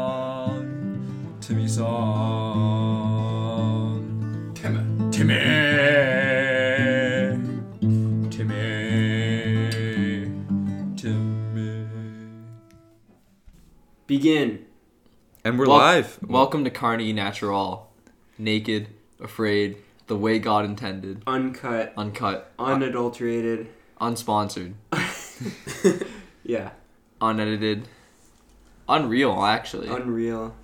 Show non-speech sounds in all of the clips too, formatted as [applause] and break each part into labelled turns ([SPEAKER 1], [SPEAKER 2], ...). [SPEAKER 1] song, Timmy song,
[SPEAKER 2] Timmy.
[SPEAKER 1] Timmy, Timmy, Timmy.
[SPEAKER 3] Begin.
[SPEAKER 4] And we're
[SPEAKER 3] Wel-
[SPEAKER 4] live.
[SPEAKER 5] Welcome to Carnegie Natural. Naked, afraid, the way God intended,
[SPEAKER 3] Uncut,
[SPEAKER 5] uncut, un-
[SPEAKER 3] unadulterated.
[SPEAKER 5] unsponsored,
[SPEAKER 3] Yeah.
[SPEAKER 5] unedited, unreal actually.
[SPEAKER 3] Unreal.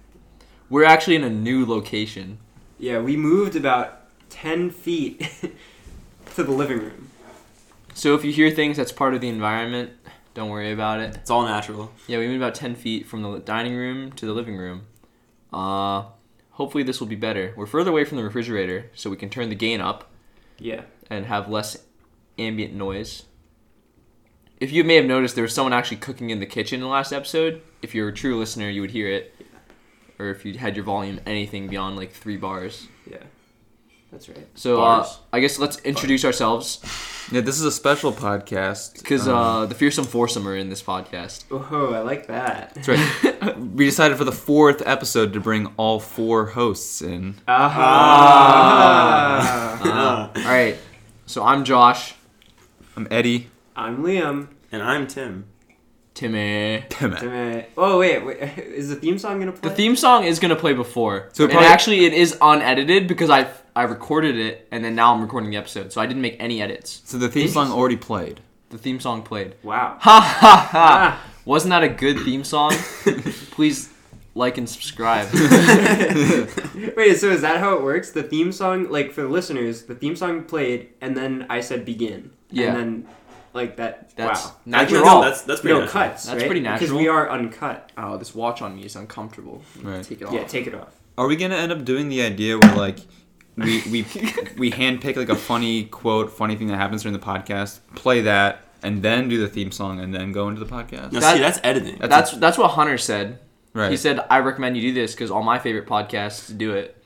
[SPEAKER 5] We're actually in a new location.
[SPEAKER 3] Yeah, we moved about 10 feet [laughs] to the living room.
[SPEAKER 5] So if you hear things that's part of the environment, don't worry about it.
[SPEAKER 3] It's all natural.
[SPEAKER 5] Yeah, we moved about 10 feet from the dining room to the living room. Uh, hopefully this will be better. We're further away from the refrigerator, so we can turn the gain up.
[SPEAKER 3] Yeah.
[SPEAKER 5] and have less ambient noise. If you may have noticed, there was someone actually cooking in the kitchen in the last episode. If you're a true listener, you would hear it, or if you had your volume anything beyond like three bars.
[SPEAKER 3] Yeah. That's right.
[SPEAKER 5] So uh,
[SPEAKER 4] Bars.
[SPEAKER 5] I guess let's introduce ourselves
[SPEAKER 4] yeah, this is a special podcast
[SPEAKER 5] because
[SPEAKER 4] Um,
[SPEAKER 5] uh, the fearsome foursome are in this podcast.
[SPEAKER 3] Oh, I like that.
[SPEAKER 4] that's right. we decided for the fourth episode to bring all four hosts in.
[SPEAKER 3] Aha!
[SPEAKER 5] Uh, all right, so I'm Josh,
[SPEAKER 4] I'm Eddie.
[SPEAKER 3] [laughs] I'm Liam.
[SPEAKER 2] And I'm Tim.
[SPEAKER 5] Timmy.
[SPEAKER 4] Timmy.
[SPEAKER 3] Oh, wait, wait. [laughs] Is the theme song going to play?
[SPEAKER 5] The theme song is gonna play before,
[SPEAKER 4] So it
[SPEAKER 5] and
[SPEAKER 4] probably-
[SPEAKER 5] actually it is unedited because I I recorded it and then now I'm recording the episode, so I didn't make any edits.
[SPEAKER 4] So the theme song already
[SPEAKER 2] [laughs]
[SPEAKER 4] played.
[SPEAKER 5] The theme song played.
[SPEAKER 3] Wow.
[SPEAKER 5] Ha ha ha!
[SPEAKER 3] Ah.
[SPEAKER 5] Wasn't that a good theme song? Please like and [laughs] subscribe.
[SPEAKER 3] Wait, so is that how it works? The theme song, like for the listeners, the theme song played, and then I said begin.
[SPEAKER 5] Yeah.
[SPEAKER 3] And then, like that.
[SPEAKER 5] That's
[SPEAKER 3] wow.
[SPEAKER 5] natural.
[SPEAKER 2] No, that's that's pretty
[SPEAKER 3] No
[SPEAKER 2] natural.
[SPEAKER 3] cuts.
[SPEAKER 5] That's
[SPEAKER 3] right?
[SPEAKER 5] pretty
[SPEAKER 3] Because
[SPEAKER 5] natural.
[SPEAKER 3] we are uncut.
[SPEAKER 5] oh, this watch on me is uncomfortable.
[SPEAKER 4] Right.
[SPEAKER 5] Take it off.
[SPEAKER 3] Yeah, take it off.
[SPEAKER 4] Are we gonna end up doing the idea where like we we we handpick like a funny quote, funny thing that happens during the podcast, play that, and then do the theme song, and then go into the podcast?
[SPEAKER 2] No,
[SPEAKER 5] That-
[SPEAKER 2] see, that's editing.
[SPEAKER 4] That's-
[SPEAKER 5] that's that's what Hunter said.
[SPEAKER 4] Right.
[SPEAKER 5] He said I recommend you do this because all my favorite podcasts do it.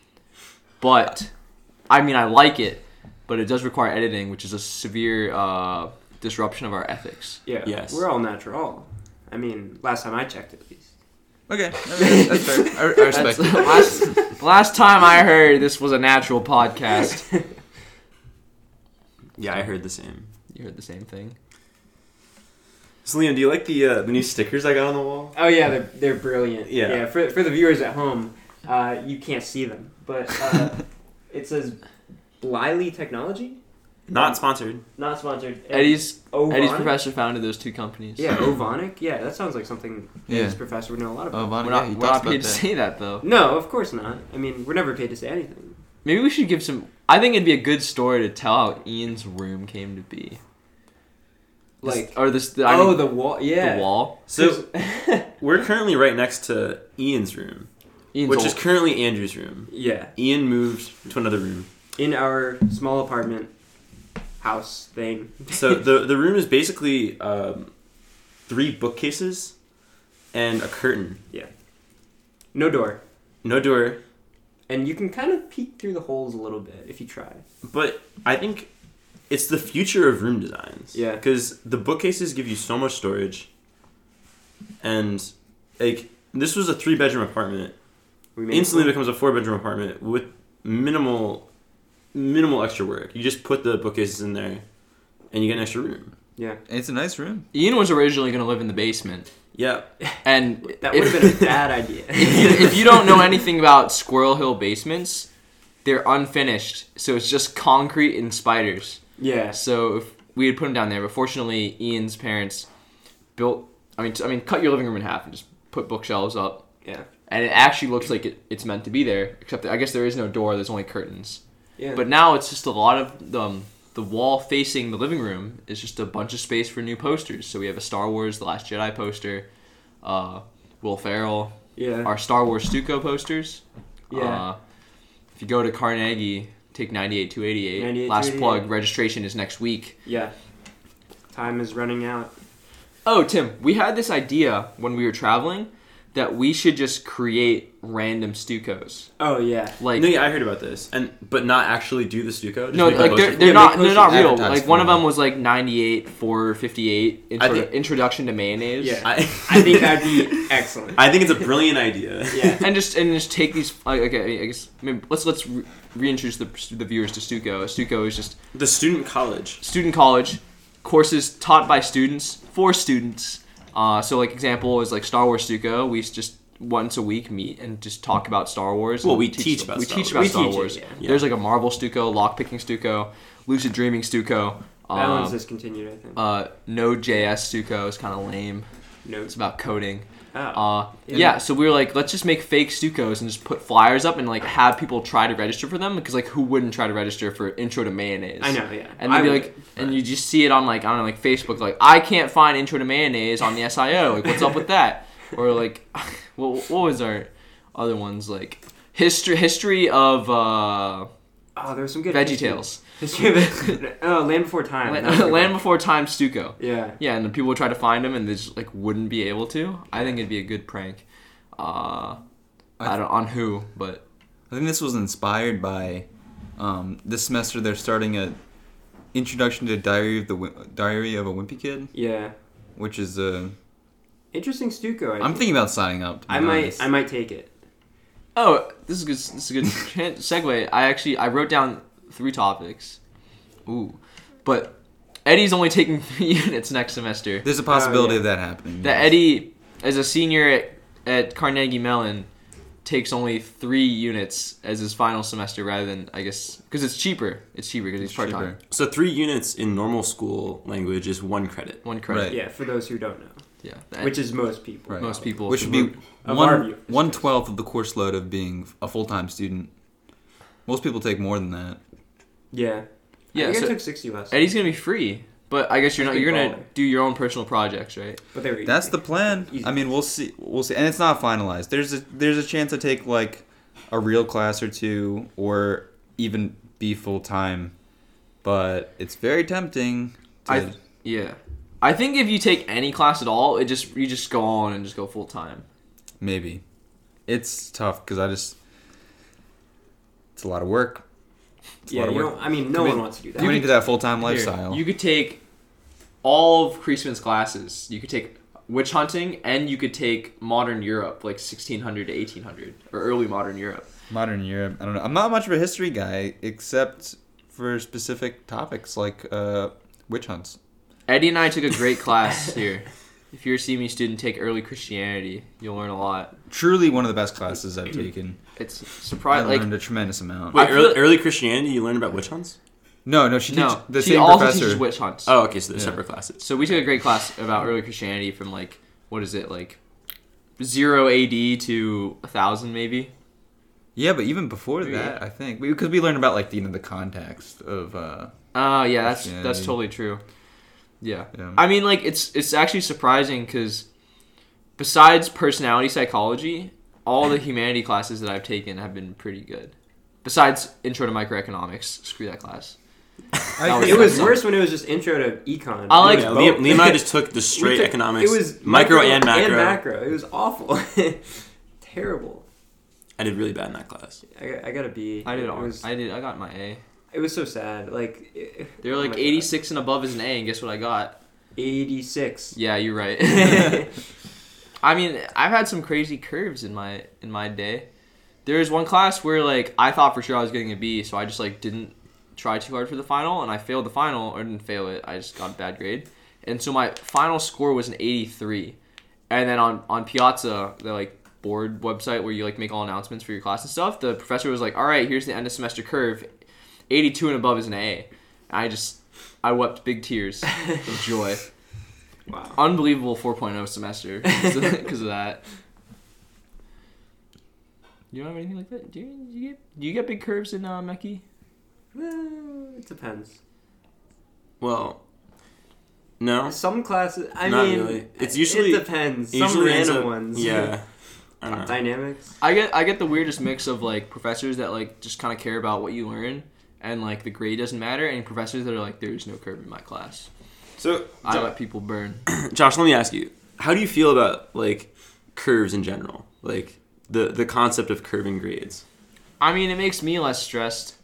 [SPEAKER 5] But I mean, I like it, but it does require editing, which is a severe uh, disruption of our ethics.
[SPEAKER 3] Yeah.
[SPEAKER 2] Yes.
[SPEAKER 3] We're all natural. I mean, last time I checked, at least.
[SPEAKER 4] okay, okay, that's fair. I, I
[SPEAKER 5] That's
[SPEAKER 4] respect.
[SPEAKER 5] the
[SPEAKER 4] it.
[SPEAKER 5] [laughs] last, the last time I heard this was a natural podcast. [laughs]
[SPEAKER 2] Yeah, I heard the same.
[SPEAKER 5] You heard the same thing.
[SPEAKER 6] So Liam, do you like the uh, the new stickers I got on the wall?
[SPEAKER 3] Oh yeah, they're they're brilliant.
[SPEAKER 6] Yeah.
[SPEAKER 3] Yeah. For for the viewers at home, uh, you can't see them, but
[SPEAKER 5] [laughs]
[SPEAKER 3] uh, it says Bliley Technology,
[SPEAKER 2] Not sponsored.
[SPEAKER 3] not sponsored. and
[SPEAKER 5] Eddie's
[SPEAKER 3] Ovonic?
[SPEAKER 5] Eddie's professor founded those two companies.
[SPEAKER 3] Yeah, Ovonic. Yeah, that sounds like something
[SPEAKER 4] Yeah.
[SPEAKER 3] this professor would know a lot about.
[SPEAKER 4] Oh, Vonnegut,
[SPEAKER 5] We're not,
[SPEAKER 4] he
[SPEAKER 5] we're
[SPEAKER 4] talks
[SPEAKER 5] not
[SPEAKER 4] about
[SPEAKER 5] paid to
[SPEAKER 4] that.
[SPEAKER 5] say that though.
[SPEAKER 3] No, of course not. I mean, we're never paid to say anything.
[SPEAKER 5] Maybe we should give some. I think it'd be a good story to tell how Ian's room came to be. This-
[SPEAKER 3] Like,
[SPEAKER 5] or this. I
[SPEAKER 3] oh,
[SPEAKER 5] mean,
[SPEAKER 3] the wall. Yeah.
[SPEAKER 5] the wall. [laughs]
[SPEAKER 2] So we're currently right next to Ian's room,
[SPEAKER 5] Ian's
[SPEAKER 2] which
[SPEAKER 5] old-
[SPEAKER 2] is currently Andrew's room.
[SPEAKER 3] [laughs] yeah.
[SPEAKER 2] Ian moved to another room.
[SPEAKER 3] In our small apartment house thing.
[SPEAKER 2] So
[SPEAKER 5] [laughs]
[SPEAKER 2] the the room is basically um, three bookcases and a curtain.
[SPEAKER 3] No door.
[SPEAKER 2] No door,
[SPEAKER 3] And you can kind of peek through the holes a little bit if you try.
[SPEAKER 2] but I think it's the future of room designs.
[SPEAKER 3] Yeah.
[SPEAKER 2] Because the bookcases give you so much storage, and like this was a three bedroom apartment,
[SPEAKER 3] We made-
[SPEAKER 2] instantly becomes a four bedroom apartment with minimal, minimal extra work. You just put the bookcases in there, and you get an extra room.
[SPEAKER 3] Yeah.
[SPEAKER 4] It's a nice room.
[SPEAKER 5] Ian was originally going to live in the basement,
[SPEAKER 2] Yeah.
[SPEAKER 5] and
[SPEAKER 3] [laughs] That would
[SPEAKER 5] if, [laughs]
[SPEAKER 3] have been a bad idea.
[SPEAKER 5] if you, if you don't know anything about Squirrel Hill basements, they're unfinished, so it's just concrete and spiders.
[SPEAKER 3] yeah.
[SPEAKER 5] So if we had put him down there, but fortunately, Ian's parents built. I mean, t- I mean, cut your living room in half and just put bookshelves up,
[SPEAKER 3] Yeah.
[SPEAKER 5] and it actually looks like it, it's meant to be there. Except that I guess there is no door. There's only curtains.
[SPEAKER 3] Yeah.
[SPEAKER 5] But now it's just a lot of the um, the wall facing the living room is just a bunch of space for new posters. So we have a Star Wars: The Last Jedi poster, uh, Will Ferrell,
[SPEAKER 3] yeah.
[SPEAKER 5] our Star Wars Stuco posters.
[SPEAKER 3] yeah.
[SPEAKER 5] Uh, if you go to Carnegie, take 98 to 88.
[SPEAKER 3] 98
[SPEAKER 5] Last
[SPEAKER 3] 288.
[SPEAKER 5] plug, registration is next week.
[SPEAKER 3] yeah. Time is running out.
[SPEAKER 5] Oh, Tim, we had this idea when we were traveling that we should just create random Stucos.
[SPEAKER 3] Oh
[SPEAKER 5] [laughs]
[SPEAKER 3] yeah.
[SPEAKER 5] Like
[SPEAKER 2] no, yeah, I heard about this, and but not actually do the stucco. just
[SPEAKER 5] No,
[SPEAKER 2] make a
[SPEAKER 5] like
[SPEAKER 2] poster
[SPEAKER 5] they're,
[SPEAKER 2] for
[SPEAKER 5] they're
[SPEAKER 3] Yeah,
[SPEAKER 5] not
[SPEAKER 3] make
[SPEAKER 5] they're not
[SPEAKER 4] posters.
[SPEAKER 5] real.
[SPEAKER 4] Advertise
[SPEAKER 5] Like one of
[SPEAKER 4] for
[SPEAKER 5] them was like 98 for 58
[SPEAKER 2] I
[SPEAKER 5] intro-
[SPEAKER 2] think-
[SPEAKER 5] introduction to mayonnaise.
[SPEAKER 2] it.
[SPEAKER 3] Yeah.
[SPEAKER 2] I, [laughs]
[SPEAKER 3] I think that'd be excellent.
[SPEAKER 2] I think it's a brilliant idea.
[SPEAKER 3] Yeah.
[SPEAKER 5] [laughs] And just and just take these like okay, I guess maybe, let's let's re- reintroduce the the viewers to Stuco. Stuco is just
[SPEAKER 2] the student college.
[SPEAKER 5] student college courses taught by students for students. Uh, so like example is like Star Wars Stuco. We just once a week meet and just talk about Star Wars.
[SPEAKER 2] Well,
[SPEAKER 5] and
[SPEAKER 2] we teach about
[SPEAKER 5] we
[SPEAKER 2] Star
[SPEAKER 5] teach
[SPEAKER 2] Wars.
[SPEAKER 5] about
[SPEAKER 3] We
[SPEAKER 5] Star
[SPEAKER 3] teach it,
[SPEAKER 5] Wars.
[SPEAKER 3] yeah.
[SPEAKER 2] Yeah.
[SPEAKER 5] There's like a Marvel Stuco, lock picking Stuco, lucid dreaming Stuco.
[SPEAKER 3] That
[SPEAKER 5] um,
[SPEAKER 3] one's discontinued, I think.
[SPEAKER 5] uh, no JS Stuco is kind of lame. It's
[SPEAKER 3] Notes.
[SPEAKER 5] about coding.
[SPEAKER 3] Oh.
[SPEAKER 5] Uh,
[SPEAKER 3] Yeah.
[SPEAKER 5] yeah. so we were like, let's just make fake Stucos and just put flyers up and like have people try to register for them because like who wouldn't try to register for Intro to Mayonnaise?
[SPEAKER 3] I know. Yeah.
[SPEAKER 5] And
[SPEAKER 3] I
[SPEAKER 5] they'd be
[SPEAKER 3] would.
[SPEAKER 5] like, and you just see it on like I don't know, like Facebook, like I can't find Intro to Mayonnaise on the SIO. Like what's up
[SPEAKER 3] [laughs]
[SPEAKER 5] with that? Or like, [laughs] what, what was our other ones like? History, history of uh,
[SPEAKER 3] oh, there's some good
[SPEAKER 5] Veggie Tales,
[SPEAKER 3] [laughs] History of- oh, Land Before Time. That was a good one.
[SPEAKER 5] Land, [laughs] Land Before Time Stuco.
[SPEAKER 3] Yeah.
[SPEAKER 5] Yeah, and the people would try to find him, and they just like wouldn't be able to. I think it'd be a good prank. Uh, I don't on who, but
[SPEAKER 4] I think this was inspired by um, this semester. They're starting a introduction to Diary of the Wim- Diary of a Wimpy Kid,
[SPEAKER 3] Yeah.
[SPEAKER 4] which is uh,
[SPEAKER 3] Interesting Stuco. I
[SPEAKER 4] I'm thinking about signing up. to be
[SPEAKER 3] I might.
[SPEAKER 4] honest.
[SPEAKER 3] I might take it.
[SPEAKER 5] oh, this is good. This is a good tran- segue. I actually I wrote down three topics. Ooh, but Eddie's only taking [laughs] three units next semester.
[SPEAKER 4] There's a possibility
[SPEAKER 3] yeah.
[SPEAKER 4] of that happening.
[SPEAKER 5] That Eddie, as a senior at, at Carnegie Mellon, takes only three units as his final semester rather than I guess because it's cheaper. It's cheaper because he's part time.
[SPEAKER 4] Cheaper.
[SPEAKER 2] So three units in normal school language is one credit.
[SPEAKER 5] One credit.
[SPEAKER 4] Right.
[SPEAKER 3] Yeah. For those who don't know,
[SPEAKER 5] Yeah.
[SPEAKER 3] which is most people.
[SPEAKER 4] Right.
[SPEAKER 5] most people.
[SPEAKER 4] which would be
[SPEAKER 3] Of our
[SPEAKER 4] one
[SPEAKER 3] view.
[SPEAKER 4] one twelfth of the course load of being a full time student. Most people take more than that.
[SPEAKER 3] Yeah. I,
[SPEAKER 5] yeah.
[SPEAKER 3] think I
[SPEAKER 5] So
[SPEAKER 3] took sixty less.
[SPEAKER 5] Eddie's gonna be free, but I guess you're not.
[SPEAKER 3] Big
[SPEAKER 5] You're gonna
[SPEAKER 3] baller.
[SPEAKER 5] do your own personal projects, right?
[SPEAKER 3] but they were
[SPEAKER 4] That's the plan.
[SPEAKER 3] Easy.
[SPEAKER 4] I mean, we'll see. We'll see, and it's not finalized. There's a there's a chance I take like a real class or two, or even be full time. But it's very tempting. To,
[SPEAKER 5] I- Yeah. I think if you take any class at all, it just you just go on and just go full time.
[SPEAKER 4] maybe it's tough because I just it's a lot of work. It's a
[SPEAKER 3] Yeah.
[SPEAKER 4] lot of
[SPEAKER 3] You
[SPEAKER 4] work.
[SPEAKER 3] don't, I mean, no
[SPEAKER 4] Come
[SPEAKER 3] one
[SPEAKER 4] in-
[SPEAKER 3] wants to do that.
[SPEAKER 4] Coming into that full time
[SPEAKER 5] Here,
[SPEAKER 4] lifestyle.
[SPEAKER 5] You could take all of Kreisman's classes. You could take witch hunting, and you could take modern Europe, like 1600 to 1800, or early modern Europe.
[SPEAKER 4] Modern Europe. I don't know. I'm not much of a history guy, except for specific topics like uh, witch hunts.
[SPEAKER 5] Eddie and I took a great [laughs] class here. If you're a CME student, take early Christianity. You'll learn a lot.
[SPEAKER 4] Truly, one of the best
[SPEAKER 5] [clears throat]
[SPEAKER 4] classes I've taken.
[SPEAKER 5] It's
[SPEAKER 4] I
[SPEAKER 5] surprising. Like
[SPEAKER 4] learned a tremendous amount.
[SPEAKER 5] I
[SPEAKER 2] Wait,
[SPEAKER 5] feel-
[SPEAKER 2] early, early Christianity, you learn about witch hunts?
[SPEAKER 4] no, no, she
[SPEAKER 5] no,
[SPEAKER 4] teach, the
[SPEAKER 5] she
[SPEAKER 4] same
[SPEAKER 5] also
[SPEAKER 4] professor.
[SPEAKER 5] teaches witch hunts.
[SPEAKER 2] Oh, okay, so they're
[SPEAKER 4] Yeah.
[SPEAKER 2] separate classes.
[SPEAKER 5] So we took a great class about early Christianity from like what is it like zero A.D. to a thousand maybe.
[SPEAKER 4] yeah, but even before
[SPEAKER 5] Yeah.
[SPEAKER 4] that, I think because we, learned about like the you know the context of uh,
[SPEAKER 5] Oh yeah, that's that's
[SPEAKER 4] Christianity.
[SPEAKER 5] totally true. Yeah,
[SPEAKER 4] Yeah.
[SPEAKER 5] I mean like it's it's actually surprising because besides personality psychology, all the humanity classes that I've taken have been pretty good. Besides intro to microeconomics, screw that class. That
[SPEAKER 3] It was
[SPEAKER 5] something.
[SPEAKER 3] worse when it was just intro to econ.
[SPEAKER 5] I like-
[SPEAKER 2] Yeah, Liam, Liam and I just
[SPEAKER 3] [laughs]
[SPEAKER 2] took the straight
[SPEAKER 3] took-
[SPEAKER 2] economics, micro, and macro.
[SPEAKER 3] And macro. It was awful. [laughs] Terrible.
[SPEAKER 2] I did really bad in that class.
[SPEAKER 3] I, I got a B.
[SPEAKER 5] I did
[SPEAKER 3] it.
[SPEAKER 5] all.
[SPEAKER 3] Was,
[SPEAKER 5] I did. I got my A.
[SPEAKER 3] it was so sad. Like it-
[SPEAKER 5] They were
[SPEAKER 3] oh
[SPEAKER 5] like
[SPEAKER 3] my God.
[SPEAKER 5] 86 and above is an A, and guess what I got? [laughs]
[SPEAKER 3] [laughs] 86.
[SPEAKER 5] Yeah, you're right. I mean, I've had some crazy curves in my in my day. There was one class where like I thought for sure I was getting a B, so I just like didn't try too hard for the final, and I failed the final or didn't fail it. I just got a bad grade, and so my final score was an 83. And then on on Piazza, the like board website where you like make all announcements for your class and stuff, the professor was like, "All right, here's the end of semester curve. 82 and above is an A." And I just I wept big tears of joy
[SPEAKER 3] Wow.
[SPEAKER 5] unbelievable 4.0 semester [laughs] because of that. You don't have anything like that? Do you, do you get do you get big curves in uh, Mechie?
[SPEAKER 3] Well, it depends.
[SPEAKER 2] Well, no.
[SPEAKER 3] Some classes. I
[SPEAKER 2] Not
[SPEAKER 3] mean,
[SPEAKER 2] really. It's usually-
[SPEAKER 3] it depends.
[SPEAKER 2] It
[SPEAKER 3] Some
[SPEAKER 2] usually ends
[SPEAKER 3] random
[SPEAKER 2] up-
[SPEAKER 3] ones.
[SPEAKER 2] Yeah. I don't
[SPEAKER 3] [laughs]
[SPEAKER 2] know.
[SPEAKER 3] Dynamics.
[SPEAKER 5] I get I get the weirdest mix of like professors that like just kind of care about what you learn and like the grade doesn't matter, and professors that are like there's no curve in my class.
[SPEAKER 2] So,
[SPEAKER 5] I
[SPEAKER 2] Jo-
[SPEAKER 5] let people burn.
[SPEAKER 2] Josh, let me ask you: How do you feel about like curves in general, like the the concept of curving grades.
[SPEAKER 5] I mean, it makes me less stressed.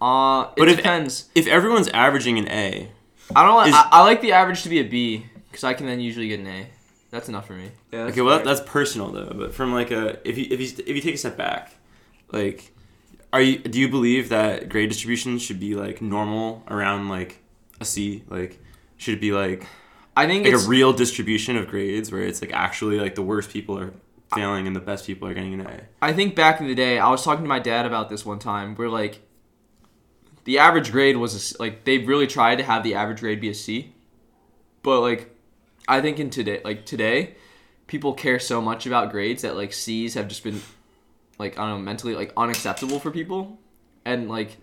[SPEAKER 5] Uh, it
[SPEAKER 2] But if-
[SPEAKER 5] depends.
[SPEAKER 2] If everyone's averaging an A,
[SPEAKER 5] I don't. Like,
[SPEAKER 2] is-
[SPEAKER 5] I, I like the average to be a B because I can then usually get an A. That's enough for me.
[SPEAKER 3] Yeah,
[SPEAKER 2] okay, well that,
[SPEAKER 3] fair.
[SPEAKER 2] that's personal though. But from like a if you if you if you take a step back, like, are you do you believe that grade distribution should be like normal around like a C? Like, should it be like
[SPEAKER 5] I think
[SPEAKER 2] like
[SPEAKER 5] it's,
[SPEAKER 2] a real distribution of grades where it's like actually like the worst people are failing and the best people are getting an A.
[SPEAKER 5] I think back in the day, I was talking to my dad about this one time where like the average grade was a C- like they really tried to have the average grade be a C, but like I think in today like today people care so much about grades that like C's have just been like I don't know mentally like unacceptable for people and like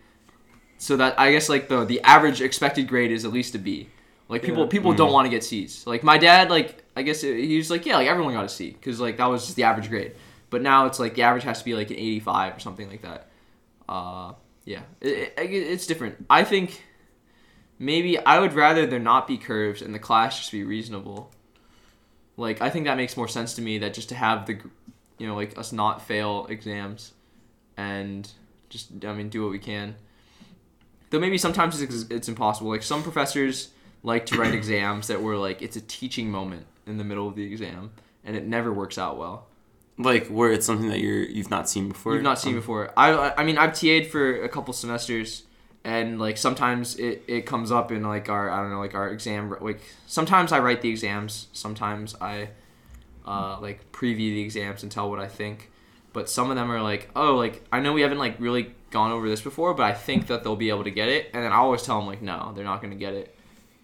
[SPEAKER 5] so that I guess like the the average expected grade is at least a B. Like people
[SPEAKER 3] Yeah.
[SPEAKER 5] people don't want to get C's. Like my dad like I guess uh, he was like yeah like everyone got a C because like that was just the average grade. But now it's like the average has to be like an 85 or something like that. Uh, yeah, it, it, it's different. I think maybe I would rather there not be curves and the class just be reasonable. Like I think that makes more sense to me that just to have the, gr- you know, like us not fail exams, and just I mean do what we can. Though maybe sometimes it's, it's impossible. Like some professors like to write exams that were like it's a teaching moment in the middle of the exam, and it never works out well
[SPEAKER 2] Like where it's something that you're you've not seen before.
[SPEAKER 5] you've not seen
[SPEAKER 2] Um,
[SPEAKER 5] before. I- I I mean I've TA'd for a couple semesters, and like sometimes it, it comes up in like our I don't know like our exam like sometimes I write the exams, sometimes I uh, like preview the exams and tell what I think. But some of them are like oh like I know we haven't like really gone over this before, but I think that they'll be able to get it, and then I always tell them like no they're not gonna get it,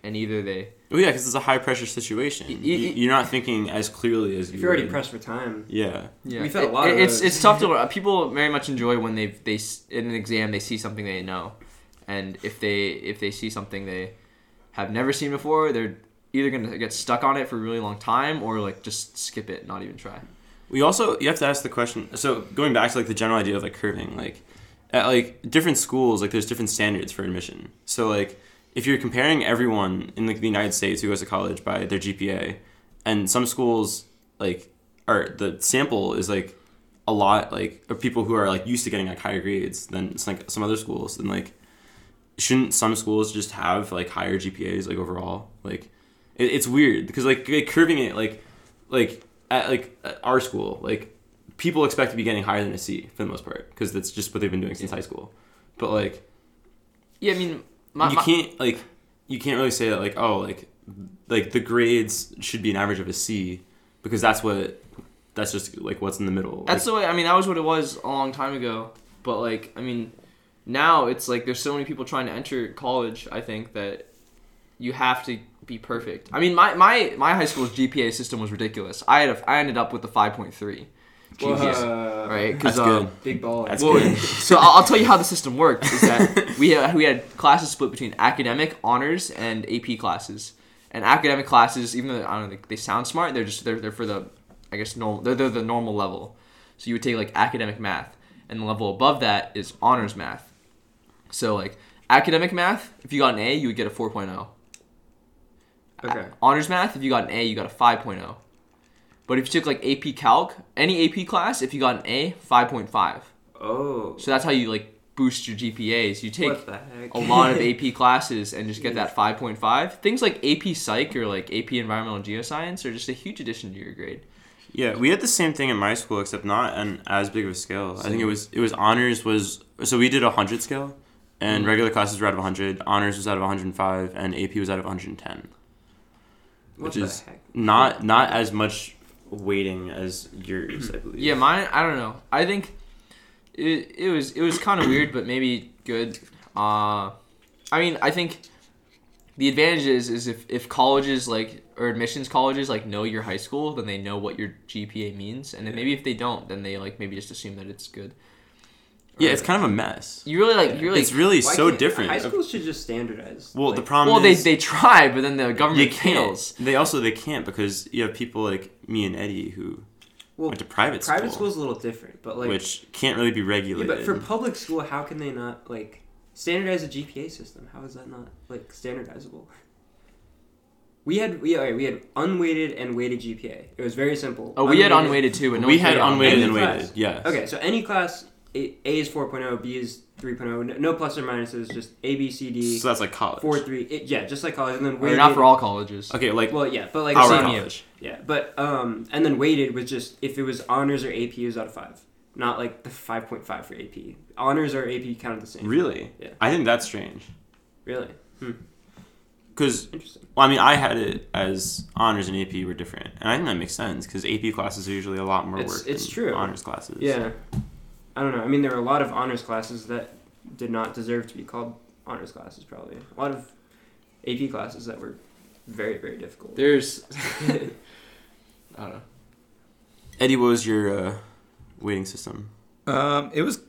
[SPEAKER 5] and either they
[SPEAKER 2] Oh yeah, because it's a high pressure situation.
[SPEAKER 5] Y- y-
[SPEAKER 2] You, you're not thinking as clearly as you.
[SPEAKER 3] if you're already
[SPEAKER 2] would.
[SPEAKER 3] pressed for time,
[SPEAKER 2] Yeah.
[SPEAKER 5] Yeah,
[SPEAKER 3] We've had a
[SPEAKER 5] It-
[SPEAKER 3] lot of
[SPEAKER 5] it- it's
[SPEAKER 3] those.
[SPEAKER 5] it's tough to uh, people very much enjoy when they they s- in an exam they see something they know, and if they if they see something they have never seen before, they're either gonna get stuck on it for a really long time or like just skip it, not even try.
[SPEAKER 2] We also you have to ask the question. So going back to like the general idea of like curving, like at like different schools, like there's different standards for admission. So like if you're comparing everyone in like the United States who goes to college by their GPA, and some schools like are the sample is like a lot like of people who are like used to getting like higher grades than like some other schools, and like shouldn't some schools just have like higher GPAs like overall? Like it, it's weird because like, like curving it like like at like at our school like people expect to be getting higher than a C for the most part because that's just what they've been doing since high school. But like
[SPEAKER 5] Yeah, I mean, my,
[SPEAKER 2] you
[SPEAKER 5] my-
[SPEAKER 2] can't like you can't really say that like oh like like the grades should be an average of a C because that's what that's just like what's in the middle.
[SPEAKER 5] that's
[SPEAKER 2] like,
[SPEAKER 5] the way. I mean, that was what it was a long time ago, but like I mean, now it's like there's so many people trying to enter college. I think that you have to be perfect. I mean, my my my high school's GPA system was ridiculous. I had a, I ended up with a five point three.
[SPEAKER 3] Whoa,
[SPEAKER 5] right? Because
[SPEAKER 2] that's
[SPEAKER 5] um,
[SPEAKER 2] good.
[SPEAKER 3] uh, big ball.
[SPEAKER 2] That's
[SPEAKER 5] well,
[SPEAKER 2] good.
[SPEAKER 5] [laughs] so I'll, I'll tell you how the system worked. Is that we had, we had classes split between academic honors and AP classes. And academic classes, even though I don't know, they, they sound smart, they're just they're, they're for the I guess normal they're, they're the normal level. So you would take like academic math, and the level above that is honors math. So like academic math, if you got an A, you would get a 4.0.
[SPEAKER 3] Okay.
[SPEAKER 5] Honors math, if you got an A, you got a 5.0. But if you took like AP Calc, any AP class, if you got an A, 5.5.
[SPEAKER 3] Oh,
[SPEAKER 5] So that's how you like boost your GPAs. You take
[SPEAKER 3] what the heck? [laughs]
[SPEAKER 5] a lot of AP classes and just get that 5.5. Things like AP Psych or like AP Environmental Geoscience are just a huge addition to your grade.
[SPEAKER 2] [laughs] Yeah, we had the same thing in my school, except not on as big of a scale. I think it was it was honors was so we did a hundred scale,
[SPEAKER 5] Mm-hmm.
[SPEAKER 2] and regular classes were out of hundred, honors was out of one hundred and five, and AP was out of one hundred and ten.
[SPEAKER 3] What
[SPEAKER 2] Which
[SPEAKER 3] the
[SPEAKER 2] is
[SPEAKER 3] heck?
[SPEAKER 2] not not as much weighting as
[SPEAKER 3] [clears throat]
[SPEAKER 2] yours, I believe.
[SPEAKER 5] Yeah, mine. I don't know. I think it, it was it was kind of weird, but maybe good. Uh, I mean, I think the advantage is is if if colleges like or admissions colleges like know your high school, then they know what your GPA means, and then maybe if they don't, then they like maybe just assume that it's good.
[SPEAKER 2] yeah, it's kind of a mess.
[SPEAKER 5] You really like you really
[SPEAKER 2] it's really
[SPEAKER 3] Why
[SPEAKER 2] so
[SPEAKER 3] can't- High
[SPEAKER 2] different.
[SPEAKER 3] schools should just standardize.
[SPEAKER 2] Well,
[SPEAKER 3] like,
[SPEAKER 2] the problem
[SPEAKER 5] Well, they,
[SPEAKER 2] is
[SPEAKER 5] they try, but then the
[SPEAKER 2] you
[SPEAKER 5] government
[SPEAKER 2] can't.
[SPEAKER 5] fails.
[SPEAKER 2] They also they can't because you have people like me and Eddie who
[SPEAKER 3] Well,
[SPEAKER 2] went to private school,
[SPEAKER 3] private school's a little different, but like,
[SPEAKER 2] which can't really be
[SPEAKER 3] yeah,
[SPEAKER 2] regulated.
[SPEAKER 3] but for public school, how can they not like standardize a GPA system? How is that not like standardizable? We had we alright, we had unweighted and weighted GPA. It was very simple.
[SPEAKER 5] Oh, we had unweighted too, but no
[SPEAKER 2] we
[SPEAKER 5] one
[SPEAKER 2] had
[SPEAKER 5] played on.
[SPEAKER 2] unweighted
[SPEAKER 3] Any
[SPEAKER 2] and
[SPEAKER 3] class.
[SPEAKER 2] weighted. Yes.
[SPEAKER 3] Okay, so any class, A, A is 4.0, B is 3.0, no plus or minuses, just A, B, C, D,
[SPEAKER 2] So that's like college.
[SPEAKER 3] 4, 3, it, yeah, just like college, and then
[SPEAKER 5] Or
[SPEAKER 3] weighted.
[SPEAKER 5] not for all colleges.
[SPEAKER 2] Okay, like
[SPEAKER 3] Well, yeah, but like
[SPEAKER 2] our
[SPEAKER 3] same-
[SPEAKER 5] college.
[SPEAKER 2] college.
[SPEAKER 3] Yeah, but um, and then weighted was just if it was honors or AP, it was out of five, not like the 5.5 for AP. Honors or AP counted the same.
[SPEAKER 2] Really?
[SPEAKER 3] Yeah.
[SPEAKER 2] I think that's strange.
[SPEAKER 3] Really? Hmm.
[SPEAKER 2] Because
[SPEAKER 3] Interesting.
[SPEAKER 2] well, I mean, I had it as honors and AP were different, and I think that makes sense because AP classes are usually a lot more
[SPEAKER 3] It's-
[SPEAKER 2] work.
[SPEAKER 3] it's
[SPEAKER 2] than
[SPEAKER 3] true.
[SPEAKER 2] Honors classes.
[SPEAKER 3] Yeah. I don't know. I mean, there were a lot of honors classes that did not deserve to be called honors classes, probably. A lot of AP classes that were very, very difficult.
[SPEAKER 5] [laughs] There's. I don't know.
[SPEAKER 2] Eddie, what was your uh, weighting system?
[SPEAKER 4] Um, it was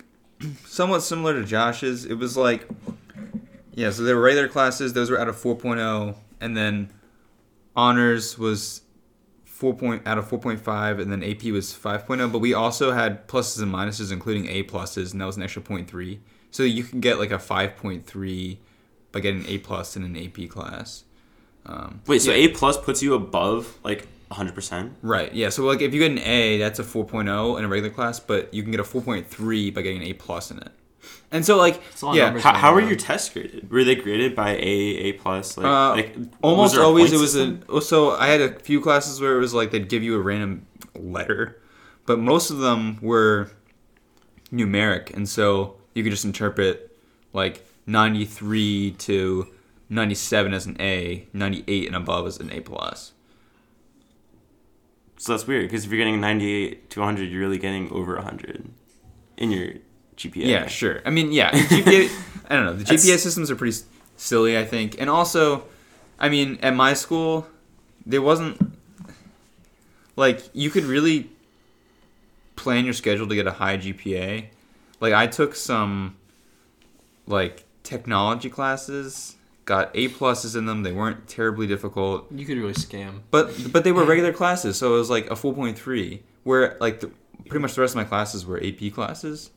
[SPEAKER 4] somewhat similar to Josh's. It was like, yeah, so there were regular classes. Those were out of 4.0. And then honors was 4 point, out of 4.5. And then AP was 5.0. But we also had pluses and minuses, including A pluses. And that was an extra 0.3. So you can get like a 5.3 by getting an A plus in an AP class. Um,
[SPEAKER 2] Wait, so A plus puts you above like 100 percent.
[SPEAKER 4] Right. Yeah. So like if you get an A, that's a 4.0 in a regular class, but you can get a 4.3 by getting an A plus in it. And so like
[SPEAKER 5] It's a lot of
[SPEAKER 4] yeah,
[SPEAKER 5] numbers.
[SPEAKER 2] How, how were
[SPEAKER 5] Yeah.
[SPEAKER 2] your tests graded? Were they graded by A, A plus? Like,
[SPEAKER 4] Uh,
[SPEAKER 2] like was
[SPEAKER 4] almost
[SPEAKER 2] there a
[SPEAKER 4] always it
[SPEAKER 2] point
[SPEAKER 4] was
[SPEAKER 2] system?
[SPEAKER 4] a Oh, so I had a few classes where it was like they'd give you a random letter, but most of them were numeric, and so you could just interpret like 93 to 97 as an A, 98 and above as an A plus.
[SPEAKER 2] So that's weird because if you're getting 98 to 100, you're really getting over 100 in your GPA.
[SPEAKER 4] Yeah, [laughs]
[SPEAKER 2] [laughs]
[SPEAKER 4] sure. I mean, yeah, GPA, I don't know. The
[SPEAKER 2] That's-
[SPEAKER 4] GPA systems are pretty s- silly, I think. And also, I mean, at my school, there wasn't like you could really plan your schedule to get a high GPA. Like I took some like technology classes, got A pluses in them. They weren't terribly difficult.
[SPEAKER 5] You could really scam.
[SPEAKER 4] But but they were regular classes, so it was like a four point three. Where like the, pretty much the rest of my classes were AP classes,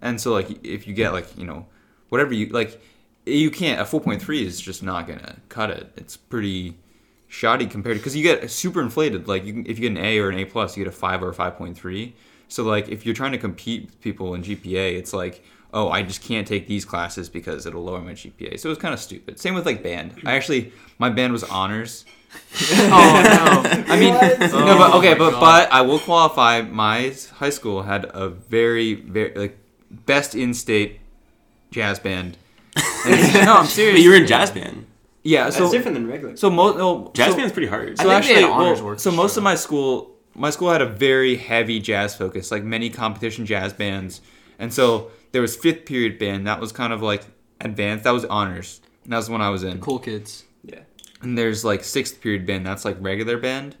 [SPEAKER 4] and so like if you get like you know whatever you like, you can't a four point three is just not gonna cut it. It's pretty shoddy compared because you get super inflated. Like you can, if you get an A or an A plus, you get a five or a five point three. So like if you're trying to compete with people in GPA, it's like oh I just can't take these classes because it'll lower my GPA. So it was kind of stupid. Same with like band. I actually my band was honors.
[SPEAKER 5] oh no. [laughs]
[SPEAKER 4] I mean, no, but
[SPEAKER 5] Oh
[SPEAKER 4] okay,
[SPEAKER 5] my
[SPEAKER 4] but
[SPEAKER 5] God.
[SPEAKER 4] but I will qualify. My high school had a very very like best in state jazz band. And- no, I'm serious.
[SPEAKER 2] But you were in jazz band.
[SPEAKER 4] Yeah,
[SPEAKER 3] That's
[SPEAKER 4] so
[SPEAKER 3] different than regular.
[SPEAKER 4] so most no,
[SPEAKER 2] Jazz
[SPEAKER 4] so,
[SPEAKER 2] band's pretty hard.
[SPEAKER 4] So
[SPEAKER 5] I think they
[SPEAKER 4] actually,
[SPEAKER 5] had honors
[SPEAKER 4] well,
[SPEAKER 5] orchestra.
[SPEAKER 4] so most of my school, my school had a very heavy jazz focus, like many competition jazz bands, and so there was fifth period band that was kind of like advanced. That was honors. And that was the one I was in.
[SPEAKER 5] Cool
[SPEAKER 2] [laughs]
[SPEAKER 5] kids.
[SPEAKER 3] yeah.
[SPEAKER 4] and there's like sixth period band that's like regular band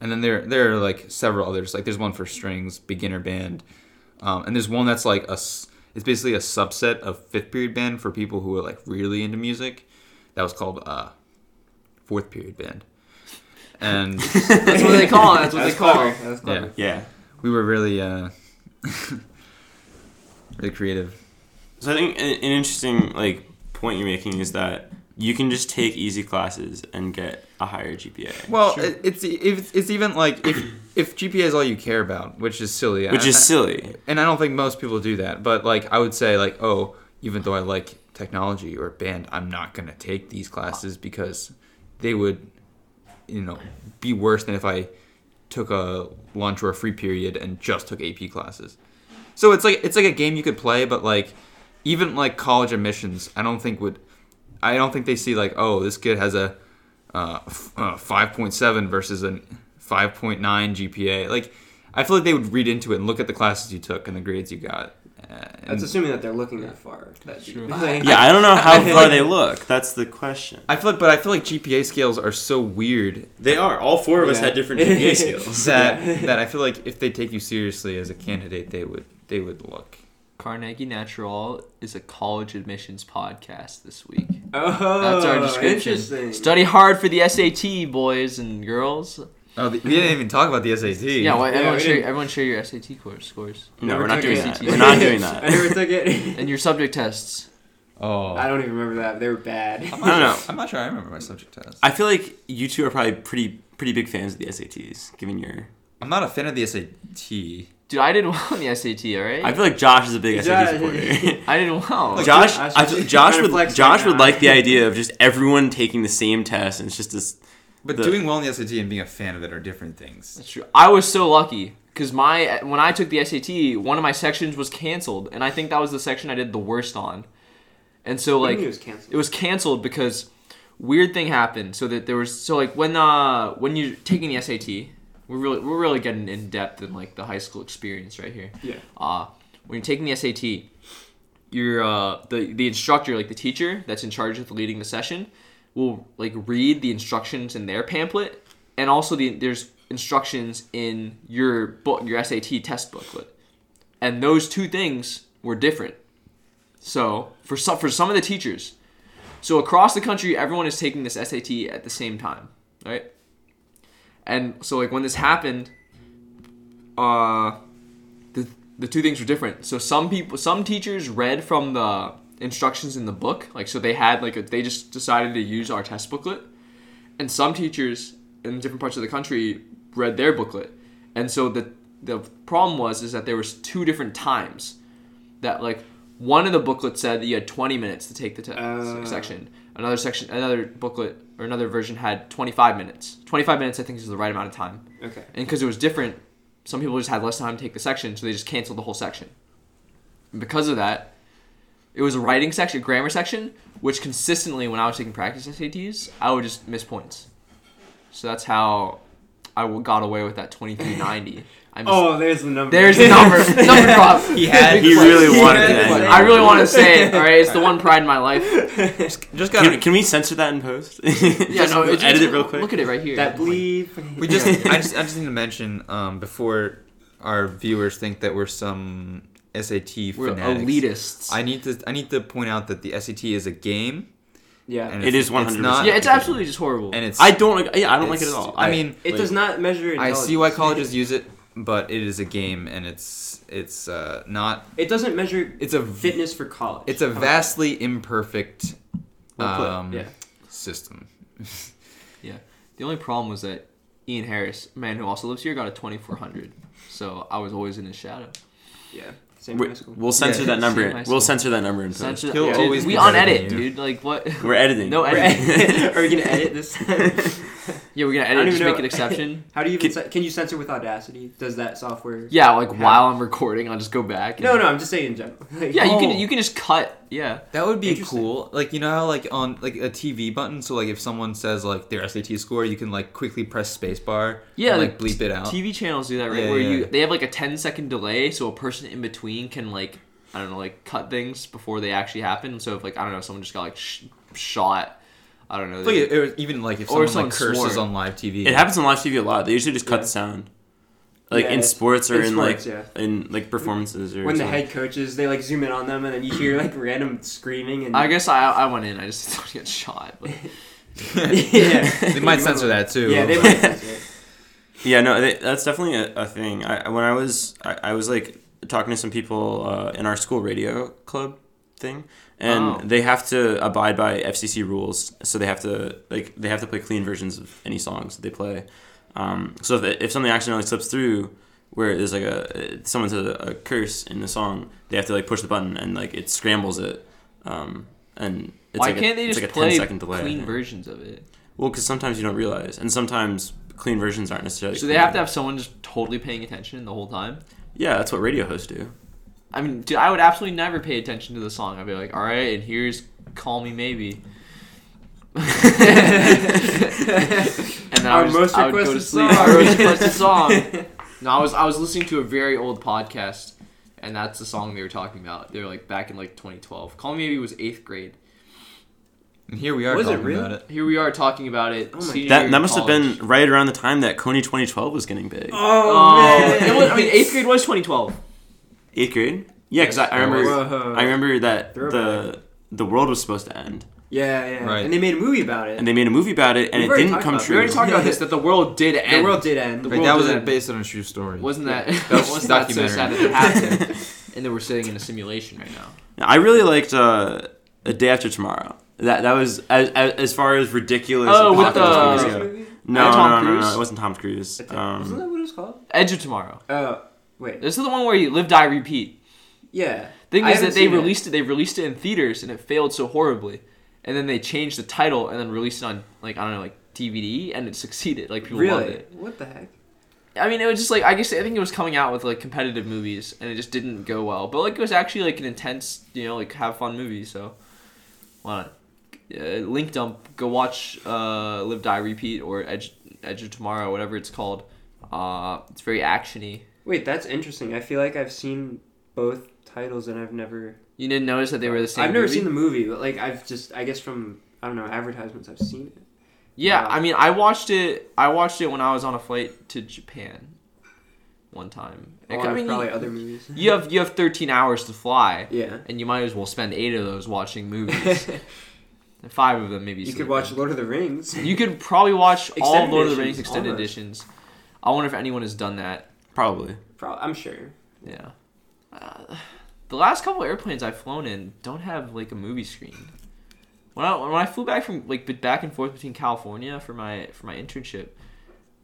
[SPEAKER 4] and then there there are like several others like there's one for strings beginner band um, and there's one that's like a s- it's basically a subset of fifth period band for people who are like really into music that was called uh fourth period band
[SPEAKER 2] [laughs]
[SPEAKER 4] and
[SPEAKER 5] That's what they call it. That's what
[SPEAKER 3] That's
[SPEAKER 5] they call
[SPEAKER 3] clever.
[SPEAKER 5] it.
[SPEAKER 3] That's
[SPEAKER 4] yeah
[SPEAKER 3] clever.
[SPEAKER 2] Yeah.
[SPEAKER 4] we were really uh [laughs] really creative
[SPEAKER 2] So I think an, an interesting like point you're making is that you can just take easy classes and get a higher GPA,
[SPEAKER 4] well it, it's it's it's even like if if gpa is all you care about which is silly
[SPEAKER 2] which
[SPEAKER 4] I-
[SPEAKER 2] is
[SPEAKER 4] I-
[SPEAKER 2] silly.
[SPEAKER 4] and I don't think most people do that. But like, I would say like, oh, even though I like technology or band, I'm not gonna take these classes because they would, you know, be worse than if I took a lunch or a free period and just took AP classes. So it's like it's like a game you could play, but like even like college admissions, I don't think would, I don't think they see like, oh, this kid has a uh, f- uh, 5.7 versus a 5.9 GPA. Like, I feel like they would read into it and look at the classes you took and the grades you got. Uh, and-
[SPEAKER 3] That's assuming that they're looking that far. That deep. [laughs]
[SPEAKER 5] Sure.
[SPEAKER 3] Like-
[SPEAKER 2] Yeah, I don't know how
[SPEAKER 4] I- I-
[SPEAKER 2] far they look. That's the question.
[SPEAKER 4] I feel like, but I feel like GPA scales are so weird
[SPEAKER 2] They are. All four of us
[SPEAKER 3] Yeah.
[SPEAKER 2] had different [laughs] GPA scales.
[SPEAKER 4] [laughs] that
[SPEAKER 2] [laughs]
[SPEAKER 4] that I feel like if they take you seriously as a candidate, they would they would look.
[SPEAKER 5] Carnegie Natural is a college admissions podcast this week.
[SPEAKER 3] Oh,
[SPEAKER 5] That's our description.
[SPEAKER 3] Interesting.
[SPEAKER 5] Study hard for the SAT, boys and girls.
[SPEAKER 4] Oh, the, we didn't even talk about the SAT.
[SPEAKER 5] Yeah, well,
[SPEAKER 3] Yeah,
[SPEAKER 5] everyone,
[SPEAKER 3] we
[SPEAKER 5] share,
[SPEAKER 3] didn't-
[SPEAKER 5] everyone share your SAT course, scores
[SPEAKER 2] No,
[SPEAKER 3] Never
[SPEAKER 2] we're not
[SPEAKER 3] [laughs] took
[SPEAKER 2] doing
[SPEAKER 5] it.
[SPEAKER 2] that. We're not doing
[SPEAKER 3] I
[SPEAKER 2] that.
[SPEAKER 3] never took it.
[SPEAKER 5] and your subject tests.
[SPEAKER 4] Oh,
[SPEAKER 3] I don't even remember that. They were bad.
[SPEAKER 4] I'm
[SPEAKER 3] [laughs]
[SPEAKER 2] I don't know.
[SPEAKER 4] sure- I'm not sure. I remember my subject test.
[SPEAKER 2] [laughs] I feel like you two are probably pretty pretty big fans of the SATs, given your.
[SPEAKER 4] I'm not a fan of the SAT.
[SPEAKER 5] Dude, I did well on the SAT, all right?
[SPEAKER 2] I feel like Josh is a big
[SPEAKER 3] Yeah.
[SPEAKER 2] SAT supporter. [laughs]
[SPEAKER 5] I did well.
[SPEAKER 3] Look,
[SPEAKER 2] Josh,
[SPEAKER 3] Josh
[SPEAKER 2] I,
[SPEAKER 3] is-
[SPEAKER 2] feel-
[SPEAKER 3] you're
[SPEAKER 2] Josh
[SPEAKER 3] trying to
[SPEAKER 2] would
[SPEAKER 3] flex
[SPEAKER 2] Josh
[SPEAKER 3] right
[SPEAKER 2] would
[SPEAKER 3] now.
[SPEAKER 2] like the idea of just everyone taking the same test, and it's just this.
[SPEAKER 4] But
[SPEAKER 2] The-
[SPEAKER 4] doing well in the SAT and being a fan of it are different things.
[SPEAKER 2] [laughs]
[SPEAKER 5] That's true. I was so lucky because my when I took the SAT, one of my sections was canceled, and I think that was the section I did the worst on. And so
[SPEAKER 3] What do
[SPEAKER 5] like
[SPEAKER 3] you mean it was canceled.
[SPEAKER 5] it was canceled because weird thing happened. So that there was so like when uh when you're taking the SAT, we're really we're really getting in depth in like the high school experience right here.
[SPEAKER 3] Yeah.
[SPEAKER 5] Uh when you're taking the SAT, your uh the the instructor like the teacher that's in charge of leading the session will like read the instructions in their pamphlet and also the there's instructions in your book your SAT test booklet. And those two things were different. So, for some for some of the teachers, so across the country, everyone is taking this SAT at the same time, right? And so like when this happened, uh, the the two things were different. So some people, some teachers read from the instructions in the book, like so they had like a, they just decided to use our test booklet, and some teachers in different parts of the country read their booklet, and so the the problem was is that there was two different times that like one of the booklets said that you had 20 minutes to take the test
[SPEAKER 3] Oh.
[SPEAKER 5] section another section another booklet or another version had 25 minutes 25 minutes i think is the right amount of time
[SPEAKER 3] Okay.
[SPEAKER 5] and because it was different some people just had less time to take the section so they just canceled the whole section and because of that it was a writing section grammar section which consistently when i was taking practice sats i would just miss points so that's how i w- got away with that 2390
[SPEAKER 3] [laughs]
[SPEAKER 5] i missed
[SPEAKER 3] Oh, there's the number.
[SPEAKER 5] there's
[SPEAKER 3] [laughs]
[SPEAKER 5] the number. number drop.
[SPEAKER 4] He had-
[SPEAKER 5] Big
[SPEAKER 2] he
[SPEAKER 5] flex.
[SPEAKER 2] really
[SPEAKER 5] Big
[SPEAKER 2] wanted
[SPEAKER 5] flex.
[SPEAKER 2] that.
[SPEAKER 5] I really want to say it. All right, it's
[SPEAKER 4] [laughs]
[SPEAKER 5] the one pride in my life.
[SPEAKER 4] Just
[SPEAKER 2] Can,
[SPEAKER 4] gotta.
[SPEAKER 2] can we censor that in post? [laughs]
[SPEAKER 5] Yeah, no, it's,
[SPEAKER 2] edit
[SPEAKER 5] it's-
[SPEAKER 2] it real quick.
[SPEAKER 5] Look at it right here.
[SPEAKER 3] that bleep.
[SPEAKER 4] We just. I just. I just need to mention um, before our viewers think that we're some SAT
[SPEAKER 5] We're
[SPEAKER 4] fanatics.
[SPEAKER 5] elitists.
[SPEAKER 4] I need to. I need to point out that the SAT is a game.
[SPEAKER 3] yeah.
[SPEAKER 4] And
[SPEAKER 2] It
[SPEAKER 4] it's-
[SPEAKER 2] is
[SPEAKER 4] It's
[SPEAKER 2] 100%.
[SPEAKER 4] not,
[SPEAKER 5] yeah, it's absolutely just horrible.
[SPEAKER 4] And it's.
[SPEAKER 2] I don't. like- Yeah, I don't like it at
[SPEAKER 4] it's-
[SPEAKER 2] all.
[SPEAKER 4] I mean,
[SPEAKER 3] it does not measure.
[SPEAKER 4] I see why
[SPEAKER 3] intelligence.
[SPEAKER 4] colleges use it, but it is a game, and it's it's uh, not.
[SPEAKER 3] It doesn't measure
[SPEAKER 4] It's a v-
[SPEAKER 3] fitness for college. Oh,
[SPEAKER 4] It's a
[SPEAKER 3] How about
[SPEAKER 4] vastly imperfect
[SPEAKER 3] Well put,
[SPEAKER 4] um,
[SPEAKER 3] yeah.
[SPEAKER 4] system.
[SPEAKER 5] the only problem was that Ian Harris, a man who also lives here, got a 2400. So I was always in his shadow.
[SPEAKER 3] that? Yeah. Same
[SPEAKER 2] we,
[SPEAKER 3] high school.
[SPEAKER 2] will censor
[SPEAKER 4] Yeah,
[SPEAKER 2] that number.
[SPEAKER 5] same high
[SPEAKER 2] in-
[SPEAKER 5] school.
[SPEAKER 2] We'll censor that number in post.
[SPEAKER 5] Essentially,
[SPEAKER 4] He'll
[SPEAKER 5] dude,
[SPEAKER 4] always
[SPEAKER 5] we
[SPEAKER 4] be
[SPEAKER 5] on
[SPEAKER 4] better than
[SPEAKER 5] edit,
[SPEAKER 4] you.
[SPEAKER 5] dude. Like what?
[SPEAKER 2] We're editing.
[SPEAKER 5] No
[SPEAKER 3] We're
[SPEAKER 2] editing.
[SPEAKER 3] ed- [laughs] Are we gonna edit this?
[SPEAKER 5] [laughs] Yeah, we're gonna
[SPEAKER 3] I don't
[SPEAKER 5] edit. Just
[SPEAKER 3] even
[SPEAKER 5] make
[SPEAKER 3] know-
[SPEAKER 5] an exception.
[SPEAKER 3] How do you even
[SPEAKER 2] Can-
[SPEAKER 3] can, can you censor with Audacity? Does that software?
[SPEAKER 5] Yeah, like
[SPEAKER 3] How-
[SPEAKER 5] while I'm recording, I'll just go back. and-
[SPEAKER 3] No, no. I'm just saying in general. [laughs] Like,
[SPEAKER 5] Yeah, you
[SPEAKER 4] Oh.
[SPEAKER 5] can you can just cut. Yeah.
[SPEAKER 4] That would be
[SPEAKER 3] Interesting.
[SPEAKER 4] cool. Like you know how like on like a TV button, so like if someone says like their SAT score, you can like quickly press spacebar.
[SPEAKER 5] Yeah,
[SPEAKER 4] and, like bleep it out.
[SPEAKER 5] TV channels do that, right?
[SPEAKER 4] Yeah,
[SPEAKER 5] Where
[SPEAKER 4] yeah.
[SPEAKER 5] you they have like a 10 second delay, so a person in between can like I don't know, like cut things before they actually happen. So if like I don't know, someone just got like sh- shot, I don't know.
[SPEAKER 4] It's like
[SPEAKER 5] they-
[SPEAKER 4] it, it, even like if
[SPEAKER 5] Or
[SPEAKER 4] someone, like
[SPEAKER 5] someone
[SPEAKER 4] curses
[SPEAKER 5] swore.
[SPEAKER 4] on live TV, [laughs]
[SPEAKER 2] It happens on live TV a lot. They usually just cut
[SPEAKER 3] Yeah.
[SPEAKER 2] the sound, like
[SPEAKER 3] Yeah,
[SPEAKER 2] in
[SPEAKER 3] it's-
[SPEAKER 2] sports or
[SPEAKER 3] in
[SPEAKER 2] in,
[SPEAKER 3] sports,
[SPEAKER 2] like in like performances or
[SPEAKER 3] When the
[SPEAKER 2] something.
[SPEAKER 3] head coaches they like zoom in on them and then you hear like random screaming and
[SPEAKER 5] I guess I I went in. I just [laughs] thought get shot. But
[SPEAKER 3] [laughs] [laughs] yeah
[SPEAKER 4] [laughs]
[SPEAKER 3] [laughs]
[SPEAKER 4] they might censor that too.
[SPEAKER 3] Yeah, they might censor it.
[SPEAKER 2] Yeah, no, they, that's definitely a, a thing. I I- when I was I, I was like talking to some people uh, in our school radio club thing, and
[SPEAKER 5] Oh.
[SPEAKER 2] they have to abide by FCC rules, so they have to like they have to play clean versions of any songs that they play. Um, so if, if something accidentally slips through, where there's like a someone says a, a curse in the song, they have to like push the button and like it scrambles it, um, and it's
[SPEAKER 5] why
[SPEAKER 2] like
[SPEAKER 5] can't
[SPEAKER 2] a,
[SPEAKER 5] they
[SPEAKER 2] it's
[SPEAKER 5] just
[SPEAKER 2] like a
[SPEAKER 5] play
[SPEAKER 2] 10 second delay. I
[SPEAKER 5] clean
[SPEAKER 2] think.
[SPEAKER 5] versions of it?
[SPEAKER 2] well, because sometimes you don't realize, and sometimes clean versions aren't necessarily.
[SPEAKER 5] So they
[SPEAKER 2] clean.
[SPEAKER 5] have to have someone just totally paying attention the whole time.
[SPEAKER 2] Yeah, that's what radio hosts do.
[SPEAKER 5] I mean, dude, I would absolutely never pay attention to the song. I'd be like, all right, and here's "Call Me Maybe." [laughs] and then I
[SPEAKER 3] Our
[SPEAKER 5] would, just,
[SPEAKER 3] most
[SPEAKER 5] I would go to
[SPEAKER 3] requested
[SPEAKER 5] sleep.
[SPEAKER 3] song.
[SPEAKER 5] Our most requested song. [laughs] No, I was I was listening to a very old podcast, and that's the song they were talking about. They were like back in like 2012. "Call Me Maybe" was eighth grade.
[SPEAKER 4] And here we are
[SPEAKER 3] Was it
[SPEAKER 4] talking
[SPEAKER 3] really?
[SPEAKER 4] about it.
[SPEAKER 5] Here we are talking about it.
[SPEAKER 3] Oh my-
[SPEAKER 5] senior year
[SPEAKER 2] That
[SPEAKER 5] of
[SPEAKER 2] that must have
[SPEAKER 5] college.
[SPEAKER 2] been right around the time that Coney 2012 was getting big.
[SPEAKER 3] [laughs] Oh,
[SPEAKER 5] Oh,
[SPEAKER 3] man.
[SPEAKER 5] it was, I mean, eighth [laughs] grade was 2012.
[SPEAKER 2] Eighth grade. Yeah, because I, I
[SPEAKER 5] Yes,
[SPEAKER 2] remember.
[SPEAKER 3] Whoa.
[SPEAKER 2] I remember that
[SPEAKER 3] Throwback.
[SPEAKER 2] the the world was supposed to end,
[SPEAKER 3] Yeah, yeah.
[SPEAKER 4] Right.
[SPEAKER 3] And they made a movie about it.
[SPEAKER 2] and they made a movie about it, and
[SPEAKER 3] We've
[SPEAKER 2] it
[SPEAKER 3] already
[SPEAKER 2] didn't
[SPEAKER 3] talked
[SPEAKER 2] come
[SPEAKER 3] about it.
[SPEAKER 5] We
[SPEAKER 2] true.
[SPEAKER 5] already talked
[SPEAKER 2] [laughs]
[SPEAKER 5] about this that the world did
[SPEAKER 3] the
[SPEAKER 5] end.
[SPEAKER 3] world did end.
[SPEAKER 5] The
[SPEAKER 4] Right,
[SPEAKER 5] world
[SPEAKER 4] that was
[SPEAKER 5] did
[SPEAKER 4] a-
[SPEAKER 5] end.
[SPEAKER 4] based on a true story.
[SPEAKER 5] Wasn't that,
[SPEAKER 4] That was
[SPEAKER 5] wasn't that so
[SPEAKER 4] documentary.
[SPEAKER 5] [laughs] sad that it happened? and then we're sitting in a simulation right now.
[SPEAKER 2] I really liked uh, a day after tomorrow. That that was as as, as far as ridiculous.
[SPEAKER 5] Oh, with
[SPEAKER 2] apocalypse
[SPEAKER 5] the-
[SPEAKER 2] movies go.
[SPEAKER 3] movie?
[SPEAKER 2] no,
[SPEAKER 5] Tom
[SPEAKER 2] no, no, no,
[SPEAKER 5] Cruise?
[SPEAKER 2] it wasn't Tom Cruise.
[SPEAKER 3] I think- Wasn't
[SPEAKER 2] Um,
[SPEAKER 3] that what it was called?
[SPEAKER 5] Edge of Tomorrow.
[SPEAKER 3] Uh, wait.
[SPEAKER 5] This is the one where you live, die, repeat.
[SPEAKER 3] Yeah.
[SPEAKER 5] Thing
[SPEAKER 3] I
[SPEAKER 5] is
[SPEAKER 3] haven't
[SPEAKER 5] that they
[SPEAKER 3] seen it.
[SPEAKER 5] released it. They released it in theaters and it failed so horribly, and then they changed the title and then released it on like I don't know like DVD and it succeeded. Like people loved
[SPEAKER 3] Really?
[SPEAKER 5] it.
[SPEAKER 3] What the heck?
[SPEAKER 5] I mean, it was just like I guess I think it was coming out with like competitive movies and it just didn't go well. But like it was actually like an intense, you know, like have fun movie. So why not? Uh, link dump. Go watch uh, Live Die Repeat or Edge Edge of Tomorrow, whatever it's called. Uh, it's very actiony.
[SPEAKER 3] Wait, that's interesting. I feel like I've seen both titles and I've never.
[SPEAKER 5] You didn't notice that they were the same.
[SPEAKER 3] I've never
[SPEAKER 5] movie?
[SPEAKER 3] seen the movie, but like I've just, I guess from I don't know advertisements, I've seen it.
[SPEAKER 5] Yeah,
[SPEAKER 3] Wow.
[SPEAKER 5] I mean, I watched it. I watched it when I was on a flight to Japan, one time. Like,
[SPEAKER 3] Along
[SPEAKER 5] I
[SPEAKER 3] with
[SPEAKER 5] mean,
[SPEAKER 3] Oh, probably
[SPEAKER 5] you,
[SPEAKER 3] other movies.
[SPEAKER 5] you have you have 13 hours to fly,
[SPEAKER 3] Yeah.
[SPEAKER 5] and you might as well spend eight of those watching movies. And Five of them maybe.
[SPEAKER 3] you could
[SPEAKER 5] sleeping.
[SPEAKER 3] watch Lord of the Rings.
[SPEAKER 5] You could probably watch all of
[SPEAKER 3] Extended
[SPEAKER 5] Lord of the
[SPEAKER 3] editions,
[SPEAKER 5] Rings extended
[SPEAKER 3] almost.
[SPEAKER 5] editions. I wonder if anyone has done that.
[SPEAKER 2] probably.
[SPEAKER 3] Pro- I'm sure.
[SPEAKER 5] Yeah. Uh, the last couple airplanes I've flown in don't have like a movie screen. When I when I flew back from like b- back and forth between California for my for my internship,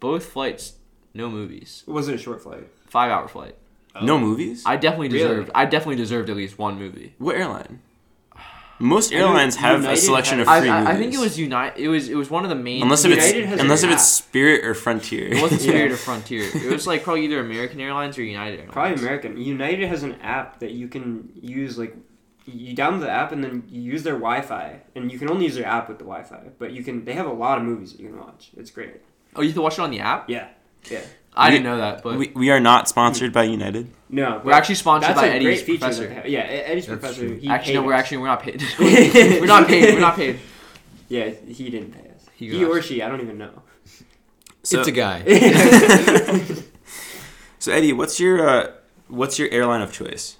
[SPEAKER 5] both flights no movies.
[SPEAKER 3] It wasn't a short flight.
[SPEAKER 5] Five hour flight.
[SPEAKER 2] No movies.
[SPEAKER 5] I definitely
[SPEAKER 3] Really?
[SPEAKER 5] deserved. I definitely deserved at least one movie.
[SPEAKER 2] what airline? Most
[SPEAKER 3] I know
[SPEAKER 2] airlines have a
[SPEAKER 3] United
[SPEAKER 2] selection
[SPEAKER 3] had-
[SPEAKER 2] of
[SPEAKER 5] I,
[SPEAKER 2] free
[SPEAKER 5] I,
[SPEAKER 2] movies.
[SPEAKER 5] I think it was Unite. It was it was one of the main.
[SPEAKER 2] unless if
[SPEAKER 3] United has
[SPEAKER 2] it's
[SPEAKER 3] an
[SPEAKER 2] unless if
[SPEAKER 3] app.
[SPEAKER 2] it's Spirit or Frontier.
[SPEAKER 5] it
[SPEAKER 2] [laughs]
[SPEAKER 3] [laughs]
[SPEAKER 5] wasn't
[SPEAKER 3] Yeah.
[SPEAKER 5] Spirit or Frontier. It was like probably either American Airlines or United Airlines.
[SPEAKER 3] Probably American. United has an app that you can use like you download the app and then you use their Wi-Fi, and you can only use their app with the Wi-Fi. But you can. They have a lot of movies that you can watch. It's great.
[SPEAKER 5] Oh, you have to watch it on the app.
[SPEAKER 3] Yeah. Yeah.
[SPEAKER 5] I
[SPEAKER 2] We-
[SPEAKER 5] didn't know that, but
[SPEAKER 2] we, we are not sponsored by United.
[SPEAKER 3] No,
[SPEAKER 5] we're actually sponsored
[SPEAKER 3] that's
[SPEAKER 5] by
[SPEAKER 3] a
[SPEAKER 5] Eddie's
[SPEAKER 3] great feature. that
[SPEAKER 5] professor.
[SPEAKER 3] they have. Yeah, Ed- Eddie's
[SPEAKER 4] That's
[SPEAKER 3] professor.
[SPEAKER 4] true.
[SPEAKER 3] He
[SPEAKER 5] actually,
[SPEAKER 3] paid
[SPEAKER 5] no, we're
[SPEAKER 3] us.
[SPEAKER 5] actually we're
[SPEAKER 3] [laughs]
[SPEAKER 5] not paid. we're not paid. We're not paid.
[SPEAKER 3] Yeah, he didn't pay us.
[SPEAKER 5] He
[SPEAKER 3] He,
[SPEAKER 5] got
[SPEAKER 3] or
[SPEAKER 5] us.
[SPEAKER 3] she, I don't even know.
[SPEAKER 2] So,
[SPEAKER 4] it's a guy. [laughs]
[SPEAKER 2] [laughs]
[SPEAKER 4] Um,
[SPEAKER 2] so Eddie, what's your uh, what's your airline of choice?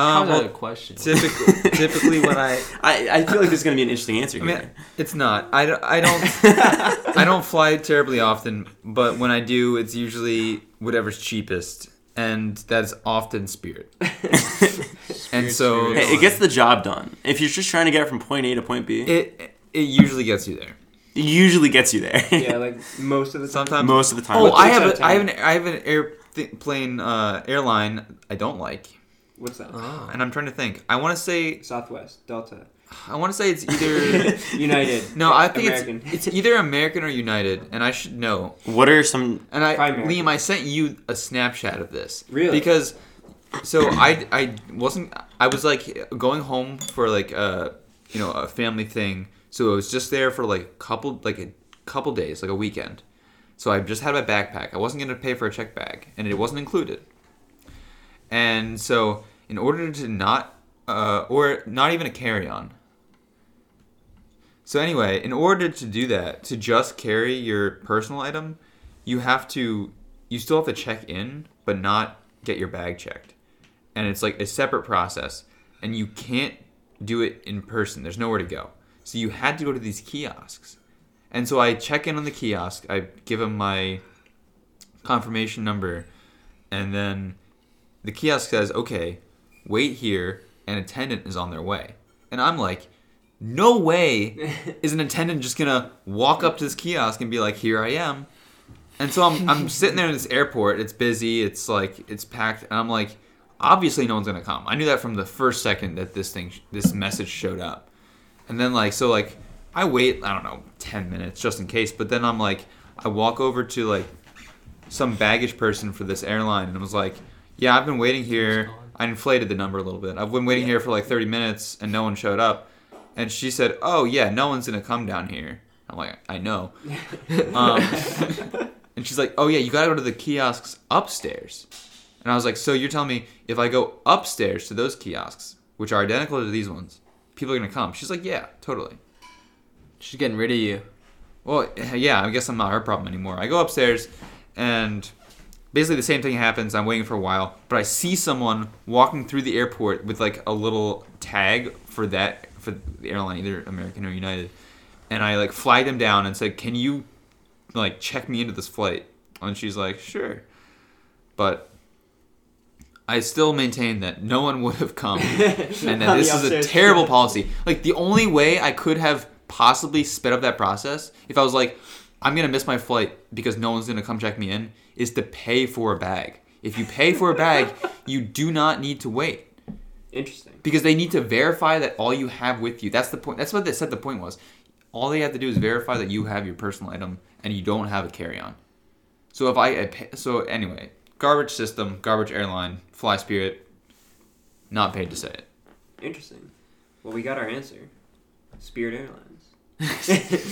[SPEAKER 3] Um,
[SPEAKER 5] How's that
[SPEAKER 4] well,
[SPEAKER 5] a question?
[SPEAKER 2] [laughs]
[SPEAKER 4] typically, typically when I,
[SPEAKER 2] I, I feel like there's going to be an interesting answer
[SPEAKER 4] I
[SPEAKER 2] here.
[SPEAKER 4] mean, it's not. I don't. I don't. I don't fly terribly often, but when I do, it's usually whatever's cheapest, and that's often Spirit. and so
[SPEAKER 5] Spirit.
[SPEAKER 2] [laughs] Hey, it gets the job done. If you're just trying to get from point A to point B, it,
[SPEAKER 4] it it usually gets you there.
[SPEAKER 2] usually gets you there.
[SPEAKER 3] Yeah, like most of the time.
[SPEAKER 4] Sometimes.
[SPEAKER 2] [laughs] most of the time.
[SPEAKER 4] oh,
[SPEAKER 3] Like,
[SPEAKER 4] I
[SPEAKER 3] takes out
[SPEAKER 4] have
[SPEAKER 3] of
[SPEAKER 4] a, I have
[SPEAKER 3] town.
[SPEAKER 4] an I have an airplane uh, airline I don't like,
[SPEAKER 3] What's that?
[SPEAKER 2] Oh.
[SPEAKER 4] and I'm trying to think. I want to say
[SPEAKER 3] Southwest, Delta,
[SPEAKER 4] I want to say it's
[SPEAKER 2] [laughs]
[SPEAKER 4] either.
[SPEAKER 3] United.
[SPEAKER 4] No, I think
[SPEAKER 3] American.
[SPEAKER 4] it's it's either American or United, and I should know.
[SPEAKER 2] what are some?
[SPEAKER 4] And I,
[SPEAKER 3] Try American.
[SPEAKER 4] Liam, I sent you a Snapchat of this.
[SPEAKER 3] Really?
[SPEAKER 4] Because, so I, I wasn't, I was like going home for like a, you know, a family thing. So I was just there for like a couple, like a couple days, like a weekend. So I just had my backpack. I wasn't going to pay for a check bag, and it wasn't included. And so, in order to not, uh, or not even a carry on. So anyway, in order to do that, to just carry your personal item, you have to, you still have to check in, but not get your bag checked. And it's like a separate process, and you can't do it in person. There's nowhere to go. So you had to go to these kiosks. And so I check in on the kiosk. I give him my confirmation number, and then the kiosk says, "Okay, wait here. An attendant is on their way." And I'm like, "No way is an attendant just gonna walk up to this kiosk and be like, here I am." And so I'm I'm sitting there in this airport. It's busy. It's like it's packed, and I'm like, obviously no one's gonna come. I knew that from the first second that this thing this message showed up. And then like so like I wait, I don't know, 10 minutes just in case, but then I'm like I walk over to like some baggage person for this airline and was like, "Yeah, I've been waiting here. I inflated the number a little bit. I've been waiting here for like 30 minutes and no one showed up." And she said, "Oh, yeah, no one's going to come down here." I'm like, "I know." um, and she's like, "Oh, yeah, you got to go to the kiosks upstairs." And I was like, "So you're telling me if I go upstairs to those kiosks, which are identical to these ones, people are going to come?" She's like, "Yeah, totally."
[SPEAKER 5] She's getting rid of you.
[SPEAKER 4] Well, eh, yeah, I guess I'm not her problem anymore. I go upstairs, and basically the same thing happens. I'm waiting for a while, but I see someone walking through the airport with like a little tag for that for the airline, either American or United, and I like flag them down and said, "Can you like check me into this flight?" And she's like, "Sure," but I still maintain that no one would
[SPEAKER 3] [laughs]
[SPEAKER 4] have come, and that
[SPEAKER 3] On
[SPEAKER 4] this
[SPEAKER 3] the
[SPEAKER 4] is a
[SPEAKER 3] upstairs.
[SPEAKER 4] terrible policy. Like the only way I could have possibly sped up that process, if I was like, I'm gonna miss my flight because no one's gonna come check me in, is to pay for a bag. If you pay for a bag,
[SPEAKER 3] [laughs]
[SPEAKER 4] you do not need to wait
[SPEAKER 3] Interesting.
[SPEAKER 4] because they need to verify that all you have with you. That's the point. That's what they said. The point was, all they have to do is verify that you have your personal item and you don't have a carry-on. So if I, I pay, so anyway, garbage system, garbage airline, Fly Spirit, not paid to say it.
[SPEAKER 3] Interesting. Well, we got our answer. Spirit Airlines. [laughs]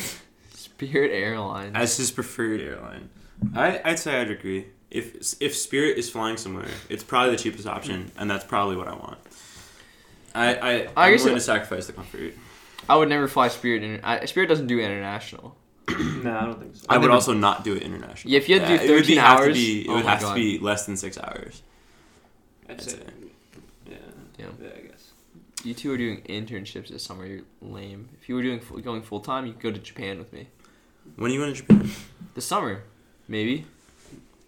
[SPEAKER 5] Spirit Airlines.
[SPEAKER 2] as his preferred airline. I I'd say I'd agree. If if Spirit is flying somewhere, it's probably the cheapest option, and that's probably what I want. I I
[SPEAKER 5] I
[SPEAKER 2] I'm
[SPEAKER 5] guess
[SPEAKER 2] willing
[SPEAKER 5] it-
[SPEAKER 2] to sacrifice the comfort.
[SPEAKER 5] I would never fly Spirit. Inter- I, Spirit doesn't do international.
[SPEAKER 3] no, I don't think so.
[SPEAKER 2] I would
[SPEAKER 4] never-
[SPEAKER 2] also not do it internationally.
[SPEAKER 5] Yeah, if you had to do
[SPEAKER 2] it would be-
[SPEAKER 5] 13
[SPEAKER 2] have to
[SPEAKER 5] hours,
[SPEAKER 2] be- it
[SPEAKER 5] oh
[SPEAKER 2] would
[SPEAKER 5] my
[SPEAKER 2] have
[SPEAKER 5] God.
[SPEAKER 2] to be less than six hours.
[SPEAKER 3] That's
[SPEAKER 2] I'd
[SPEAKER 3] it. Yeah.
[SPEAKER 5] Yeah.
[SPEAKER 3] Yeah, I guess.
[SPEAKER 5] You two are doing internships this summer. You're lame. If you were doing full- going full time, you could go to Japan with me
[SPEAKER 2] When are you going to Japan?
[SPEAKER 5] this summer, maybe.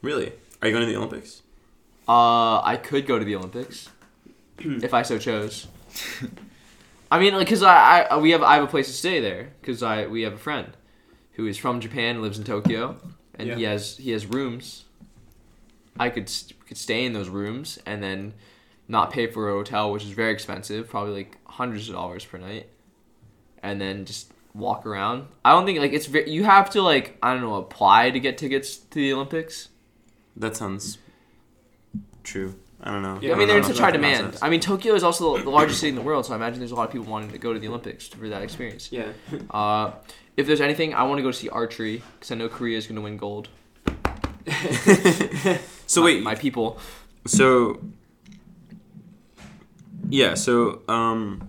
[SPEAKER 2] Really? Are you going to the Olympics?
[SPEAKER 5] Uh, I could go to the Olympics if I so chose. I mean, like, cause I, I we have I have a place to stay there because I we have a friend who is from Japan, lives in Tokyo, and he
[SPEAKER 3] Yeah.
[SPEAKER 5] has he has rooms. I could st- could stay in those rooms and then not pay for a hotel, which is very expensive, probably like hundreds of dollars per night, and then just walk around. I don't think like it's ve- you have to like I don't know apply to get tickets to the Olympics.
[SPEAKER 2] That sounds true. I don't know.
[SPEAKER 3] Yeah,
[SPEAKER 5] I mean,
[SPEAKER 2] don't
[SPEAKER 5] they're in
[SPEAKER 2] know
[SPEAKER 5] such
[SPEAKER 2] about
[SPEAKER 5] high
[SPEAKER 2] the
[SPEAKER 5] demand.
[SPEAKER 2] process.
[SPEAKER 5] I mean, Tokyo is also the largest city in the world, so I imagine there's a lot of people wanting to go to the Olympics for that experience.
[SPEAKER 3] Yeah.
[SPEAKER 5] Uh, if there's anything, I want to go see archery because I know Korea is going to win gold.
[SPEAKER 2] So
[SPEAKER 5] My-
[SPEAKER 2] wait,
[SPEAKER 5] my people.
[SPEAKER 2] So yeah, so um,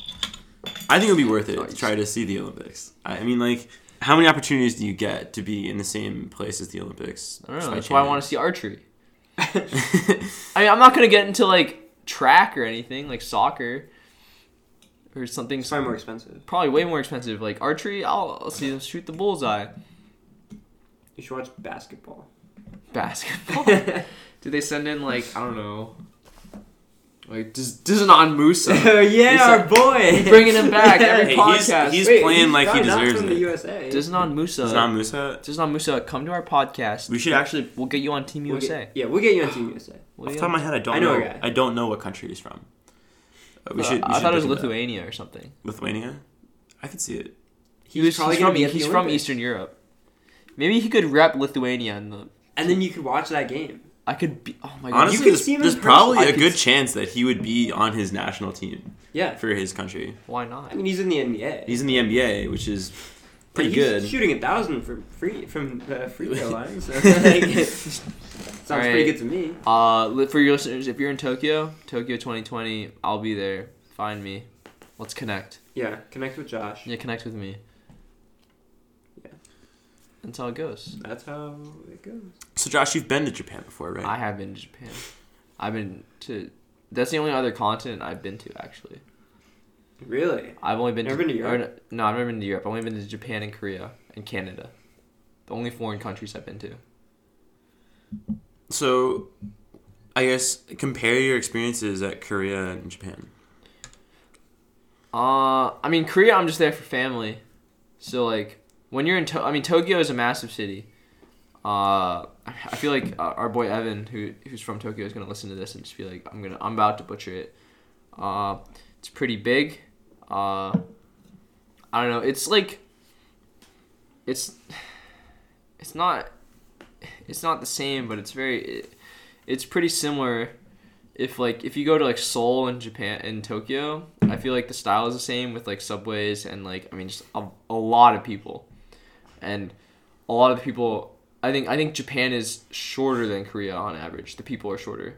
[SPEAKER 2] I think it would be worth it to try to see the Olympics. I I mean, like, how many opportunities do you get to be in the same place as the Olympics?
[SPEAKER 5] I don't know.
[SPEAKER 2] Just by
[SPEAKER 5] That's why I
[SPEAKER 2] chance.
[SPEAKER 5] want to see archery. I mean, I'm not going to get into like track or anything like soccer or
[SPEAKER 3] [laughs]
[SPEAKER 5] something.
[SPEAKER 3] It's probably more expensive.
[SPEAKER 5] Probably way more expensive. Like archery, I'll, I'll see them shoot the bullseye.
[SPEAKER 3] You should watch basketball. [laughs]
[SPEAKER 5] Basketball. Did they send in like I don't know, like does Dizanon Musa?
[SPEAKER 3] [laughs]
[SPEAKER 2] [laughs]
[SPEAKER 3] Oh yeah,
[SPEAKER 5] our
[SPEAKER 3] boy.
[SPEAKER 5] bringing him back every
[SPEAKER 2] Hey, he's-
[SPEAKER 5] podcast.
[SPEAKER 2] he's- playing like he
[SPEAKER 3] not
[SPEAKER 2] deserves
[SPEAKER 3] from
[SPEAKER 2] it.
[SPEAKER 3] The USA.
[SPEAKER 5] Diznan Musa.
[SPEAKER 2] [laughs] It's not Musa.
[SPEAKER 5] Diznan Musa, come to our podcast.
[SPEAKER 2] We should actually.
[SPEAKER 5] We'll get you on Team
[SPEAKER 3] We'll get-
[SPEAKER 5] USA.
[SPEAKER 3] yeah, we'll get you on Team USA.
[SPEAKER 5] We'll
[SPEAKER 2] Off the
[SPEAKER 5] get
[SPEAKER 2] top of my head, I don't
[SPEAKER 3] I know
[SPEAKER 2] know.
[SPEAKER 3] a guy.
[SPEAKER 2] I don't know what country he's from. Uh, we
[SPEAKER 5] Uh,
[SPEAKER 2] should. we
[SPEAKER 5] I
[SPEAKER 2] should
[SPEAKER 5] thought it was
[SPEAKER 2] look into that.
[SPEAKER 5] Lithuania or something.
[SPEAKER 2] Lithuania. I could see it.
[SPEAKER 5] He was
[SPEAKER 3] probably
[SPEAKER 5] he's
[SPEAKER 3] gonna
[SPEAKER 5] from,
[SPEAKER 3] be at the
[SPEAKER 5] he's from
[SPEAKER 3] Olympics.
[SPEAKER 5] Eastern Europe. Maybe he could rep Lithuania in the.
[SPEAKER 3] And then you could watch that game.
[SPEAKER 5] I could be. Oh my god.
[SPEAKER 2] Honestly,
[SPEAKER 3] could
[SPEAKER 2] there's,
[SPEAKER 3] see him in
[SPEAKER 2] there's
[SPEAKER 3] person.
[SPEAKER 2] probably
[SPEAKER 3] I
[SPEAKER 2] a
[SPEAKER 3] could
[SPEAKER 2] good
[SPEAKER 3] s-
[SPEAKER 2] chance that he would be on his national team
[SPEAKER 3] Yeah.
[SPEAKER 2] for his country.
[SPEAKER 5] why
[SPEAKER 3] I
[SPEAKER 5] not?
[SPEAKER 3] mean, he's in the NBA.
[SPEAKER 2] He's in the NBA, which is pretty
[SPEAKER 3] He's
[SPEAKER 2] good.
[SPEAKER 3] Shooting a thousand from free from the free
[SPEAKER 5] [laughs]
[SPEAKER 3] throw line. So like, [laughs] sounds pretty
[SPEAKER 5] Alright.
[SPEAKER 3] good to me.
[SPEAKER 5] Uh, li- for your listeners, if you're in Tokyo, Tokyo 2020, I'll be there. Find me. Let's connect.
[SPEAKER 3] Yeah, connect with Josh.
[SPEAKER 5] Yeah, connect with me.
[SPEAKER 3] Yeah.
[SPEAKER 5] That's how it goes.
[SPEAKER 3] That's how it goes.
[SPEAKER 2] So Josh, you've been to Japan before, right?
[SPEAKER 5] I have been to Japan. I've been to. That's the only other continent I've been to, actually.
[SPEAKER 3] Really?
[SPEAKER 5] I've only been
[SPEAKER 3] Never
[SPEAKER 5] to,
[SPEAKER 3] been to Europe?
[SPEAKER 5] or n- no, I've never been to Europe. I've only been to Japan and Korea and Canada. The only foreign countries I've been to.
[SPEAKER 2] So, I guess compare your experiences at Korea and Japan.
[SPEAKER 5] Uh, I mean Korea. I'm just there for family. So like when you're in, to- I mean Tokyo is a massive city. Uh, I feel like uh, our boy Evan, who who's from Tokyo, is gonna listen to this and just be like, I'm gonna, I'm about to butcher it. Uh, it's pretty big. Uh, I don't know. It's like, it's, it's not, it's not the same, but it's very, it, it's pretty similar if like if you go to like Seoul and Japan and Tokyo, I feel like the style is the same with like subways and like I mean just a, a lot of people, and a lot of the people. I think I think Japan is shorter than Korea on average. The people are shorter.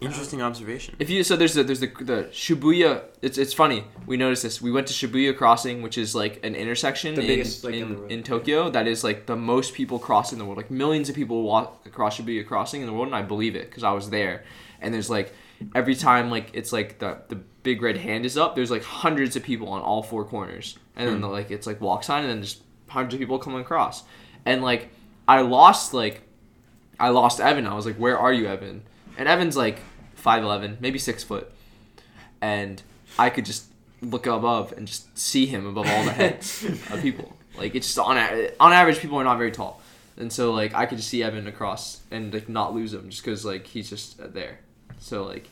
[SPEAKER 2] Interesting observation.
[SPEAKER 5] If you so there's the, there's the the Shibuya. It's it's funny. We noticed this. We went to Shibuya Crossing, which is like an intersection
[SPEAKER 3] The
[SPEAKER 5] in,
[SPEAKER 3] biggest, like,
[SPEAKER 5] in,
[SPEAKER 3] in the world.
[SPEAKER 5] in Tokyo that is like the most people cross in the world. Like millions of people walk across Shibuya Crossing in the world, and I believe it because I was there. And there's like every time like it's like the the big red hand is up. There's like hundreds of people on all four corners, and
[SPEAKER 3] Hmm.
[SPEAKER 5] then the, like it's like walk sign, and then just hundreds of people coming across. And like I lost like I lost Evan. I was like, "Where are you, Evan?" And Evan's like five eleven, maybe six foot, and I could just look above and just see him above all the heads of people. Like it's just on a- on average, people are not very tall, and so like I could just see Evan across and like not lose him just because like he's just uh, there. So like,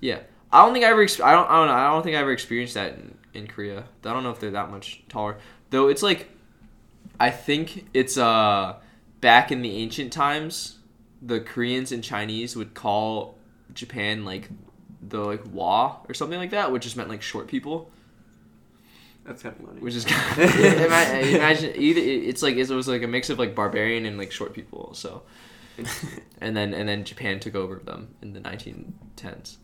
[SPEAKER 5] yeah, I don't think I ever. Ex- I don't. I don't know. I don't think I ever experienced that in, in Korea. I don't know if they're that much taller though. It's like, I think it's uh back in the ancient times, the Koreans and Chinese would call Japan like the like wa or something like that, which just meant like short people,
[SPEAKER 3] That's kind of funny. [laughs]
[SPEAKER 5] which is [laughs] Ima- imagine either it's like it was like a mix of like barbarian and like short people.
[SPEAKER 3] [laughs]
[SPEAKER 5] So, and then and then Japan took over them in the 1910s.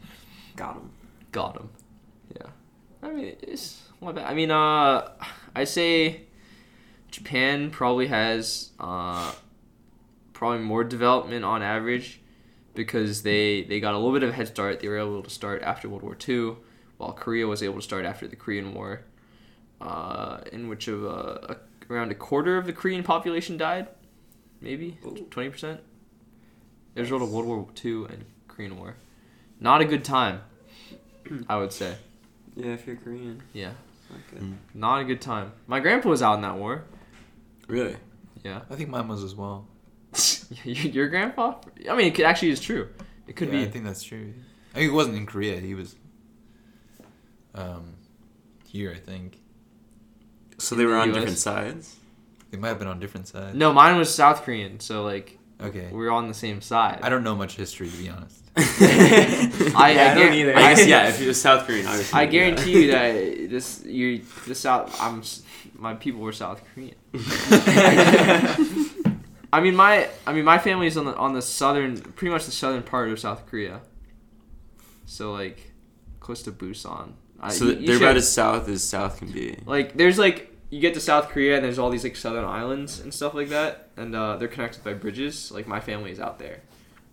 [SPEAKER 3] Got him.
[SPEAKER 5] Got him. Yeah. I mean, it's not bad. I mean, uh, I say Japan probably has uh, probably more development on average because they they got a little bit of a head start. They were able to start after World War II, while Korea was able to start after the Korean War, uh, in which of uh, a, around a quarter of the Korean population died, maybe twenty percent. It was a result of World War II and Korean War. Not a good time, I would say.
[SPEAKER 3] Yeah, if you're Korean,
[SPEAKER 5] Yeah,
[SPEAKER 3] it's not good.
[SPEAKER 4] Hmm.
[SPEAKER 2] Mm.
[SPEAKER 5] not a good time. My grandpa was out in that war.
[SPEAKER 2] Really?
[SPEAKER 4] [laughs]
[SPEAKER 5] Yeah, [laughs]
[SPEAKER 4] I think mine was as well.
[SPEAKER 5] your, your grandpa. I mean, it could, actually is true. It could
[SPEAKER 4] Yeah, I
[SPEAKER 5] be.
[SPEAKER 4] think that's true. I mean, he wasn't in Korea. He was um, here. I think
[SPEAKER 2] So they were on
[SPEAKER 5] US? [laughs]
[SPEAKER 2] different sides.
[SPEAKER 4] they might have been on different sides.
[SPEAKER 5] No, mine was South Korean, so like
[SPEAKER 4] Okay.
[SPEAKER 5] we were on the same side.
[SPEAKER 4] I don't know much history to
[SPEAKER 5] [laughs]
[SPEAKER 4] be honest.
[SPEAKER 5] I,
[SPEAKER 3] Yeah, I
[SPEAKER 5] I,
[SPEAKER 3] don't
[SPEAKER 5] guar-
[SPEAKER 3] either.
[SPEAKER 2] I
[SPEAKER 5] I,
[SPEAKER 2] guess yeah. If it was South Korean,
[SPEAKER 5] [laughs]
[SPEAKER 4] [laughs]
[SPEAKER 2] obviously.
[SPEAKER 5] I
[SPEAKER 2] yeah.
[SPEAKER 5] guarantee you that this you the South. I'm s- my people were South Korean. I mean my I mean my family is on the on the southern pretty much the southern part of South Korea. So like close to Busan. I-
[SPEAKER 2] [laughs] So
[SPEAKER 5] you-
[SPEAKER 2] they're
[SPEAKER 5] you
[SPEAKER 2] about
[SPEAKER 5] should-
[SPEAKER 2] as south as south can be.
[SPEAKER 5] Like there's like you get to South Korea and there's all these like southern islands and stuff like that, and uh, they're connected by bridges. Like my family is out there,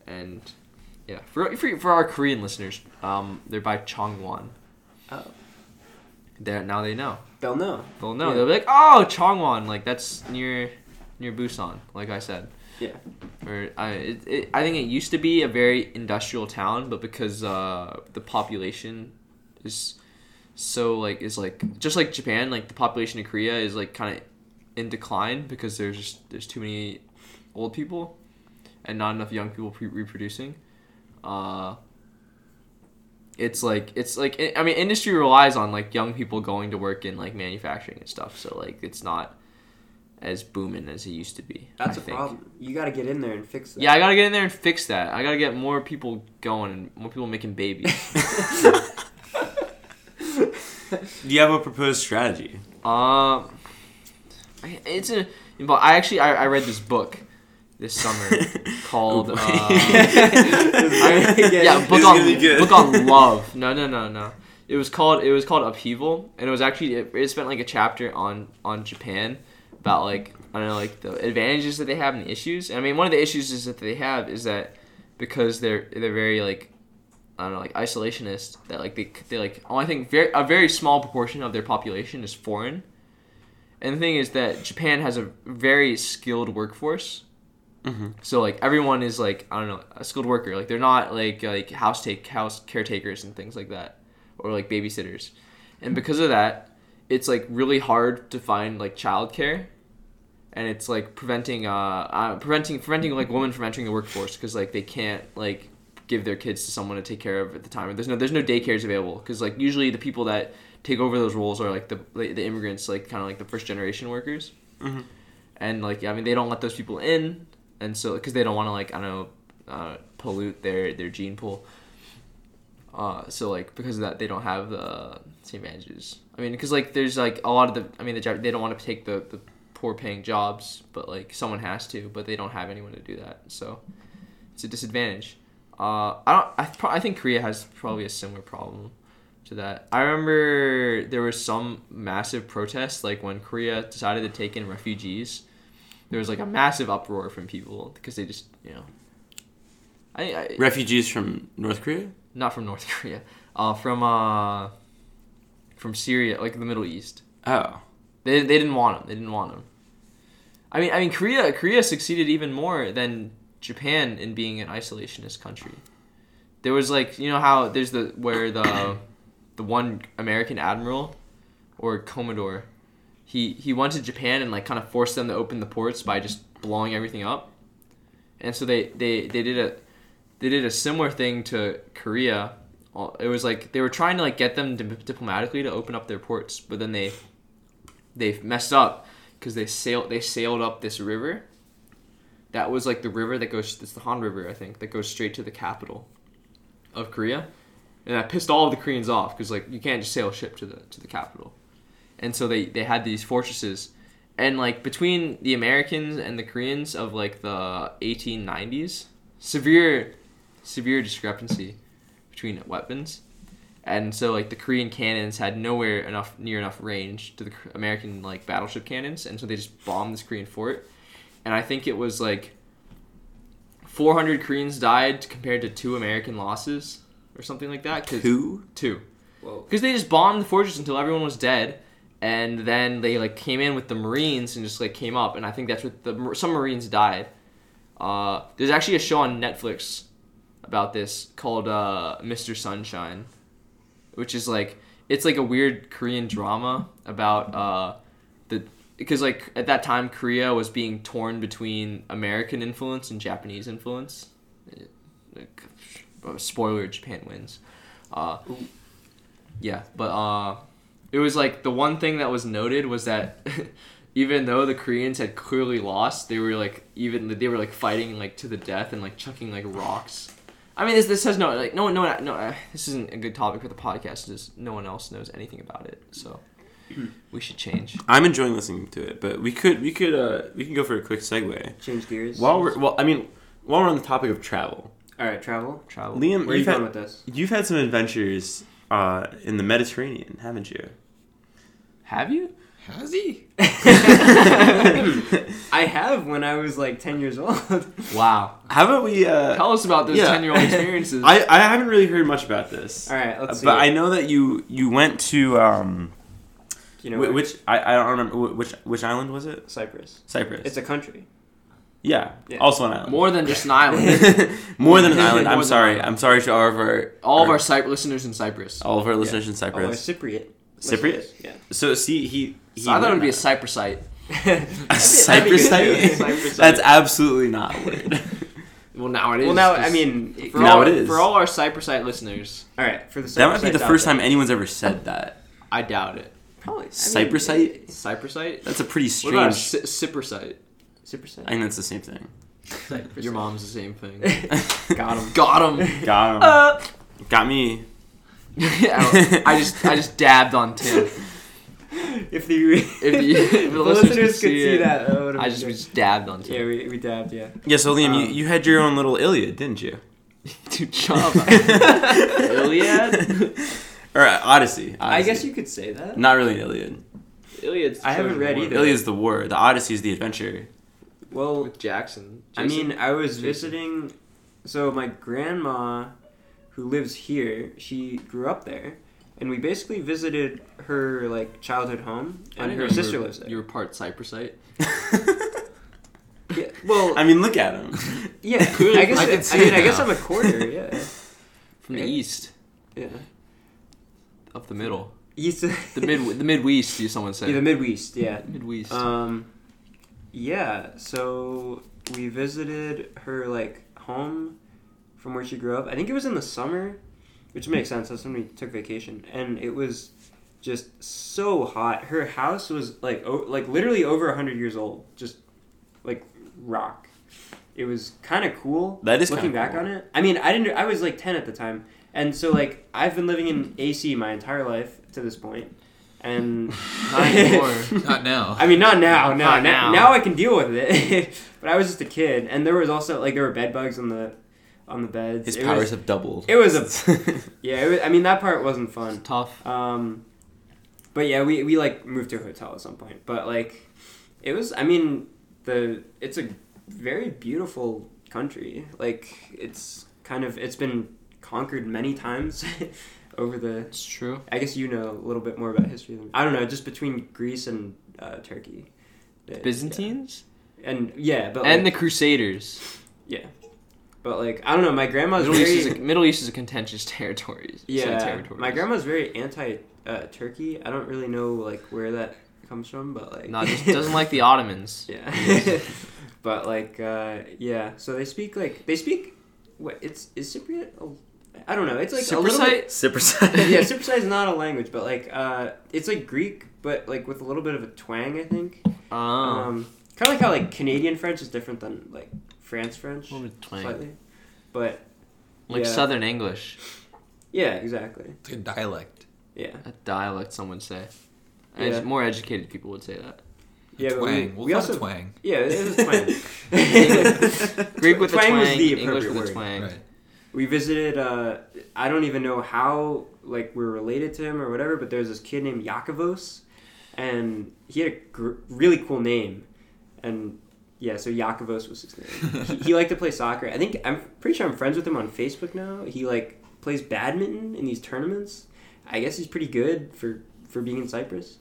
[SPEAKER 5] and yeah, for for, for our Korean listeners, um, they're by Changwon.
[SPEAKER 3] [laughs] Oh.
[SPEAKER 5] They're, now they know.
[SPEAKER 3] They'll know.
[SPEAKER 5] They'll know.
[SPEAKER 3] Yeah.
[SPEAKER 5] They'll be like, oh, Changwon, like that's near near Busan, like I said.
[SPEAKER 3] Yeah.
[SPEAKER 5] Or I, it, it, I think it used to be a very industrial town, but because uh, the population is so like is like just like Japan, like the population in Korea is like kind of in decline because there's just there's too many old people and not enough young people pre- reproducing. Uh, it's like it's like I mean industry relies on like young people going to work in like manufacturing and stuff, so like it's not as booming as it used to be. I
[SPEAKER 3] That's a
[SPEAKER 5] think.
[SPEAKER 3] problem. You got to get in there and fix that.
[SPEAKER 5] Yeah, I gotta get in there and fix that. I gotta get more people going and more people making babies.
[SPEAKER 2] Do you have a proposed strategy?
[SPEAKER 5] um, I- it's a. But I actually I, I read this book this summer called
[SPEAKER 2] Oh,
[SPEAKER 5] [laughs]
[SPEAKER 2] boy.
[SPEAKER 5] uh, [laughs]
[SPEAKER 3] Yeah,
[SPEAKER 5] yeah
[SPEAKER 3] this
[SPEAKER 5] book
[SPEAKER 2] is
[SPEAKER 5] on
[SPEAKER 2] gonna be good.
[SPEAKER 5] book
[SPEAKER 2] [laughs]
[SPEAKER 5] on love. No no no no. It was called it was called upheaval, and it was actually it, it spent like a chapter on on Japan about like I don't know like the advantages that they have and the issues. I mean one of the issues is that they have is that because they're they're very like I don't know, like isolationist. That like they they like oh, I think very a very small proportion of their population is foreign. And the thing is that Japan has a very skilled workforce.
[SPEAKER 2] Mhm.
[SPEAKER 5] So like everyone is like I don't know a skilled worker. Like they're not like like house take house caretakers and things like that, or like babysitters. And because of that, it's like really hard to find like childcare and it's like preventing uh, uh preventing preventing like women from entering the workforce because like they can't like give their kids to someone to take care of at the time. There's no there's no daycares available because like usually the people that take over those roles are like the like, the immigrants like kind of like the first generation workers,
[SPEAKER 2] Mhm.
[SPEAKER 5] and like I mean they don't let those people in, and so because they don't want to like I don't know uh, pollute their their gene pool. Uh, so like because of that they don't have the same advantages. I mean because like there's like a lot of the I mean the job- they don't want to take the, the poor paying jobs, but like someone has to, but they don't have anyone to do that. So it's a disadvantage. Uh, I don't. I, pro- I think Korea has probably a similar problem to that. I remember there was some massive protest, like when Korea decided to take in refugees. There was like a massive uproar from people because they just you know. I, I
[SPEAKER 2] Refugees from North Korea.
[SPEAKER 5] not from North [laughs] Korea, uh, from uh, from Syria, like the Middle East.
[SPEAKER 2] Oh,
[SPEAKER 5] They, they didn't want him. They didn't want him. I mean, I mean, Korea Korea succeeded even more than Japan in being an isolationist country. There was like you know how there's the where the the one American admiral or commodore he he went to Japan and like kind of forced them to open the ports by just blowing everything up. And so they they they did a they did a similar thing to Korea. Uh, It was like they were trying to like get them dip- diplomatically to open up their ports, but then they they messed up because they sailed they sailed up this river. That was like the river that goes. It's the Han River, I think, that goes straight to the capital of Korea, and that pissed all of the Koreans off because like you can't just sail a ship to the to the capital, and so they they had these fortresses, and like between the Americans and the Koreans of like the 1890s, severe severe discrepancy between weapons and so like the Korean cannons had nowhere enough near enough range to the K- American like battleship cannons, and so they just bombed this Korean fort. And I think it was like 400 Koreans died compared to two American losses or something like that. 'cause-
[SPEAKER 2] Two?
[SPEAKER 5] two,
[SPEAKER 3] Whoa.
[SPEAKER 5] because they just bombed the fortress until everyone was dead, and then they like came in with the Marines and just like came up, and I think that's what the some Marines died. Uh, there's actually a show on Netflix about this called uh, Mr. Sunshine, which is like it's like a weird Korean drama about uh, the because like at that time Korea was being torn between American influence and Japanese influence. It- like, oh, spoiler: Japan wins. Uh, yeah, but uh, it was like the one thing that was noted was that [laughs] even though the Koreans had clearly lost, they were like even they were like fighting like to the death and like chucking like rocks. I mean, this this has no like no one no one no uh, this isn't a good topic for the podcast. Just no one else knows anything about it, so we should change.
[SPEAKER 2] I'm enjoying listening to it, but we could we could uh we can go for a quick segue.
[SPEAKER 3] Change gears.
[SPEAKER 2] While we're well, I mean, while we're on the topic of travel,
[SPEAKER 3] all right, travel.
[SPEAKER 5] Travel.
[SPEAKER 2] Liam,
[SPEAKER 3] Where are you
[SPEAKER 2] Hmm, you've
[SPEAKER 3] going with
[SPEAKER 2] had [laughs]
[SPEAKER 3] this?
[SPEAKER 2] you've had some adventures uh in the Mediterranean, haven't you?
[SPEAKER 5] Have you?
[SPEAKER 4] Has he?
[SPEAKER 2] Hmm.
[SPEAKER 3] I have when I was like ten years old. [laughs]
[SPEAKER 5] Wow.
[SPEAKER 2] Haven't we? Uh,
[SPEAKER 5] Tell us about those
[SPEAKER 2] yeah.
[SPEAKER 5] ten year
[SPEAKER 2] [laughs]
[SPEAKER 5] old experiences.
[SPEAKER 2] I I haven't really heard much about this.
[SPEAKER 3] All right, let's see.
[SPEAKER 2] Uh, but I know that you you went to um
[SPEAKER 3] you know
[SPEAKER 2] whi-
[SPEAKER 3] where?
[SPEAKER 2] which I, I don't remember whi- which which island was it
[SPEAKER 3] Cyprus.
[SPEAKER 2] Cyprus
[SPEAKER 3] It's a country.
[SPEAKER 2] yeah,
[SPEAKER 3] Yeah.
[SPEAKER 2] also an island
[SPEAKER 5] More than just
[SPEAKER 2] [laughs]
[SPEAKER 5] an island.
[SPEAKER 2] more than an island
[SPEAKER 5] More
[SPEAKER 2] I'm
[SPEAKER 5] than
[SPEAKER 2] sorry
[SPEAKER 5] an island.
[SPEAKER 2] I'm sorry to all of our
[SPEAKER 5] All of our Cyprus listeners in Cyprus.
[SPEAKER 2] all of our listeners in
[SPEAKER 3] Oh, or
[SPEAKER 2] Cyprus
[SPEAKER 3] Cypriot.
[SPEAKER 2] Cypriot?
[SPEAKER 3] Yeah.
[SPEAKER 2] so see he, he
[SPEAKER 5] I thought it would be a
[SPEAKER 2] went-
[SPEAKER 5] Cyprosite.
[SPEAKER 2] [laughs] A [laughs]
[SPEAKER 3] that'd be
[SPEAKER 2] Cyprus
[SPEAKER 3] good.
[SPEAKER 2] site?
[SPEAKER 3] Cyprus
[SPEAKER 2] That's
[SPEAKER 3] site.
[SPEAKER 2] absolutely not a word.
[SPEAKER 5] Well, now it
[SPEAKER 3] [laughs]
[SPEAKER 5] is.
[SPEAKER 3] Well, now I
[SPEAKER 5] 'cause-
[SPEAKER 3] mean,
[SPEAKER 5] For
[SPEAKER 2] Now
[SPEAKER 5] all,
[SPEAKER 2] it is.
[SPEAKER 5] For all our Cyprosite listeners,
[SPEAKER 3] all right for the
[SPEAKER 2] that might be
[SPEAKER 3] Cyprus
[SPEAKER 2] the
[SPEAKER 3] site
[SPEAKER 2] first time
[SPEAKER 3] topic.
[SPEAKER 2] anyone's ever said that.
[SPEAKER 5] I doubt it.
[SPEAKER 3] Probably I mean,
[SPEAKER 2] Cyprosite?
[SPEAKER 5] Cyprosite?
[SPEAKER 2] That's a pretty
[SPEAKER 5] what about
[SPEAKER 2] strange.
[SPEAKER 5] Cy- Cyprosite?
[SPEAKER 3] Cyprus.
[SPEAKER 2] I think that's the same thing.
[SPEAKER 5] Your mom's the same thing.
[SPEAKER 3] [laughs]
[SPEAKER 5] [laughs]
[SPEAKER 2] [laughs]
[SPEAKER 3] Got him.
[SPEAKER 5] Got
[SPEAKER 3] [laughs]
[SPEAKER 5] him.
[SPEAKER 2] Got him.
[SPEAKER 3] Uh.
[SPEAKER 2] Got me.
[SPEAKER 5] I I just I just dabbed on Tim.
[SPEAKER 3] If the, [laughs] if
[SPEAKER 5] the- if the listeners
[SPEAKER 3] listeners
[SPEAKER 5] could
[SPEAKER 3] could
[SPEAKER 5] see
[SPEAKER 3] see
[SPEAKER 5] it,
[SPEAKER 3] that, that would've
[SPEAKER 5] I
[SPEAKER 3] been
[SPEAKER 5] just
[SPEAKER 3] good.
[SPEAKER 5] we just dabbed on
[SPEAKER 3] yeah
[SPEAKER 5] Tim.
[SPEAKER 3] we, we dabbed yeah.
[SPEAKER 2] Yeah, so Liam, you,
[SPEAKER 3] Um,
[SPEAKER 2] you had your own little Iliad, didn't you?
[SPEAKER 5] [laughs] Dude, shut up. Iliad?
[SPEAKER 2] Or uh, Odyssey.
[SPEAKER 3] I guess you could say that.
[SPEAKER 2] Not really an Iliad.
[SPEAKER 5] Iliad's.
[SPEAKER 3] I haven't
[SPEAKER 5] Trojan
[SPEAKER 3] read
[SPEAKER 5] War.
[SPEAKER 3] either.
[SPEAKER 2] Iliad's the war. The Odyssey is the
[SPEAKER 3] [laughs]
[SPEAKER 2] adventure.
[SPEAKER 3] Well,
[SPEAKER 5] With Jackson.
[SPEAKER 3] I mean, I was
[SPEAKER 5] Jason.
[SPEAKER 3] visiting. So my grandma, who lives here, she grew up there, and we basically visited her like childhood home, and her sister lives there.
[SPEAKER 5] You were part Cyprosite.
[SPEAKER 3] Yeah,
[SPEAKER 2] [laughs]
[SPEAKER 3] well,
[SPEAKER 2] I mean, look at him.
[SPEAKER 3] yeah. I guess.
[SPEAKER 4] I can
[SPEAKER 3] I,
[SPEAKER 4] see
[SPEAKER 3] mean,
[SPEAKER 4] it
[SPEAKER 3] I guess
[SPEAKER 4] now.
[SPEAKER 3] I'm a quarter. Yeah,
[SPEAKER 5] From the
[SPEAKER 3] Right.
[SPEAKER 5] east.
[SPEAKER 3] yeah.
[SPEAKER 5] Up the middle.
[SPEAKER 3] East.
[SPEAKER 5] The mid the midwest, you someone
[SPEAKER 3] [laughs] Yeah, the
[SPEAKER 5] said.
[SPEAKER 3] Midwest. Yeah.
[SPEAKER 5] Midwest.
[SPEAKER 3] Um, yeah. So we visited her like home from where she grew up. I think it was in the summer, which makes sense. That's when we took vacation, and it was just so hot. Her house was like o- like literally over hundred years old. Just like rock. It was kind of cool.
[SPEAKER 2] That is
[SPEAKER 3] looking
[SPEAKER 2] kinda
[SPEAKER 3] back
[SPEAKER 2] cool.
[SPEAKER 3] on it. I mean, I didn't. I was like ten at the time, and so like I've been living in AC my entire life to this point,
[SPEAKER 2] [laughs]
[SPEAKER 3] and
[SPEAKER 5] Not anymore.
[SPEAKER 4] Not now.
[SPEAKER 3] I mean, not now. No,
[SPEAKER 5] Not
[SPEAKER 3] now.
[SPEAKER 5] now.
[SPEAKER 3] Now I can deal with it. [laughs] but I was just a kid, and there was also like there were bed bugs on the on the beds.
[SPEAKER 2] His
[SPEAKER 3] it
[SPEAKER 2] powers
[SPEAKER 3] Was,
[SPEAKER 2] have doubled.
[SPEAKER 3] it
[SPEAKER 2] [laughs]
[SPEAKER 3] was a- [laughs] yeah, it was, I mean that part wasn't fun.
[SPEAKER 5] Tough.
[SPEAKER 3] Um, but yeah, we we like moved to a hotel at some point. But like, it was. I mean, the it's a very beautiful country. Like it's kind of it's been conquered many times [laughs] over the
[SPEAKER 5] It's true.
[SPEAKER 3] I guess you know a little bit more about history than I don't know. Just between Greece and uh, Turkey, The-
[SPEAKER 5] Byzantines
[SPEAKER 3] yeah. and yeah, but
[SPEAKER 5] and the
[SPEAKER 3] like-
[SPEAKER 5] Crusaders.
[SPEAKER 3] yeah, But like I don't know, my grandma's
[SPEAKER 5] Middle
[SPEAKER 3] very
[SPEAKER 5] East, is a, Middle East is a contentious [laughs] territory. set of
[SPEAKER 3] yeah.
[SPEAKER 5] territories.
[SPEAKER 3] My grandma's very anti uh, Turkey. I don't really know like where that comes from, but like [laughs]
[SPEAKER 5] Not just doesn't like the Ottomans. [laughs]
[SPEAKER 3] yeah. [laughs] but like uh, yeah, so they speak like they speak what it's is Cypriot. a- I don't know. It's like a little bit. [laughs]
[SPEAKER 5] Cypriote?
[SPEAKER 6] Cyprus.
[SPEAKER 5] [laughs]
[SPEAKER 3] yeah, Cypriot is not a language, but like uh, it's like Greek, but like with a little bit of a twang. I think.
[SPEAKER 5] Oh,
[SPEAKER 3] Um, kind of like how like Canadian French is different than like France French
[SPEAKER 5] a little bit twang.
[SPEAKER 3] slightly, but
[SPEAKER 5] like
[SPEAKER 3] yeah.
[SPEAKER 5] Southern English,
[SPEAKER 3] yeah, exactly.
[SPEAKER 4] It's like a dialect.
[SPEAKER 3] Yeah,
[SPEAKER 5] a dialect. Some would say. Edu-
[SPEAKER 3] Yeah.
[SPEAKER 5] More educated people would say that.
[SPEAKER 3] yeah. but
[SPEAKER 4] twang.
[SPEAKER 3] We,
[SPEAKER 4] We'll
[SPEAKER 3] we
[SPEAKER 4] call it
[SPEAKER 3] also
[SPEAKER 4] twang.
[SPEAKER 5] [laughs]
[SPEAKER 3] yeah, it is a twang.
[SPEAKER 2] [laughs]
[SPEAKER 6] That's
[SPEAKER 5] Greek with
[SPEAKER 3] Twang
[SPEAKER 5] a twang,
[SPEAKER 3] was the
[SPEAKER 5] English
[SPEAKER 3] appropriate
[SPEAKER 5] with
[SPEAKER 3] word.
[SPEAKER 5] a twang.
[SPEAKER 4] Right.
[SPEAKER 3] we visited. Uh, I don't even know how like we're related to him or whatever, but there's this kid named Yakovos, and he had a gr- really cool name, and yeah, so Yakovos was his name. he, he liked to play soccer. I think I'm pretty sure I'm friends with him on Facebook now. He like plays badminton in these tournaments. I guess he's pretty good for for being in Cyprus.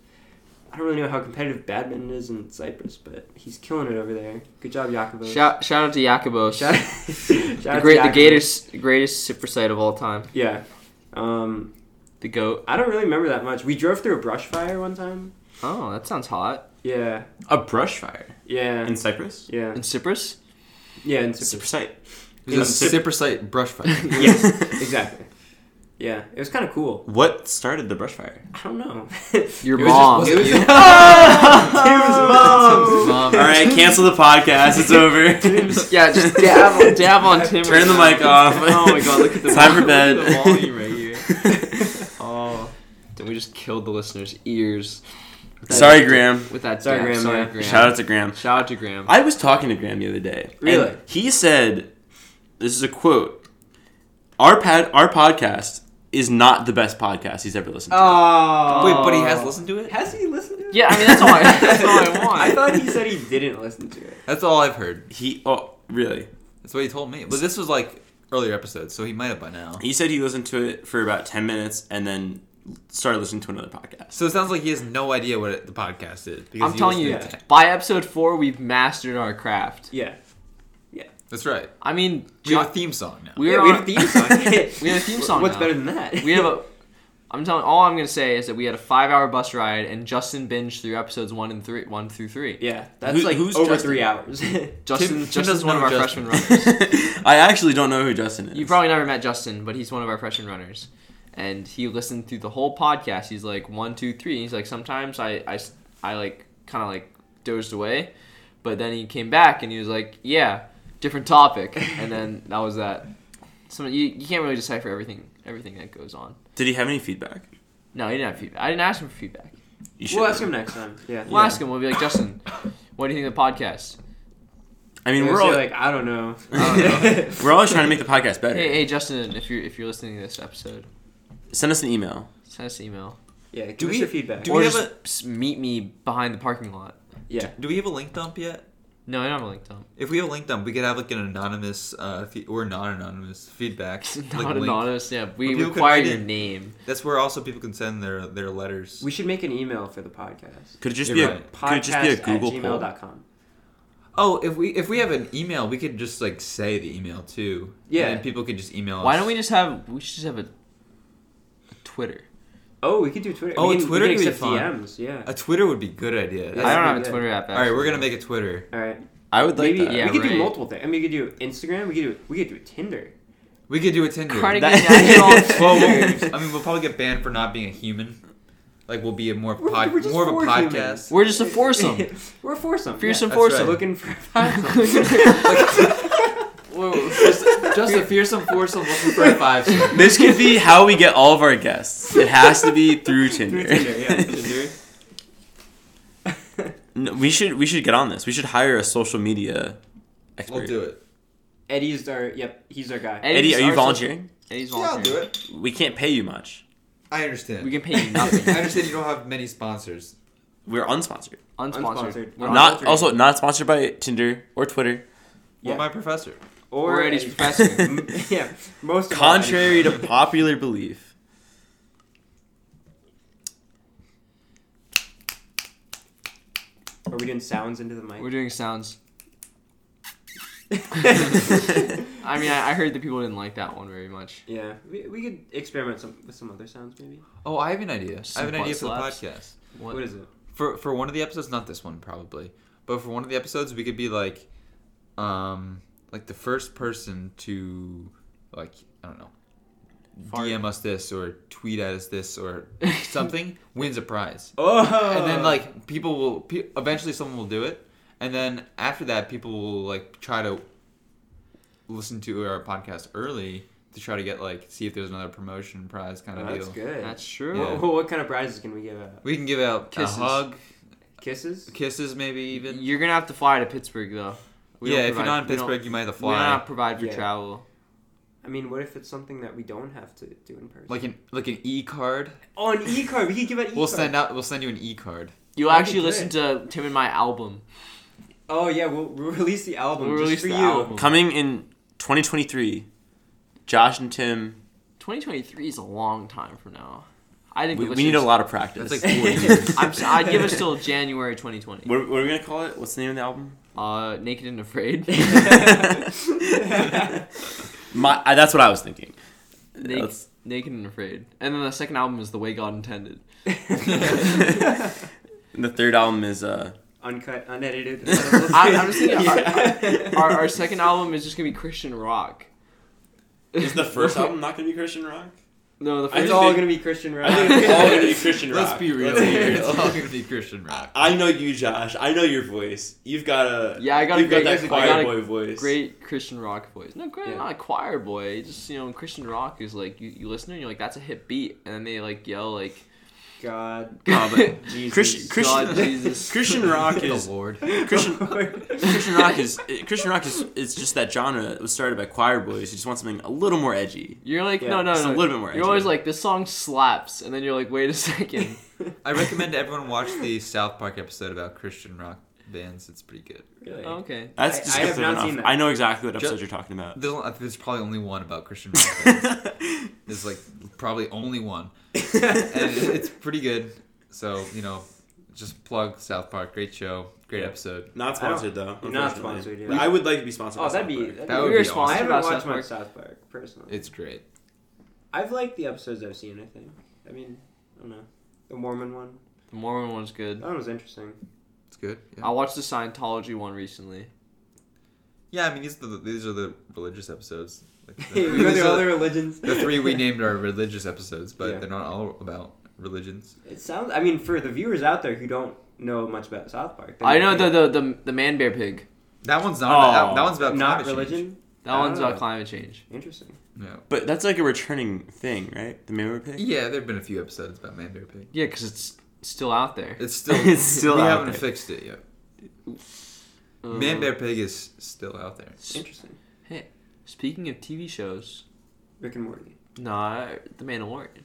[SPEAKER 3] I don't really know how competitive badminton is in Cyprus, but he's killing it over there. Good job, Yakovos.
[SPEAKER 5] Shout, shout out to Jakobos.
[SPEAKER 3] Shout- [laughs] shout out to
[SPEAKER 5] the great, the
[SPEAKER 3] Yakovos.
[SPEAKER 5] greatest, greatest Cypriote of all time.
[SPEAKER 3] Yeah. Um,
[SPEAKER 5] The goat.
[SPEAKER 3] I don't really remember that much. We drove through a brush fire one time.
[SPEAKER 5] Oh, that sounds hot.
[SPEAKER 3] Yeah,
[SPEAKER 2] A brush fire
[SPEAKER 3] yeah,
[SPEAKER 2] in Cyprus.
[SPEAKER 3] yeah,
[SPEAKER 5] In Cyprus,
[SPEAKER 3] yeah. And
[SPEAKER 2] Cyprus site.
[SPEAKER 4] It was a
[SPEAKER 2] Yeah.
[SPEAKER 4] Cyprusite brush [laughs] fire.
[SPEAKER 3] yes, [laughs] exactly. Yeah, it was kind of cool.
[SPEAKER 2] What started the brush fire?
[SPEAKER 3] I don't know.
[SPEAKER 5] your
[SPEAKER 4] It was just-
[SPEAKER 5] mom.
[SPEAKER 4] was it you?
[SPEAKER 2] Tim's
[SPEAKER 5] mom.
[SPEAKER 2] All right, cancel the podcast.
[SPEAKER 3] [laughs]
[SPEAKER 2] It's over.
[SPEAKER 5] yeah, just dab, dab on Tim. right
[SPEAKER 2] Turn the
[SPEAKER 5] now.
[SPEAKER 2] mic off.
[SPEAKER 5] [laughs] Oh my god,
[SPEAKER 3] [laughs]
[SPEAKER 5] look at the
[SPEAKER 2] Time for
[SPEAKER 5] look at
[SPEAKER 2] bed.
[SPEAKER 5] the volume right here. Oh, then we just killed the listeners' ears. With that-
[SPEAKER 2] Sorry, Graham.
[SPEAKER 5] With that,
[SPEAKER 3] Sorry,
[SPEAKER 5] dab.
[SPEAKER 3] Graham,
[SPEAKER 5] Sorry,
[SPEAKER 3] yeah.
[SPEAKER 5] Graham.
[SPEAKER 2] Shout out to Graham.
[SPEAKER 5] Shout out to Graham.
[SPEAKER 2] I was talking to Graham the other day. and
[SPEAKER 3] Really?
[SPEAKER 2] He said, "This is a quote. Our pad, our podcast is not the best podcast he's ever listened to.
[SPEAKER 3] Oh,
[SPEAKER 4] Wait, but he has listened to it.
[SPEAKER 3] Has he listened to it?
[SPEAKER 5] yeah, I mean that's all I, [laughs] that's
[SPEAKER 3] [laughs]
[SPEAKER 5] all I want.
[SPEAKER 3] I thought he said he didn't listen to it.
[SPEAKER 4] That's all I've heard.
[SPEAKER 2] He oh really?
[SPEAKER 4] That's what he told me. But this was like earlier episodes, so he might have by now.
[SPEAKER 2] He said he listened to it for about ten minutes and then started listening to another podcast.
[SPEAKER 4] So it sounds like he has no idea what it, the podcast is. because
[SPEAKER 5] I'm
[SPEAKER 4] he
[SPEAKER 5] telling you,
[SPEAKER 4] listened to it.
[SPEAKER 5] by episode four, we've mastered our craft.
[SPEAKER 3] Yeah,
[SPEAKER 4] That's right.
[SPEAKER 5] I mean,
[SPEAKER 4] We have a theme song now.
[SPEAKER 5] we're
[SPEAKER 3] yeah,
[SPEAKER 5] on,
[SPEAKER 3] we have a theme song.
[SPEAKER 5] [laughs] we have a theme song
[SPEAKER 3] What's
[SPEAKER 5] now.
[SPEAKER 3] better than that?
[SPEAKER 5] we have a. I'm telling. All I'm gonna say is that we had a five-hour bus ride, and Justin binged through episodes one and three, one through three.
[SPEAKER 3] yeah, that's
[SPEAKER 2] Who-
[SPEAKER 3] like
[SPEAKER 2] who's
[SPEAKER 3] over
[SPEAKER 2] Justin?
[SPEAKER 3] three hours.
[SPEAKER 5] Justin,
[SPEAKER 4] Tim- Tim
[SPEAKER 5] Justin's
[SPEAKER 4] doesn't
[SPEAKER 5] one of
[SPEAKER 4] know
[SPEAKER 5] our
[SPEAKER 4] Justin.
[SPEAKER 5] freshman runners.
[SPEAKER 2] [laughs] I actually don't know who Justin is.
[SPEAKER 5] You probably never met Justin, but he's one of our freshman runners, and he listened through the whole podcast. He's like one, two, three. And he's like sometimes I, I, s- I, like kind of like dozed away, but then he came back and he was like, yeah, different topic, and
[SPEAKER 4] [laughs]
[SPEAKER 5] then that was that. Some you, you can't really decipher everything everything that goes on.
[SPEAKER 2] Did he have any feedback?
[SPEAKER 5] No, he didn't have feedback. I didn't ask him for feedback.
[SPEAKER 2] You should.
[SPEAKER 3] [laughs] we'll ask him next time. Yeah,
[SPEAKER 5] We'll ask him. We'll be like
[SPEAKER 4] [laughs]
[SPEAKER 5] Justin, what do you think of the podcast?
[SPEAKER 2] I mean,
[SPEAKER 3] We'll
[SPEAKER 2] we're
[SPEAKER 3] say,
[SPEAKER 2] all
[SPEAKER 3] like, I don't know.
[SPEAKER 5] I don't
[SPEAKER 2] [laughs] we're always trying to make the podcast better.
[SPEAKER 5] Hey, hey, Justin, if you're if you're listening to this episode,
[SPEAKER 2] Send us an email.
[SPEAKER 5] send us an email
[SPEAKER 3] [laughs] yeah, give
[SPEAKER 4] Do
[SPEAKER 3] us
[SPEAKER 4] we-
[SPEAKER 3] your feedback.
[SPEAKER 4] do
[SPEAKER 5] or
[SPEAKER 4] we have
[SPEAKER 5] just s- meet me behind the parking lot.
[SPEAKER 3] yeah,
[SPEAKER 4] Do we have a link dump yet?
[SPEAKER 5] No, I don't have a link [laughs] dump.
[SPEAKER 4] If we have a link dump, we could have like an anonymous uh, fe- or
[SPEAKER 5] [laughs]
[SPEAKER 4] non-anonymous feedback. like,
[SPEAKER 5] Not
[SPEAKER 4] link.
[SPEAKER 5] anonymous. Yeah, we
[SPEAKER 4] But people can
[SPEAKER 5] require
[SPEAKER 4] write
[SPEAKER 5] your
[SPEAKER 4] in.
[SPEAKER 5] name.
[SPEAKER 4] That's where also people can send their their letters.
[SPEAKER 3] we should make an email for the podcast.
[SPEAKER 2] Could it just
[SPEAKER 4] You're
[SPEAKER 2] be a
[SPEAKER 4] right.
[SPEAKER 2] could it just be a
[SPEAKER 3] Podcast
[SPEAKER 2] Google
[SPEAKER 3] at
[SPEAKER 2] poll?
[SPEAKER 3] gmail.com.
[SPEAKER 4] oh, if we if we have an email, we could just like say the email too.
[SPEAKER 3] Yeah.
[SPEAKER 4] and then people could just email.
[SPEAKER 5] Why
[SPEAKER 4] us.
[SPEAKER 5] don't we just have? We should just have a, a Twitter.
[SPEAKER 3] Oh, we could do Twitter.
[SPEAKER 4] Oh,
[SPEAKER 3] we can,
[SPEAKER 4] Twitter
[SPEAKER 3] we
[SPEAKER 4] would be
[SPEAKER 3] can accept
[SPEAKER 4] fun. Uh,
[SPEAKER 3] DMs. Yeah.
[SPEAKER 4] A Twitter would be a good idea.
[SPEAKER 3] Yeah.
[SPEAKER 5] I
[SPEAKER 4] That's-
[SPEAKER 5] don't
[SPEAKER 3] we
[SPEAKER 5] have a
[SPEAKER 3] did.
[SPEAKER 5] Twitter app.
[SPEAKER 4] All right, we're gonna make a Twitter.
[SPEAKER 3] All right.
[SPEAKER 2] I would like
[SPEAKER 3] Maybe
[SPEAKER 2] that.
[SPEAKER 5] yeah.
[SPEAKER 3] we could do
[SPEAKER 5] right.
[SPEAKER 3] multiple things. I mean, we could do Instagram. We could do we could do Tinder.
[SPEAKER 4] We could do a Tinder.
[SPEAKER 5] Carnegie [laughs]
[SPEAKER 4] [laughs]
[SPEAKER 2] That-
[SPEAKER 5] National.
[SPEAKER 4] Well, we'll-
[SPEAKER 5] Twitter.
[SPEAKER 4] I mean, we'll probably get banned for not being a human. Like, we'll be a more
[SPEAKER 3] We're-
[SPEAKER 4] pod,
[SPEAKER 3] we're just
[SPEAKER 4] more of a
[SPEAKER 3] four
[SPEAKER 4] podcast.
[SPEAKER 3] [laughs]
[SPEAKER 5] We're just a foursome.
[SPEAKER 3] We're a foursome.
[SPEAKER 5] Fearsome
[SPEAKER 3] yeah.
[SPEAKER 4] That's
[SPEAKER 5] foursome.
[SPEAKER 4] right.
[SPEAKER 3] Looking
[SPEAKER 5] [laughs]
[SPEAKER 3] for [laughs]
[SPEAKER 4] [laughs]
[SPEAKER 5] Whoa, just-
[SPEAKER 4] Just a fearsome foursome looking for
[SPEAKER 5] [laughs]
[SPEAKER 4] a five.
[SPEAKER 2] [laughs] This could be how we get all of our guests. It has to be through Tinder.
[SPEAKER 3] Through Tinder. [laughs] Yeah.
[SPEAKER 2] [laughs]
[SPEAKER 4] Tinder.
[SPEAKER 2] No, we should we should get on this. We should hire a social media expert.
[SPEAKER 4] We'll do it.
[SPEAKER 3] Eddie's our yep. He's our guy.
[SPEAKER 2] Eddie,
[SPEAKER 5] Eddie's
[SPEAKER 2] are you
[SPEAKER 5] our-
[SPEAKER 2] volunteering?
[SPEAKER 5] Eddie's volunteering.
[SPEAKER 4] it.
[SPEAKER 2] We can't pay you much.
[SPEAKER 4] I understand.
[SPEAKER 5] We can
[SPEAKER 4] [laughs]
[SPEAKER 5] pay you
[SPEAKER 4] I
[SPEAKER 5] nothing.
[SPEAKER 4] understand you don't have many sponsors.
[SPEAKER 2] We're unsponsored.
[SPEAKER 5] Unsponsored.
[SPEAKER 3] Unsponsored. We're
[SPEAKER 2] not
[SPEAKER 3] unsponsored.
[SPEAKER 2] also not sponsored by Tinder or Twitter.
[SPEAKER 4] Well,
[SPEAKER 3] Yeah.
[SPEAKER 4] my professor.
[SPEAKER 5] Or Eddie's
[SPEAKER 3] [laughs]
[SPEAKER 5] professor.
[SPEAKER 3] yeah. Most of all, [laughs]
[SPEAKER 4] [laughs]
[SPEAKER 2] Contrary to popular belief.
[SPEAKER 3] Eddie. Are we doing sounds into the mic?
[SPEAKER 5] We're doing sounds. I mean, I, I heard that people didn't like that one very much.
[SPEAKER 3] Yeah, we, we could experiment some with some other sounds maybe.
[SPEAKER 4] Oh, I have an idea. I have
[SPEAKER 5] Some
[SPEAKER 4] an idea
[SPEAKER 5] butt
[SPEAKER 4] for the
[SPEAKER 5] slaps.
[SPEAKER 4] podcast.
[SPEAKER 5] [laughs]
[SPEAKER 3] what is it?
[SPEAKER 4] For for one of the episodes, not this one probably, but for one of the episodes, we could be like, um, like the first person to, like I don't know,
[SPEAKER 5] Fart.
[SPEAKER 4] DM us this or tweet at us this or something wins a prize.
[SPEAKER 3] Oh,
[SPEAKER 4] and then like people will pe- eventually someone will do it and then after that people will like try to listen to our podcast early to try to get like see if there's another promotion prize kind of
[SPEAKER 3] Oh, that's
[SPEAKER 4] deal
[SPEAKER 3] good.
[SPEAKER 5] That's true.
[SPEAKER 4] Yeah.
[SPEAKER 3] Wh- wh- what kind of prizes can we give out?
[SPEAKER 4] we can give out
[SPEAKER 5] Kisses.
[SPEAKER 4] a hug
[SPEAKER 3] Kisses?
[SPEAKER 4] kisses maybe even
[SPEAKER 5] You're gonna have to fly to Pittsburgh though. We
[SPEAKER 4] yeah
[SPEAKER 5] don't
[SPEAKER 4] if you're
[SPEAKER 5] provide-
[SPEAKER 4] not
[SPEAKER 5] we
[SPEAKER 4] in
[SPEAKER 5] don't-
[SPEAKER 4] pittsburgh you might have to
[SPEAKER 5] we do
[SPEAKER 4] fly
[SPEAKER 5] not provide for
[SPEAKER 3] Yeah.
[SPEAKER 5] travel.
[SPEAKER 3] I mean, what if it's something that we don't have to do in person?
[SPEAKER 4] like an like an e-card
[SPEAKER 3] oh, an e card. We could give out e card.
[SPEAKER 4] we'll send out we'll send you an e-card
[SPEAKER 5] You'll
[SPEAKER 3] That'd be
[SPEAKER 5] actually listen to Tim and my album.
[SPEAKER 3] Oh yeah, we'll, we'll release the album
[SPEAKER 5] We'll
[SPEAKER 3] just
[SPEAKER 5] release
[SPEAKER 3] for
[SPEAKER 5] the
[SPEAKER 3] you.
[SPEAKER 5] album.
[SPEAKER 2] Coming in 2023, Josh and Tim,
[SPEAKER 5] 2023 is a long time from now. I think
[SPEAKER 2] we,
[SPEAKER 5] the
[SPEAKER 2] we need a
[SPEAKER 5] listeners-
[SPEAKER 2] lot of practice.
[SPEAKER 4] That's like
[SPEAKER 5] [laughs]
[SPEAKER 4] four years.
[SPEAKER 5] I'm, si would give
[SPEAKER 2] [laughs]
[SPEAKER 5] us till January 2020.
[SPEAKER 2] what, what are we gonna call it? What's the name of the album?
[SPEAKER 5] Uh, Naked and Afraid.
[SPEAKER 2] My, I, that's what I was thinking.
[SPEAKER 5] [laughs] Naked,
[SPEAKER 2] That's-
[SPEAKER 5] Naked and Afraid. And then the second album is The Way God Intended.
[SPEAKER 2] And the third album is uh,
[SPEAKER 3] [laughs] Uncut, unedited.
[SPEAKER 5] I, I'm just thinking our, our, our second album is just gonna be Christian rock.
[SPEAKER 2] [laughs] is the
[SPEAKER 5] [laughs]
[SPEAKER 2] first album not gonna be Christian rock?
[SPEAKER 5] No, the
[SPEAKER 2] I
[SPEAKER 5] first
[SPEAKER 3] it's
[SPEAKER 2] think
[SPEAKER 3] all
[SPEAKER 2] they-
[SPEAKER 3] gonna be Christian rock.
[SPEAKER 2] I
[SPEAKER 3] [laughs]
[SPEAKER 2] think it's [laughs] all gonna be Christian rock.
[SPEAKER 4] let's be real
[SPEAKER 2] Let's be
[SPEAKER 4] it's
[SPEAKER 2] real.
[SPEAKER 4] all gonna be christian rock
[SPEAKER 2] [laughs] I know you, Josh. I know your voice. You've got a
[SPEAKER 5] Yeah, I got a
[SPEAKER 2] you've
[SPEAKER 5] great-
[SPEAKER 2] got
[SPEAKER 5] I
[SPEAKER 2] that
[SPEAKER 5] got
[SPEAKER 2] choir
[SPEAKER 5] a
[SPEAKER 2] boy voice.
[SPEAKER 5] great Christian rock voice. No, great,
[SPEAKER 3] Yeah.
[SPEAKER 5] not a choir boy. Just you know, Christian rock is like you, you listen and you're like, that's a hit beat, and then they like yell like,
[SPEAKER 3] God,
[SPEAKER 2] Oh, but
[SPEAKER 3] Jesus. Oh.
[SPEAKER 2] Christian
[SPEAKER 5] God,
[SPEAKER 2] Christian
[SPEAKER 5] Jesus.
[SPEAKER 2] [laughs] Christian
[SPEAKER 4] [laughs]
[SPEAKER 2] rock
[SPEAKER 4] the
[SPEAKER 2] is
[SPEAKER 3] [laughs]
[SPEAKER 4] lord
[SPEAKER 2] Christian Christian rock is Christian rock is it's just that genre that was started by choir boys who just want something a little more edgy.
[SPEAKER 5] [laughs] You're like,
[SPEAKER 3] Yeah,
[SPEAKER 5] no, no,
[SPEAKER 2] just a
[SPEAKER 5] no.
[SPEAKER 2] little bit more
[SPEAKER 5] You're always
[SPEAKER 2] edgy.
[SPEAKER 5] like, this song slaps, and then you're like, wait a second.
[SPEAKER 4] i recommend everyone watch the south park episode about christian rock bands it's pretty good
[SPEAKER 3] Really?
[SPEAKER 5] Oh, okay.
[SPEAKER 2] That's
[SPEAKER 3] I- I have
[SPEAKER 2] just
[SPEAKER 3] not seen that.
[SPEAKER 2] I know exactly what
[SPEAKER 4] Ju-
[SPEAKER 2] episode you're talking about. [laughs]
[SPEAKER 4] There's, only- there's probably only one about Christian rock bands. There's like probably only one, and it's pretty good. So you know, just plug South Park. Great show, great episode.
[SPEAKER 2] Not
[SPEAKER 3] sponsored,
[SPEAKER 2] though.
[SPEAKER 3] Not unfortunately. sponsored, yeah.
[SPEAKER 2] But I would like to be
[SPEAKER 3] [laughs]
[SPEAKER 2] sponsored.
[SPEAKER 3] Oh,
[SPEAKER 2] by
[SPEAKER 3] that'd be
[SPEAKER 2] South
[SPEAKER 3] that'd
[SPEAKER 2] Park.
[SPEAKER 4] That
[SPEAKER 3] be
[SPEAKER 4] would
[SPEAKER 5] we were
[SPEAKER 4] be
[SPEAKER 3] I
[SPEAKER 4] awesome.
[SPEAKER 5] sponsored
[SPEAKER 3] haven't
[SPEAKER 5] by
[SPEAKER 3] watched
[SPEAKER 5] South
[SPEAKER 3] much
[SPEAKER 5] Park.
[SPEAKER 3] South Park personally.
[SPEAKER 4] It's great.
[SPEAKER 3] I've liked the episodes I've seen. I think. I mean, I don't know. The Mormon one.
[SPEAKER 5] The Mormon one's
[SPEAKER 3] That
[SPEAKER 5] good.
[SPEAKER 3] one was
[SPEAKER 2] [laughs]
[SPEAKER 3] interesting.
[SPEAKER 4] It's good. Yeah,
[SPEAKER 5] I watched the Scientology one recently.
[SPEAKER 4] yeah I mean these are the, these are the religious
[SPEAKER 2] [laughs]
[SPEAKER 4] episodes. Like,
[SPEAKER 3] we
[SPEAKER 4] the,
[SPEAKER 3] go
[SPEAKER 4] these
[SPEAKER 3] through all
[SPEAKER 4] are
[SPEAKER 3] the religions.
[SPEAKER 4] the three we named are religious episodes, but
[SPEAKER 3] Yeah.
[SPEAKER 4] they're not all about religions.
[SPEAKER 3] It sounds. I mean, for the viewers out there who don't know much about South Park, they
[SPEAKER 5] I know
[SPEAKER 3] might
[SPEAKER 5] the
[SPEAKER 3] think
[SPEAKER 5] the the, the man bear pig.
[SPEAKER 4] That one's not.
[SPEAKER 2] Oh.
[SPEAKER 4] that, that one's about
[SPEAKER 3] not
[SPEAKER 4] climate change.
[SPEAKER 3] religion.
[SPEAKER 5] That one's
[SPEAKER 3] Ah.
[SPEAKER 5] about climate change.
[SPEAKER 3] Interesting.
[SPEAKER 4] No.
[SPEAKER 2] But that's like a returning thing, right? The memory pick.
[SPEAKER 4] Yeah, there've been a few episodes about man bear pig.
[SPEAKER 5] Yeah, because it's still out there.
[SPEAKER 2] [laughs]
[SPEAKER 4] It's still.
[SPEAKER 2] It's still
[SPEAKER 4] We
[SPEAKER 2] out
[SPEAKER 4] haven't
[SPEAKER 2] there.
[SPEAKER 4] fixed it yet.
[SPEAKER 5] Uh,
[SPEAKER 3] Mm.
[SPEAKER 4] Man bear pig is still out there.
[SPEAKER 5] s-
[SPEAKER 3] Interesting.
[SPEAKER 5] Speaking of TV shows,
[SPEAKER 3] Rick and Morty.
[SPEAKER 5] nah, The Mandalorian.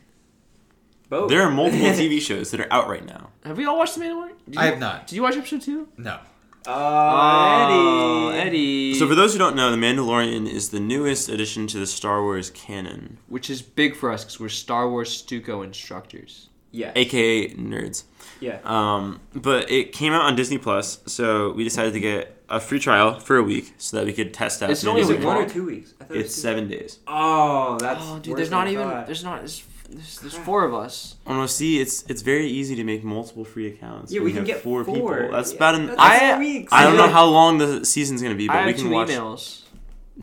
[SPEAKER 3] Both.
[SPEAKER 2] There are
[SPEAKER 3] [laughs]
[SPEAKER 2] multiple TV shows that are out right now.
[SPEAKER 5] Have we all watched The Mandalorian? Did
[SPEAKER 4] I
[SPEAKER 5] you-
[SPEAKER 4] have not.
[SPEAKER 5] Did you watch episode two?
[SPEAKER 4] No.
[SPEAKER 3] Oh,
[SPEAKER 5] Oh,
[SPEAKER 3] Eddie.
[SPEAKER 5] Eddie.
[SPEAKER 2] So for those who don't know, The Mandalorian is the newest addition to the Star Wars canon,
[SPEAKER 5] which is big for us because we're Star Wars Stuco instructors.
[SPEAKER 3] Yeah.
[SPEAKER 2] aka nerds.
[SPEAKER 3] Yeah.
[SPEAKER 2] Um, but it came out on Disney Plus, so we decided to get a free trial for a week so that we could test out.
[SPEAKER 5] It's
[SPEAKER 2] The
[SPEAKER 5] only
[SPEAKER 3] Is
[SPEAKER 5] a
[SPEAKER 3] it
[SPEAKER 5] week
[SPEAKER 2] Mandalorian.
[SPEAKER 3] one
[SPEAKER 5] long?
[SPEAKER 3] or two weeks? I thought it
[SPEAKER 2] It's
[SPEAKER 3] was two-
[SPEAKER 2] seven days.
[SPEAKER 3] Oh, that's.
[SPEAKER 5] Oh, dude,
[SPEAKER 3] worse
[SPEAKER 5] there's
[SPEAKER 3] than
[SPEAKER 5] not
[SPEAKER 3] I
[SPEAKER 5] even
[SPEAKER 3] thought.
[SPEAKER 5] there's not there's, there's, there's
[SPEAKER 3] Crap.
[SPEAKER 5] four of us.
[SPEAKER 2] Oh no! See, it's it's very easy to make multiple free accounts.
[SPEAKER 3] Yeah, we, can
[SPEAKER 2] have
[SPEAKER 3] get
[SPEAKER 2] four, people. That's
[SPEAKER 3] Yeah,
[SPEAKER 2] about an.
[SPEAKER 3] that's
[SPEAKER 2] I,
[SPEAKER 5] I-
[SPEAKER 3] four weeks.
[SPEAKER 2] I don't know how long the season's gonna be, but
[SPEAKER 5] I
[SPEAKER 2] we
[SPEAKER 5] have
[SPEAKER 2] can
[SPEAKER 5] two
[SPEAKER 2] watch.
[SPEAKER 5] emails.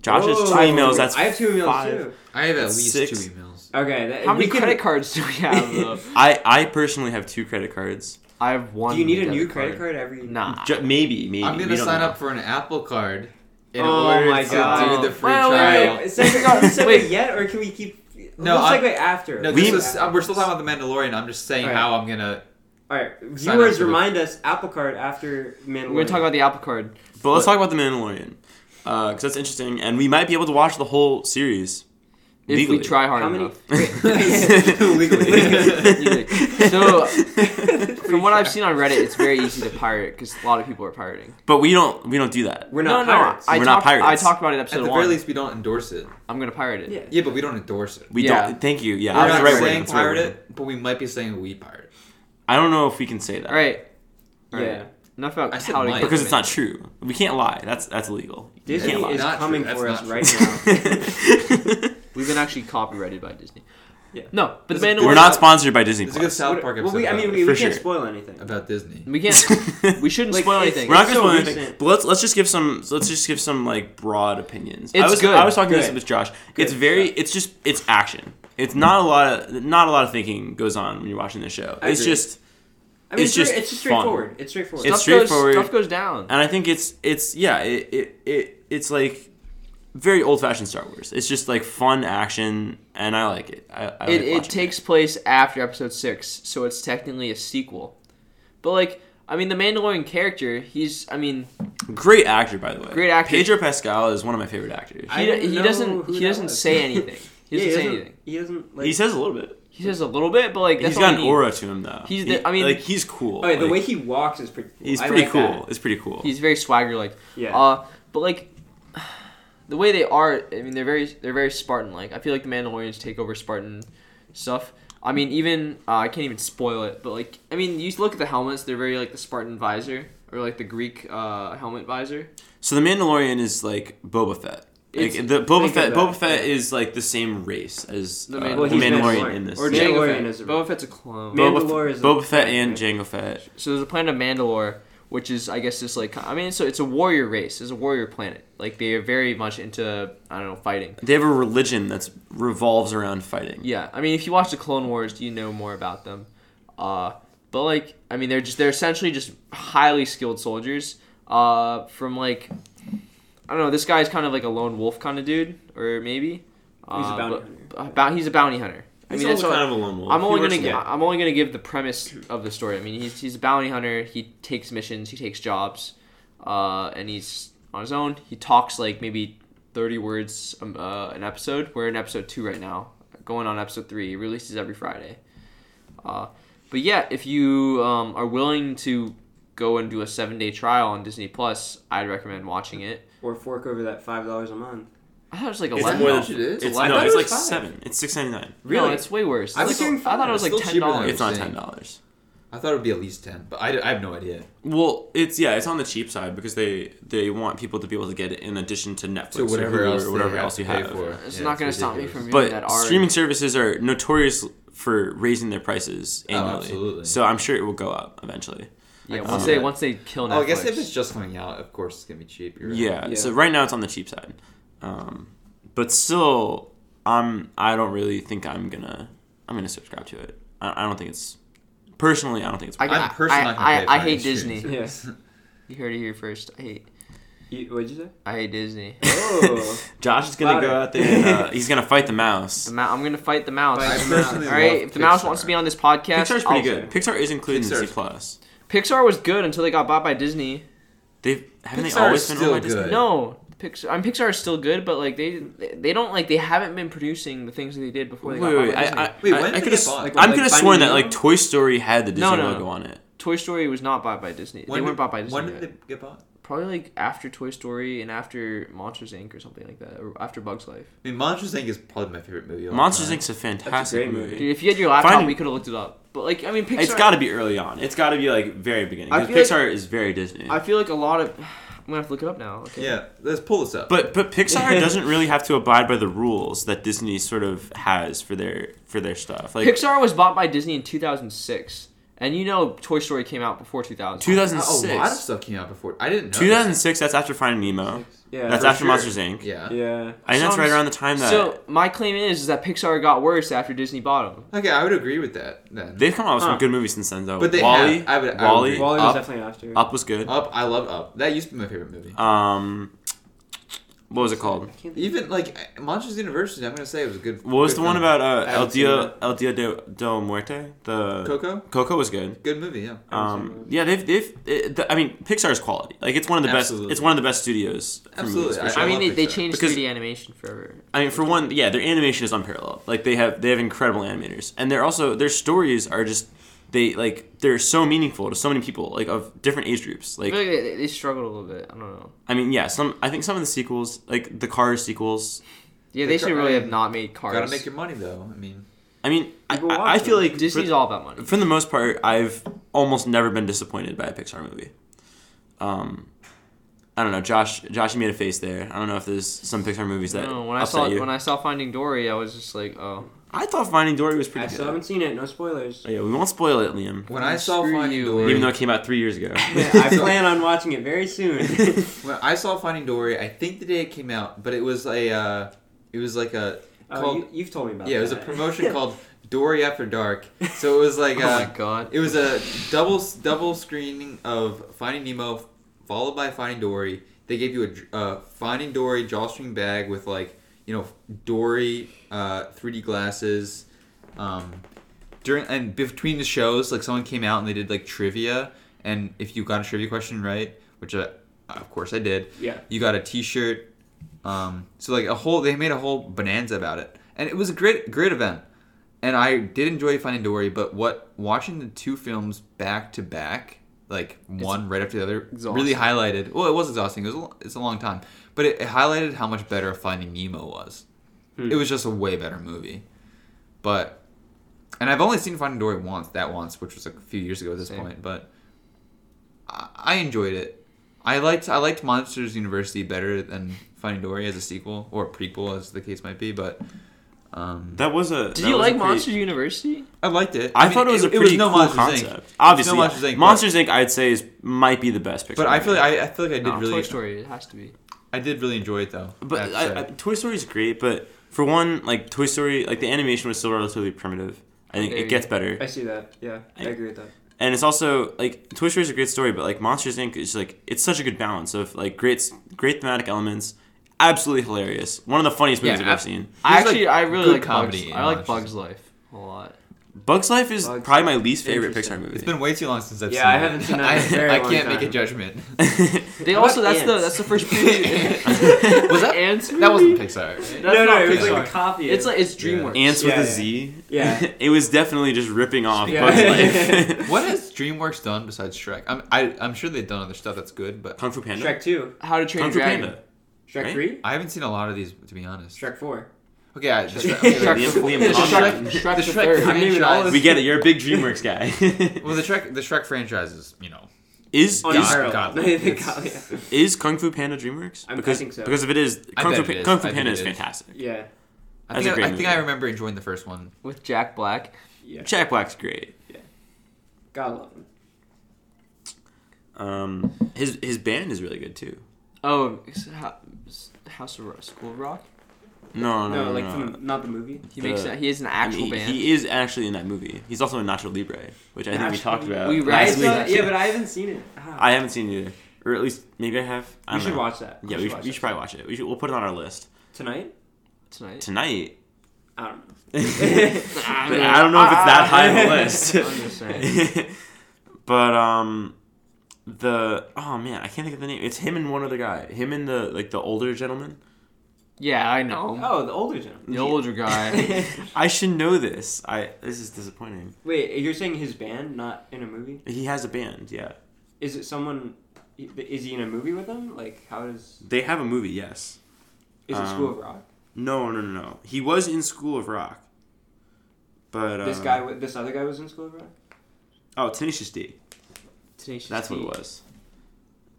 [SPEAKER 2] Josh has
[SPEAKER 3] Whoa.
[SPEAKER 2] two emails. That's
[SPEAKER 3] Oh, I have two emails
[SPEAKER 2] five.
[SPEAKER 3] too.
[SPEAKER 4] I have at
[SPEAKER 2] That's
[SPEAKER 4] least
[SPEAKER 2] six.
[SPEAKER 4] two emails.
[SPEAKER 3] Okay. That,
[SPEAKER 5] How
[SPEAKER 3] we
[SPEAKER 5] many
[SPEAKER 3] can-
[SPEAKER 5] credit cards [laughs] do we have? though?
[SPEAKER 2] I I personally have two credit cards.
[SPEAKER 5] I have one.
[SPEAKER 3] Do you need a
[SPEAKER 5] debit
[SPEAKER 3] new credit card every?
[SPEAKER 5] Nah.
[SPEAKER 2] Uh, Ju- maybe maybe.
[SPEAKER 4] I'm
[SPEAKER 2] we
[SPEAKER 4] gonna
[SPEAKER 2] don't
[SPEAKER 4] sign
[SPEAKER 2] know.
[SPEAKER 4] up for an Apple card in
[SPEAKER 3] Oh
[SPEAKER 4] order
[SPEAKER 3] my
[SPEAKER 4] to
[SPEAKER 3] God.
[SPEAKER 4] do the free
[SPEAKER 5] Well,
[SPEAKER 3] All
[SPEAKER 4] trial.
[SPEAKER 3] right. Segue,
[SPEAKER 5] [laughs] Wait.
[SPEAKER 3] segue
[SPEAKER 5] Wait.
[SPEAKER 3] yet, or can we keep?
[SPEAKER 4] No,
[SPEAKER 3] We'll
[SPEAKER 4] I'm-
[SPEAKER 3] segue after.
[SPEAKER 4] No,
[SPEAKER 3] We'll segue
[SPEAKER 4] this was, uh,
[SPEAKER 3] after.
[SPEAKER 4] we're still talking about the Mandalorian. I'm just saying
[SPEAKER 3] All right.
[SPEAKER 4] how I'm gonna.
[SPEAKER 3] All right,
[SPEAKER 4] Sign up
[SPEAKER 3] viewers,
[SPEAKER 4] for the-
[SPEAKER 3] remind us Apple Card after Mandalorian.
[SPEAKER 5] We're gonna talk about the Apple Card.
[SPEAKER 2] But let's
[SPEAKER 4] But-
[SPEAKER 2] talk about the Mandalorian, because that's interesting, and we might be able to watch the whole series.
[SPEAKER 5] If
[SPEAKER 2] legally.
[SPEAKER 5] we
[SPEAKER 2] [laughs]
[SPEAKER 5] try [laughs] hard
[SPEAKER 3] How many-
[SPEAKER 5] enough.
[SPEAKER 3] Legally.
[SPEAKER 5] [laughs]
[SPEAKER 3] [laughs]
[SPEAKER 5] so, from what I've seen on Reddit, it's very easy to pirate because a lot of people are pirating.
[SPEAKER 2] [laughs] but we don't we don't do that.
[SPEAKER 3] We're not
[SPEAKER 5] no, no,
[SPEAKER 3] pirates.
[SPEAKER 5] I
[SPEAKER 2] We're not
[SPEAKER 5] talked,
[SPEAKER 2] pirates.
[SPEAKER 5] I talked about it in
[SPEAKER 4] At
[SPEAKER 5] episode
[SPEAKER 4] the
[SPEAKER 5] one.
[SPEAKER 4] very least, we don't endorse it.
[SPEAKER 5] I'm gonna pirate it.
[SPEAKER 3] yeah.
[SPEAKER 4] Yeah, but we don't endorse it.
[SPEAKER 2] We
[SPEAKER 5] Yeah.
[SPEAKER 2] don't. Thank you. Yeah,
[SPEAKER 4] We're
[SPEAKER 5] That's
[SPEAKER 4] not
[SPEAKER 5] the right word,
[SPEAKER 4] saying
[SPEAKER 2] that's the right
[SPEAKER 4] pirate
[SPEAKER 2] word.
[SPEAKER 4] it, but we might be saying we pirate.
[SPEAKER 2] I don't know if we can say that.
[SPEAKER 5] All right.
[SPEAKER 3] yeah.
[SPEAKER 5] Enough about
[SPEAKER 4] I said
[SPEAKER 5] how to
[SPEAKER 4] might.
[SPEAKER 5] get
[SPEAKER 2] because
[SPEAKER 5] them
[SPEAKER 2] it's not
[SPEAKER 5] in.
[SPEAKER 2] true. We can't lie. That's that's illegal. You
[SPEAKER 3] Disney
[SPEAKER 2] can't
[SPEAKER 4] Yeah,
[SPEAKER 3] is
[SPEAKER 2] [laughs]
[SPEAKER 4] not
[SPEAKER 3] coming
[SPEAKER 4] true.
[SPEAKER 3] for
[SPEAKER 4] That's
[SPEAKER 3] us
[SPEAKER 4] not
[SPEAKER 3] right
[SPEAKER 4] true.
[SPEAKER 3] now.
[SPEAKER 2] lie.
[SPEAKER 5] We've been actually copyrighted by Disney.
[SPEAKER 3] Yeah.
[SPEAKER 5] No, but the
[SPEAKER 4] There's a-
[SPEAKER 5] Mandalorian.
[SPEAKER 2] We're not sponsored by Disney
[SPEAKER 4] There's a good [laughs]
[SPEAKER 2] Plus.
[SPEAKER 4] South Park episode.
[SPEAKER 3] well, we, I mean,
[SPEAKER 4] about,
[SPEAKER 3] we,
[SPEAKER 2] For
[SPEAKER 3] we can't
[SPEAKER 2] sure.
[SPEAKER 3] spoil anything.
[SPEAKER 4] about Disney.
[SPEAKER 5] We
[SPEAKER 2] [laughs]
[SPEAKER 5] can't. we shouldn't
[SPEAKER 3] Like,
[SPEAKER 5] spoil
[SPEAKER 3] it's-
[SPEAKER 5] anything.
[SPEAKER 2] We're not
[SPEAKER 3] It's
[SPEAKER 2] gonna
[SPEAKER 3] so
[SPEAKER 2] spoil anything.
[SPEAKER 3] recent.
[SPEAKER 2] But let's let's just give some let's just give some like broad opinions. I
[SPEAKER 5] It's
[SPEAKER 2] was
[SPEAKER 5] good.
[SPEAKER 2] I was talking
[SPEAKER 3] Good.
[SPEAKER 2] this with Josh.
[SPEAKER 3] Good.
[SPEAKER 2] It's very
[SPEAKER 3] Yeah.
[SPEAKER 2] it's just it's action. It's not a lot of not a lot of thinking goes on when you're watching the show.
[SPEAKER 3] I
[SPEAKER 2] it's
[SPEAKER 3] agree.
[SPEAKER 2] just
[SPEAKER 3] I mean,
[SPEAKER 2] It's
[SPEAKER 3] it's, just
[SPEAKER 2] just
[SPEAKER 3] it's just straightforward. It's straightforward.
[SPEAKER 2] It's-
[SPEAKER 5] stuff
[SPEAKER 2] straightforward.
[SPEAKER 5] Goes, stuff goes down.
[SPEAKER 2] and I think it's it's yeah it it, it it's like very old fashioned Star Wars. It's just like fun action, and I like it. I, I
[SPEAKER 5] It,
[SPEAKER 2] like
[SPEAKER 5] it
[SPEAKER 2] watching
[SPEAKER 5] takes place after episode six, so it's technically a sequel. But like, I mean, the Mandalorian character, he's, I mean,
[SPEAKER 2] Great actor, by the way.
[SPEAKER 5] Great actor.
[SPEAKER 2] Pedro Pascal is one of my favorite actors.
[SPEAKER 3] I
[SPEAKER 5] he,
[SPEAKER 3] don't
[SPEAKER 5] he
[SPEAKER 3] know
[SPEAKER 5] doesn't
[SPEAKER 3] who
[SPEAKER 5] he
[SPEAKER 3] that
[SPEAKER 5] doesn't
[SPEAKER 3] was.
[SPEAKER 5] say anything.
[SPEAKER 3] [laughs]
[SPEAKER 5] He
[SPEAKER 3] Yeah,
[SPEAKER 5] doesn't say
[SPEAKER 3] doesn't-
[SPEAKER 5] anything.
[SPEAKER 3] He doesn't like.
[SPEAKER 2] he says a little bit.
[SPEAKER 5] He says a little bit, but like that's
[SPEAKER 2] He's
[SPEAKER 5] all
[SPEAKER 2] got
[SPEAKER 5] we
[SPEAKER 2] an
[SPEAKER 5] need.
[SPEAKER 2] aura to him, though.
[SPEAKER 5] He's the-
[SPEAKER 2] He-
[SPEAKER 5] I mean-
[SPEAKER 2] like he's cool.
[SPEAKER 3] okay, the
[SPEAKER 2] Like,
[SPEAKER 3] way he walks is pretty. Cool.
[SPEAKER 2] he's
[SPEAKER 3] I
[SPEAKER 2] pretty
[SPEAKER 3] like
[SPEAKER 2] cool.
[SPEAKER 3] that.
[SPEAKER 2] It's pretty cool.
[SPEAKER 5] He's very swagger like.
[SPEAKER 3] Yeah.
[SPEAKER 5] Uh, but like, [sighs] the way they are, I mean, they're very they're very Spartan like. I feel like the Mandalorians take over Spartan stuff. I mean, even uh, I can't even spoil it, but like, I mean, you look at the helmets; they're very like the Spartan visor or like the Greek uh, helmet visor.
[SPEAKER 2] so the Mandalorian is like Boba Fett. Like
[SPEAKER 5] It's-
[SPEAKER 2] the Boba
[SPEAKER 3] think
[SPEAKER 2] Fett.
[SPEAKER 3] of
[SPEAKER 2] Boba
[SPEAKER 3] that,
[SPEAKER 2] Fett
[SPEAKER 3] yeah.
[SPEAKER 2] is like the same race as
[SPEAKER 5] The
[SPEAKER 2] uh,
[SPEAKER 5] Man-
[SPEAKER 2] the,
[SPEAKER 5] Well, he's
[SPEAKER 2] Mandalorian
[SPEAKER 3] Mandalorian.
[SPEAKER 2] in this.
[SPEAKER 3] Or
[SPEAKER 2] yeah.
[SPEAKER 3] Mandalorian
[SPEAKER 5] Boba Fett.
[SPEAKER 3] is a-
[SPEAKER 5] Boba Fett's a clone.
[SPEAKER 3] Man-
[SPEAKER 2] Boba,
[SPEAKER 3] Mandalore is a-
[SPEAKER 2] Boba Fett and Jango Fett.
[SPEAKER 5] so there's a planet of Mandalore, which is I guess just like I mean, so it's a warrior race. It's a warrior planet. Like they are very much into I don't know fighting.
[SPEAKER 2] They have a religion that revolves around fighting.
[SPEAKER 5] Yeah, I mean, if you watch the Clone Wars, you know more about them. Uh, but like, I mean, they're just they're essentially just highly skilled soldiers. Uh, from like, I don't know, this guy's kind of like a lone wolf kind of dude, or maybe. Uh,
[SPEAKER 3] He's a bounty
[SPEAKER 5] but-
[SPEAKER 3] hunter.
[SPEAKER 5] but- bou- he's a bounty hunter. I
[SPEAKER 2] He's
[SPEAKER 5] mean, that's
[SPEAKER 2] also
[SPEAKER 5] all-
[SPEAKER 2] kind of a lone wolf.
[SPEAKER 5] I'm only
[SPEAKER 2] He works
[SPEAKER 5] gonna
[SPEAKER 2] in-
[SPEAKER 5] gi- I'm only gonna give the premise of the story. I mean, he's he's a bounty hunter. He takes missions. He takes jobs, uh, and he's on his own. He talks like maybe thirty words um, uh, an episode. We're in episode two right now, going on episode three. It releases every Friday. Uh, but yeah, if you um, are willing to go and do a seven day trial on Disney Plus, I'd recommend watching it.
[SPEAKER 3] Or fork over that five dollars a month.
[SPEAKER 5] I thought it was like
[SPEAKER 2] It's
[SPEAKER 5] eleven.
[SPEAKER 2] more
[SPEAKER 5] dollars.
[SPEAKER 2] than
[SPEAKER 4] It is?
[SPEAKER 2] it's,
[SPEAKER 4] I
[SPEAKER 2] no,
[SPEAKER 4] thought it
[SPEAKER 2] it's
[SPEAKER 4] was
[SPEAKER 2] like
[SPEAKER 4] five.
[SPEAKER 2] seven. It's six ninety nine.
[SPEAKER 5] No, it's way worse.
[SPEAKER 4] I
[SPEAKER 5] It's
[SPEAKER 4] was
[SPEAKER 5] like-
[SPEAKER 3] hearing
[SPEAKER 5] I thought it was
[SPEAKER 4] five.
[SPEAKER 5] like
[SPEAKER 4] Still
[SPEAKER 5] ten
[SPEAKER 4] cheaper than
[SPEAKER 2] It's
[SPEAKER 5] dollars.
[SPEAKER 4] it
[SPEAKER 2] not
[SPEAKER 4] Dang.
[SPEAKER 2] ten dollars.
[SPEAKER 4] I thought it would be at least ten, but I, I have no idea.
[SPEAKER 2] Well, it's yeah, it's on the cheap side because they they want people to be able to get it in addition to Netflix
[SPEAKER 4] To
[SPEAKER 2] or,
[SPEAKER 4] whatever
[SPEAKER 2] Hulu
[SPEAKER 4] else,
[SPEAKER 2] or
[SPEAKER 4] they
[SPEAKER 2] whatever
[SPEAKER 4] have
[SPEAKER 2] else
[SPEAKER 4] to
[SPEAKER 2] you
[SPEAKER 4] pay
[SPEAKER 2] have.
[SPEAKER 4] for.
[SPEAKER 5] It's
[SPEAKER 4] Yeah,
[SPEAKER 5] not gonna stop me
[SPEAKER 4] ridiculous.
[SPEAKER 5] from viewing that.
[SPEAKER 2] But
[SPEAKER 5] already.
[SPEAKER 2] streaming services are notorious for raising their prices annually.
[SPEAKER 4] Oh, absolutely.
[SPEAKER 2] So I'm sure it will go up eventually.
[SPEAKER 5] Yeah,
[SPEAKER 4] can
[SPEAKER 5] once
[SPEAKER 2] see
[SPEAKER 5] they
[SPEAKER 4] that.
[SPEAKER 5] once they kill Netflix.
[SPEAKER 4] Oh, I guess if it's just coming out, of course it's gonna be cheap. You're right.
[SPEAKER 2] Yeah,
[SPEAKER 3] Yeah.
[SPEAKER 2] So right now it's on the cheap side, um, but still, I'm I don't really think I'm gonna I'm gonna subscribe to it. I, I don't think it's personally I don't think it's.
[SPEAKER 5] I,
[SPEAKER 2] worth it.
[SPEAKER 4] I'm
[SPEAKER 5] I,
[SPEAKER 4] personally not gonna
[SPEAKER 5] I,
[SPEAKER 4] pay
[SPEAKER 5] I, I
[SPEAKER 4] for
[SPEAKER 5] hate
[SPEAKER 4] any streaming
[SPEAKER 5] Disney.
[SPEAKER 3] Yes.
[SPEAKER 5] You heard it here first. I hate
[SPEAKER 3] You, what'd you say?
[SPEAKER 5] I hate Disney.
[SPEAKER 3] Oh,
[SPEAKER 2] [laughs] Josh is gonna
[SPEAKER 3] Louder.
[SPEAKER 2] go out there. And, uh, he's gonna fight the mouse.
[SPEAKER 5] The mou- I'm gonna fight the mouse.
[SPEAKER 3] Fight
[SPEAKER 4] I
[SPEAKER 3] the
[SPEAKER 5] All
[SPEAKER 4] personally
[SPEAKER 3] mouse.
[SPEAKER 4] love
[SPEAKER 5] right, if the mouse
[SPEAKER 4] Pixar.
[SPEAKER 5] wants to be on this podcast,
[SPEAKER 2] Pixar's
[SPEAKER 5] I'll-
[SPEAKER 2] pretty good. Pixar is included in
[SPEAKER 4] Pixar's-
[SPEAKER 2] C plus.
[SPEAKER 5] Pixar was good until they got bought by Disney.
[SPEAKER 2] They've haven't
[SPEAKER 4] Pixar
[SPEAKER 2] they always
[SPEAKER 4] is
[SPEAKER 2] been
[SPEAKER 4] still
[SPEAKER 2] owned by Disney?
[SPEAKER 4] good.
[SPEAKER 5] No, Pixar. I mean, Pixar is still good, but like they they don't like they haven't been producing the things that they did before they
[SPEAKER 2] Wait,
[SPEAKER 5] got
[SPEAKER 2] wait,
[SPEAKER 5] bought
[SPEAKER 2] wait.
[SPEAKER 5] by Disney.
[SPEAKER 4] Wait,
[SPEAKER 2] I, I, I,
[SPEAKER 4] when did
[SPEAKER 2] I
[SPEAKER 4] they
[SPEAKER 2] could
[SPEAKER 4] get
[SPEAKER 2] have.
[SPEAKER 4] bought?
[SPEAKER 2] I'm
[SPEAKER 3] Like,
[SPEAKER 2] could
[SPEAKER 3] Finding
[SPEAKER 2] have sworn that like
[SPEAKER 3] Nemo?
[SPEAKER 2] Toy Story had the Disney
[SPEAKER 5] No, no.
[SPEAKER 2] logo on it.
[SPEAKER 5] Toy Story was not bought by Disney. they
[SPEAKER 4] did-
[SPEAKER 5] weren't bought by Disney.
[SPEAKER 4] When
[SPEAKER 5] yet.
[SPEAKER 4] did they get bought?
[SPEAKER 5] Probably like after Toy Story and after Monsters Inc. or something like that, or after Bugs Life.
[SPEAKER 4] I mean, Monsters Inc. is probably my favorite movie. of all
[SPEAKER 2] Monsters
[SPEAKER 4] time.
[SPEAKER 2] Inc.'s a fantastic
[SPEAKER 3] great
[SPEAKER 2] movie.
[SPEAKER 3] movie.
[SPEAKER 5] Dude, if you had your laptop,
[SPEAKER 2] Finding-
[SPEAKER 5] we could have looked it up. But like, I mean, Pixar.
[SPEAKER 2] It's got to be early on. It's got to be like very beginning.
[SPEAKER 5] I
[SPEAKER 2] 'cause
[SPEAKER 5] feel like-
[SPEAKER 2] Pixar is very Disney.
[SPEAKER 5] I feel like a lot of. [sighs] I'm gonna have to look it up now. Okay.
[SPEAKER 4] Yeah, let's pull this up.
[SPEAKER 2] But but Pixar doesn't really have to abide by the rules that Disney sort of has for their for their stuff. Like
[SPEAKER 5] Pixar was bought by Disney in 2006, and you know Toy Story came out before 2000.
[SPEAKER 4] a lot of
[SPEAKER 2] 2006.
[SPEAKER 4] stuff came out before. I didn't know.
[SPEAKER 2] 2006. That's after Finding Nemo.
[SPEAKER 3] yeah.
[SPEAKER 2] That's
[SPEAKER 3] for
[SPEAKER 2] after
[SPEAKER 3] sure.
[SPEAKER 2] Monsters Inc.
[SPEAKER 4] that. Yeah.
[SPEAKER 3] Yeah.
[SPEAKER 2] I think that's
[SPEAKER 5] So
[SPEAKER 2] right
[SPEAKER 5] I'm-
[SPEAKER 2] around the time that
[SPEAKER 5] So my claim is, is that Pixar got worse after Disney bought them.
[SPEAKER 4] Okay, I would agree with that. Then
[SPEAKER 2] they've come out with
[SPEAKER 3] Huh.
[SPEAKER 2] some good movies since then, though.
[SPEAKER 4] But they
[SPEAKER 2] Wally,
[SPEAKER 4] have. I would- I would
[SPEAKER 2] Wally,
[SPEAKER 4] agree.
[SPEAKER 3] Wally was
[SPEAKER 2] Up,
[SPEAKER 3] definitely after.
[SPEAKER 2] Up was good.
[SPEAKER 4] Up, I love Up. That used to be my favorite movie.
[SPEAKER 2] Um, what was it called?
[SPEAKER 3] I can't think-
[SPEAKER 4] Even like Monsters University, I'm gonna say it was a good.
[SPEAKER 2] What was
[SPEAKER 4] good
[SPEAKER 2] the one
[SPEAKER 4] film.
[SPEAKER 2] about uh,
[SPEAKER 3] I
[SPEAKER 2] El
[SPEAKER 3] haven't seen
[SPEAKER 2] Dia El Dia de, del Muerte? The
[SPEAKER 4] Coco?
[SPEAKER 2] Coco was good.
[SPEAKER 4] Good movie, yeah.
[SPEAKER 3] haven't seen
[SPEAKER 2] Um,
[SPEAKER 3] those.
[SPEAKER 2] yeah, they've they've. It, the, I mean, Pixar's quality. Like it's one of the best.
[SPEAKER 4] Absolutely.
[SPEAKER 2] It's one of the best studios. for
[SPEAKER 4] Absolutely.
[SPEAKER 2] movies, for sure.
[SPEAKER 5] I
[SPEAKER 4] I
[SPEAKER 5] mean,
[SPEAKER 4] love
[SPEAKER 5] they, they
[SPEAKER 4] Pixar.
[SPEAKER 5] changed
[SPEAKER 2] Because-
[SPEAKER 5] 3D animation forever.
[SPEAKER 2] I mean, for one, yeah, their animation is unparalleled. Like they have they have incredible animators, and they're also their stories are just they like they're so meaningful to so many people like of different age groups.
[SPEAKER 5] I
[SPEAKER 2] Like
[SPEAKER 5] feel like they, they struggled a little bit. I don't know.
[SPEAKER 2] I mean, yeah, some I think some of the sequels like the Cars sequels.
[SPEAKER 5] Yeah,
[SPEAKER 4] They
[SPEAKER 5] they
[SPEAKER 4] tr-
[SPEAKER 5] should really
[SPEAKER 4] I-
[SPEAKER 5] have not made cars.
[SPEAKER 4] Gotta make your money though. I mean,
[SPEAKER 2] I mean, I,
[SPEAKER 3] People
[SPEAKER 2] I-
[SPEAKER 3] watch
[SPEAKER 2] I feel
[SPEAKER 3] them.
[SPEAKER 2] like for-
[SPEAKER 5] Disney's all about money.
[SPEAKER 2] for the most part, I've almost never been disappointed by a Pixar movie. Um, I don't know, Josh. Josh, you made a face there. I don't know if there's some Pixar movies that
[SPEAKER 5] No, when I
[SPEAKER 2] upset
[SPEAKER 5] saw
[SPEAKER 2] you.
[SPEAKER 5] when I saw Finding Dory, I was just like, oh,
[SPEAKER 2] I thought Finding Dory was
[SPEAKER 3] I
[SPEAKER 2] pretty
[SPEAKER 3] still
[SPEAKER 2] good.
[SPEAKER 3] haven't seen it. No
[SPEAKER 2] [laughs]
[SPEAKER 3] spoilers. [laughs]
[SPEAKER 2] Oh, yeah, we won't spoil it, Liam.
[SPEAKER 4] When I saw
[SPEAKER 5] Screw
[SPEAKER 4] Finding
[SPEAKER 5] you,
[SPEAKER 4] Dory,
[SPEAKER 2] Even though it came out three years
[SPEAKER 4] [laughs]
[SPEAKER 2] ago.
[SPEAKER 3] I plan on watching it very
[SPEAKER 2] [laughs]
[SPEAKER 3] soon.
[SPEAKER 4] when I saw Finding Dory, I think the day it came out, but it was a, uh, it was like a,
[SPEAKER 3] oh,
[SPEAKER 4] called,
[SPEAKER 3] you, you've told me about.
[SPEAKER 4] yeah, it was a
[SPEAKER 3] that. [laughs]
[SPEAKER 4] promotion called Dory After Dark. So it was like,
[SPEAKER 5] oh
[SPEAKER 4] uh,
[SPEAKER 5] my god.
[SPEAKER 4] it was a double double screening of Finding Nemo, followed by Finding Dory. They gave you a dr- uh, Finding Dory drawstring bag with like you know Dory uh, 3D glasses. Um, during and between the shows, like someone came out and they did like trivia, and if you got a trivia question right, which uh, of course I did,
[SPEAKER 3] Yeah.
[SPEAKER 4] you got a T-shirt. Um, so like a whole, they made a whole bonanza about it, and it was a great, great event. And I did enjoy Finding Dory, but what watching the two films back to back, like one right after the other, really
[SPEAKER 5] exhausting.
[SPEAKER 4] highlighted. Well, it was exhausting. It was a, lo- it's a long time, but it, it highlighted how much better Finding Nemo was.
[SPEAKER 3] Hmm.
[SPEAKER 4] It was just a way better movie. But, and I've only seen Finding Dory once, that once, which was a few years ago at this
[SPEAKER 5] Same.
[SPEAKER 4] point. But I, I enjoyed it. I liked I liked Monsters University better than Finding Dory as a sequel or prequel, as the case might be. But um,
[SPEAKER 2] That was a.
[SPEAKER 5] Did
[SPEAKER 2] that
[SPEAKER 5] you
[SPEAKER 2] was a
[SPEAKER 5] like
[SPEAKER 2] pretty-
[SPEAKER 5] Monsters University?
[SPEAKER 4] I liked it.
[SPEAKER 2] I,
[SPEAKER 4] mean,
[SPEAKER 2] thought it was a pretty cool
[SPEAKER 4] Monsters, Inc.
[SPEAKER 2] concept.
[SPEAKER 4] It was no
[SPEAKER 2] Obviously,
[SPEAKER 4] Monsters Inc. but-
[SPEAKER 2] Monsters Inc. I'd say is might be the best picture.
[SPEAKER 4] But I feel like I, I feel like I did
[SPEAKER 5] No, Toy
[SPEAKER 4] really
[SPEAKER 5] Story. It has to be.
[SPEAKER 4] I did really enjoy it though. I have
[SPEAKER 2] But
[SPEAKER 4] to
[SPEAKER 2] I, I,
[SPEAKER 4] say.
[SPEAKER 2] Toy Story is great, but for one, like Toy Story, like the animation was still relatively primitive. I think
[SPEAKER 5] There
[SPEAKER 2] it
[SPEAKER 5] you
[SPEAKER 2] gets better,
[SPEAKER 3] I see that. Yeah, I,
[SPEAKER 2] I-
[SPEAKER 3] agree with that.
[SPEAKER 2] and it's also like Toy Story is a great story, but like Monsters Inc. is like it's such a good balance of like great, great thematic elements, absolutely hilarious, one of the funniest movies
[SPEAKER 4] Yeah,
[SPEAKER 2] I've ever
[SPEAKER 4] ab-
[SPEAKER 2] seen.
[SPEAKER 5] I
[SPEAKER 4] There's,
[SPEAKER 5] actually,
[SPEAKER 4] like,
[SPEAKER 5] I really
[SPEAKER 4] good
[SPEAKER 5] like
[SPEAKER 4] comedy
[SPEAKER 5] Bugs.
[SPEAKER 4] in
[SPEAKER 5] I like
[SPEAKER 4] Monsters.
[SPEAKER 5] Bugs Life a lot.
[SPEAKER 2] Bugs Life is
[SPEAKER 3] Bugs
[SPEAKER 2] probably my least favorite Pixar
[SPEAKER 3] Interesting.
[SPEAKER 2] movie.
[SPEAKER 4] It's been way too long since I've
[SPEAKER 3] Yeah,
[SPEAKER 4] seen
[SPEAKER 3] I
[SPEAKER 4] it.
[SPEAKER 3] haven't seen that
[SPEAKER 4] [laughs] I,
[SPEAKER 3] in a very
[SPEAKER 4] I
[SPEAKER 3] long
[SPEAKER 4] can't make a
[SPEAKER 3] time.
[SPEAKER 4] judgment.
[SPEAKER 5] They
[SPEAKER 3] How
[SPEAKER 5] also
[SPEAKER 3] about
[SPEAKER 5] that's the
[SPEAKER 3] Ants?
[SPEAKER 5] that's
[SPEAKER 3] [laughs]
[SPEAKER 5] the first preview. [laughs]
[SPEAKER 4] Was that
[SPEAKER 5] Ants?
[SPEAKER 4] that wasn't
[SPEAKER 5] movie?
[SPEAKER 4] Pixar? Right?
[SPEAKER 5] That's
[SPEAKER 3] no, no,
[SPEAKER 5] not
[SPEAKER 3] it was
[SPEAKER 5] Pixar.
[SPEAKER 3] like a copy. of-
[SPEAKER 5] It's like it's DreamWorks.
[SPEAKER 2] [laughs] Ants
[SPEAKER 3] Yeah,
[SPEAKER 2] with
[SPEAKER 3] yeah.
[SPEAKER 2] a Z. [laughs]
[SPEAKER 3] Yeah.
[SPEAKER 2] it was definitely just ripping off
[SPEAKER 3] Yeah.
[SPEAKER 2] Bugs
[SPEAKER 4] [laughs]
[SPEAKER 2] Life.
[SPEAKER 4] What has DreamWorks done besides Shrek? I'm I, I'm sure they've done other stuff that's good, but
[SPEAKER 2] Kung Fu Panda.
[SPEAKER 3] Shrek Two,
[SPEAKER 5] How to Train
[SPEAKER 2] Kung
[SPEAKER 5] Your
[SPEAKER 2] Fu
[SPEAKER 5] Dragon.
[SPEAKER 2] Panda.
[SPEAKER 3] Shrek
[SPEAKER 2] Right?
[SPEAKER 3] Three,
[SPEAKER 4] I haven't seen a lot of these to be honest.
[SPEAKER 3] Shrek Four.
[SPEAKER 4] Okay, I, the Shrek, okay,
[SPEAKER 3] [laughs]
[SPEAKER 5] Shrek-
[SPEAKER 2] Liam-
[SPEAKER 5] the
[SPEAKER 2] Liam
[SPEAKER 5] Shrek,
[SPEAKER 2] Condon.
[SPEAKER 5] Shrek the
[SPEAKER 4] the Shrek
[SPEAKER 5] third.
[SPEAKER 4] franchise.
[SPEAKER 3] naming all this-
[SPEAKER 2] We get it. You're a big
[SPEAKER 4] [laughs]
[SPEAKER 2] DreamWorks guy.
[SPEAKER 4] Well, the Shrek the Shrek franchise is you know
[SPEAKER 2] [laughs] Is
[SPEAKER 4] Oh,
[SPEAKER 2] is,
[SPEAKER 4] yeah.
[SPEAKER 3] Unparalleled. [laughs]
[SPEAKER 4] godly.
[SPEAKER 3] They- they
[SPEAKER 4] It's-
[SPEAKER 3] call- yeah.
[SPEAKER 2] is Kung Fu Panda DreamWorks?
[SPEAKER 3] I'm- I
[SPEAKER 2] because
[SPEAKER 3] think so.
[SPEAKER 2] because if it is,
[SPEAKER 4] I
[SPEAKER 2] Kung Fu,
[SPEAKER 4] bet it
[SPEAKER 2] Pa-
[SPEAKER 4] is.
[SPEAKER 2] Kung Fu
[SPEAKER 4] I think
[SPEAKER 2] Panda
[SPEAKER 4] it
[SPEAKER 2] is
[SPEAKER 4] is.
[SPEAKER 2] fantastic.
[SPEAKER 3] Yeah,
[SPEAKER 4] I
[SPEAKER 2] That's
[SPEAKER 4] think,
[SPEAKER 2] a great
[SPEAKER 4] I, I think
[SPEAKER 2] movie.
[SPEAKER 4] I remember enjoying the first one.
[SPEAKER 5] with Jack Black.
[SPEAKER 3] yeah.
[SPEAKER 2] Jack Black's great.
[SPEAKER 3] God love him.
[SPEAKER 2] Um, his his band is really good too.
[SPEAKER 5] Oh, is it Ho- is it House of Ro- School of Rock.
[SPEAKER 2] No, no, no,
[SPEAKER 3] No, like
[SPEAKER 2] no.
[SPEAKER 3] from the, not the movie.
[SPEAKER 5] He
[SPEAKER 2] The-
[SPEAKER 5] makes that. He has an
[SPEAKER 2] I
[SPEAKER 5] actual
[SPEAKER 2] mean, he,
[SPEAKER 5] band.
[SPEAKER 2] he is actually in that movie. He's also in Nacho Libre, which I think we
[SPEAKER 3] Nacho
[SPEAKER 2] talked about
[SPEAKER 3] I
[SPEAKER 5] We Last
[SPEAKER 2] last
[SPEAKER 5] read
[SPEAKER 2] week.
[SPEAKER 3] saw,
[SPEAKER 5] week.
[SPEAKER 3] yeah, but I haven't seen it. Ah.
[SPEAKER 2] I haven't seen it either, or at least maybe I have. I
[SPEAKER 3] we
[SPEAKER 2] don't
[SPEAKER 3] should
[SPEAKER 2] know.
[SPEAKER 3] watch that.
[SPEAKER 2] Yeah, we should,
[SPEAKER 3] watch
[SPEAKER 2] we
[SPEAKER 3] that.
[SPEAKER 2] should probably watch it. We should. We'll put it on our list
[SPEAKER 3] tonight.
[SPEAKER 5] tonight.
[SPEAKER 2] tonight. [laughs]
[SPEAKER 3] I don't know.
[SPEAKER 2] I don't know if it's that high on
[SPEAKER 5] [laughs]
[SPEAKER 2] the list.
[SPEAKER 5] I'm just saying.
[SPEAKER 2] [laughs] but um the oh man i can't think of the name it's him and one other guy him and the like the older gentleman
[SPEAKER 5] Yeah, I know.
[SPEAKER 3] Oh, the older gentleman. [laughs]
[SPEAKER 5] The older guy.
[SPEAKER 2] i should know this i this is disappointing
[SPEAKER 3] Wait, you're saying his band not in a movie?
[SPEAKER 2] he has a band yeah
[SPEAKER 3] Is it someone? Is he in a movie with them? Like, how does?
[SPEAKER 2] they have a movie yes
[SPEAKER 3] Is it
[SPEAKER 2] Um,
[SPEAKER 3] School of Rock?
[SPEAKER 2] no no no no he was in school of rock but uh,
[SPEAKER 3] This guy, wa- this other guy was in School of Rock.
[SPEAKER 2] oh tenacious d
[SPEAKER 5] Tenacious
[SPEAKER 2] that's what
[SPEAKER 5] D.
[SPEAKER 2] it was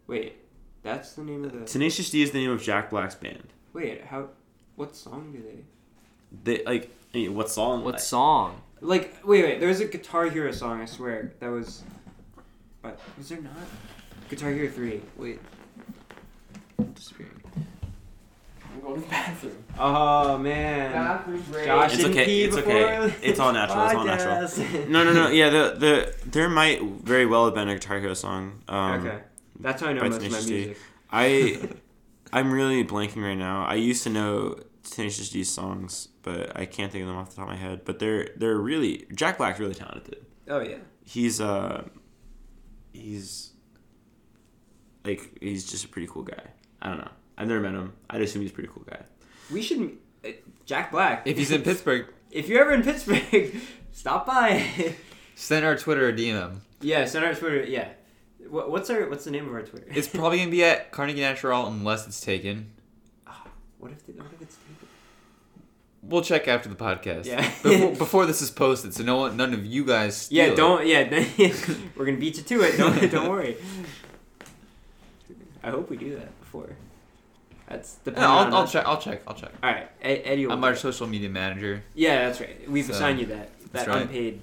[SPEAKER 3] Wait, that's the name of the.
[SPEAKER 2] tenacious d is the name of jack black's band
[SPEAKER 3] Wait, how? What song do they?
[SPEAKER 2] they like I mean, what song
[SPEAKER 5] What song?
[SPEAKER 3] Like, wait, wait. There's a Guitar Hero song. I swear that was. But was there not? Guitar Hero Three.
[SPEAKER 5] Wait. I'm disappearing. I'm going to the bathroom.
[SPEAKER 3] Oh man. Josh
[SPEAKER 2] It's
[SPEAKER 3] didn't
[SPEAKER 2] okay,
[SPEAKER 3] pee
[SPEAKER 2] it's
[SPEAKER 3] before
[SPEAKER 2] okay. It's all natural, it's all
[SPEAKER 3] natural.
[SPEAKER 2] no no no yeah the the there might very well have been a guitar hero song
[SPEAKER 3] [laughs]
[SPEAKER 2] um
[SPEAKER 3] okay, that's how I know
[SPEAKER 2] by
[SPEAKER 3] most of my
[SPEAKER 2] Tenacious D.
[SPEAKER 3] music. [laughs]
[SPEAKER 2] I I'm really blanking right now. I used to know Tenacious D's songs, but I can't think of them off the top of my head. But they're they're really Jack Black's really talented.
[SPEAKER 3] Oh yeah.
[SPEAKER 2] He's uh he's like he's just a pretty cool guy. I don't know. I've never met him. I'd assume he's a pretty cool guy.
[SPEAKER 3] We should. uh, Jack Black.
[SPEAKER 4] If he's in Pittsburgh,
[SPEAKER 3] [laughs] if you're ever in Pittsburgh, [laughs] stop by. [laughs]
[SPEAKER 4] send our Twitter a DM.
[SPEAKER 3] yeah, send our Twitter. Yeah. What, what's our What's the name of our Twitter?
[SPEAKER 4] It's probably gonna be at Carnegie Natural unless it's taken.
[SPEAKER 3] what if they, what if it's taken?
[SPEAKER 4] We'll check after the podcast.
[SPEAKER 3] Yeah.
[SPEAKER 4] before, before this is posted, so no one, none of you guys. Steal
[SPEAKER 3] Yeah, [laughs]
[SPEAKER 4] it.
[SPEAKER 3] don't. Yeah, we're gonna beat you to it. Don't Don't worry. I hope we do that before. That's the.
[SPEAKER 4] Yeah, I'll, I'll check. I'll check. I'll check.
[SPEAKER 3] All right, Ed- Eddie. Will
[SPEAKER 4] I'm
[SPEAKER 3] do
[SPEAKER 4] our
[SPEAKER 3] it.
[SPEAKER 4] social media manager,
[SPEAKER 3] Yeah, that's right. We've
[SPEAKER 4] So,
[SPEAKER 3] assigned you that that
[SPEAKER 4] that's right.
[SPEAKER 3] unpaid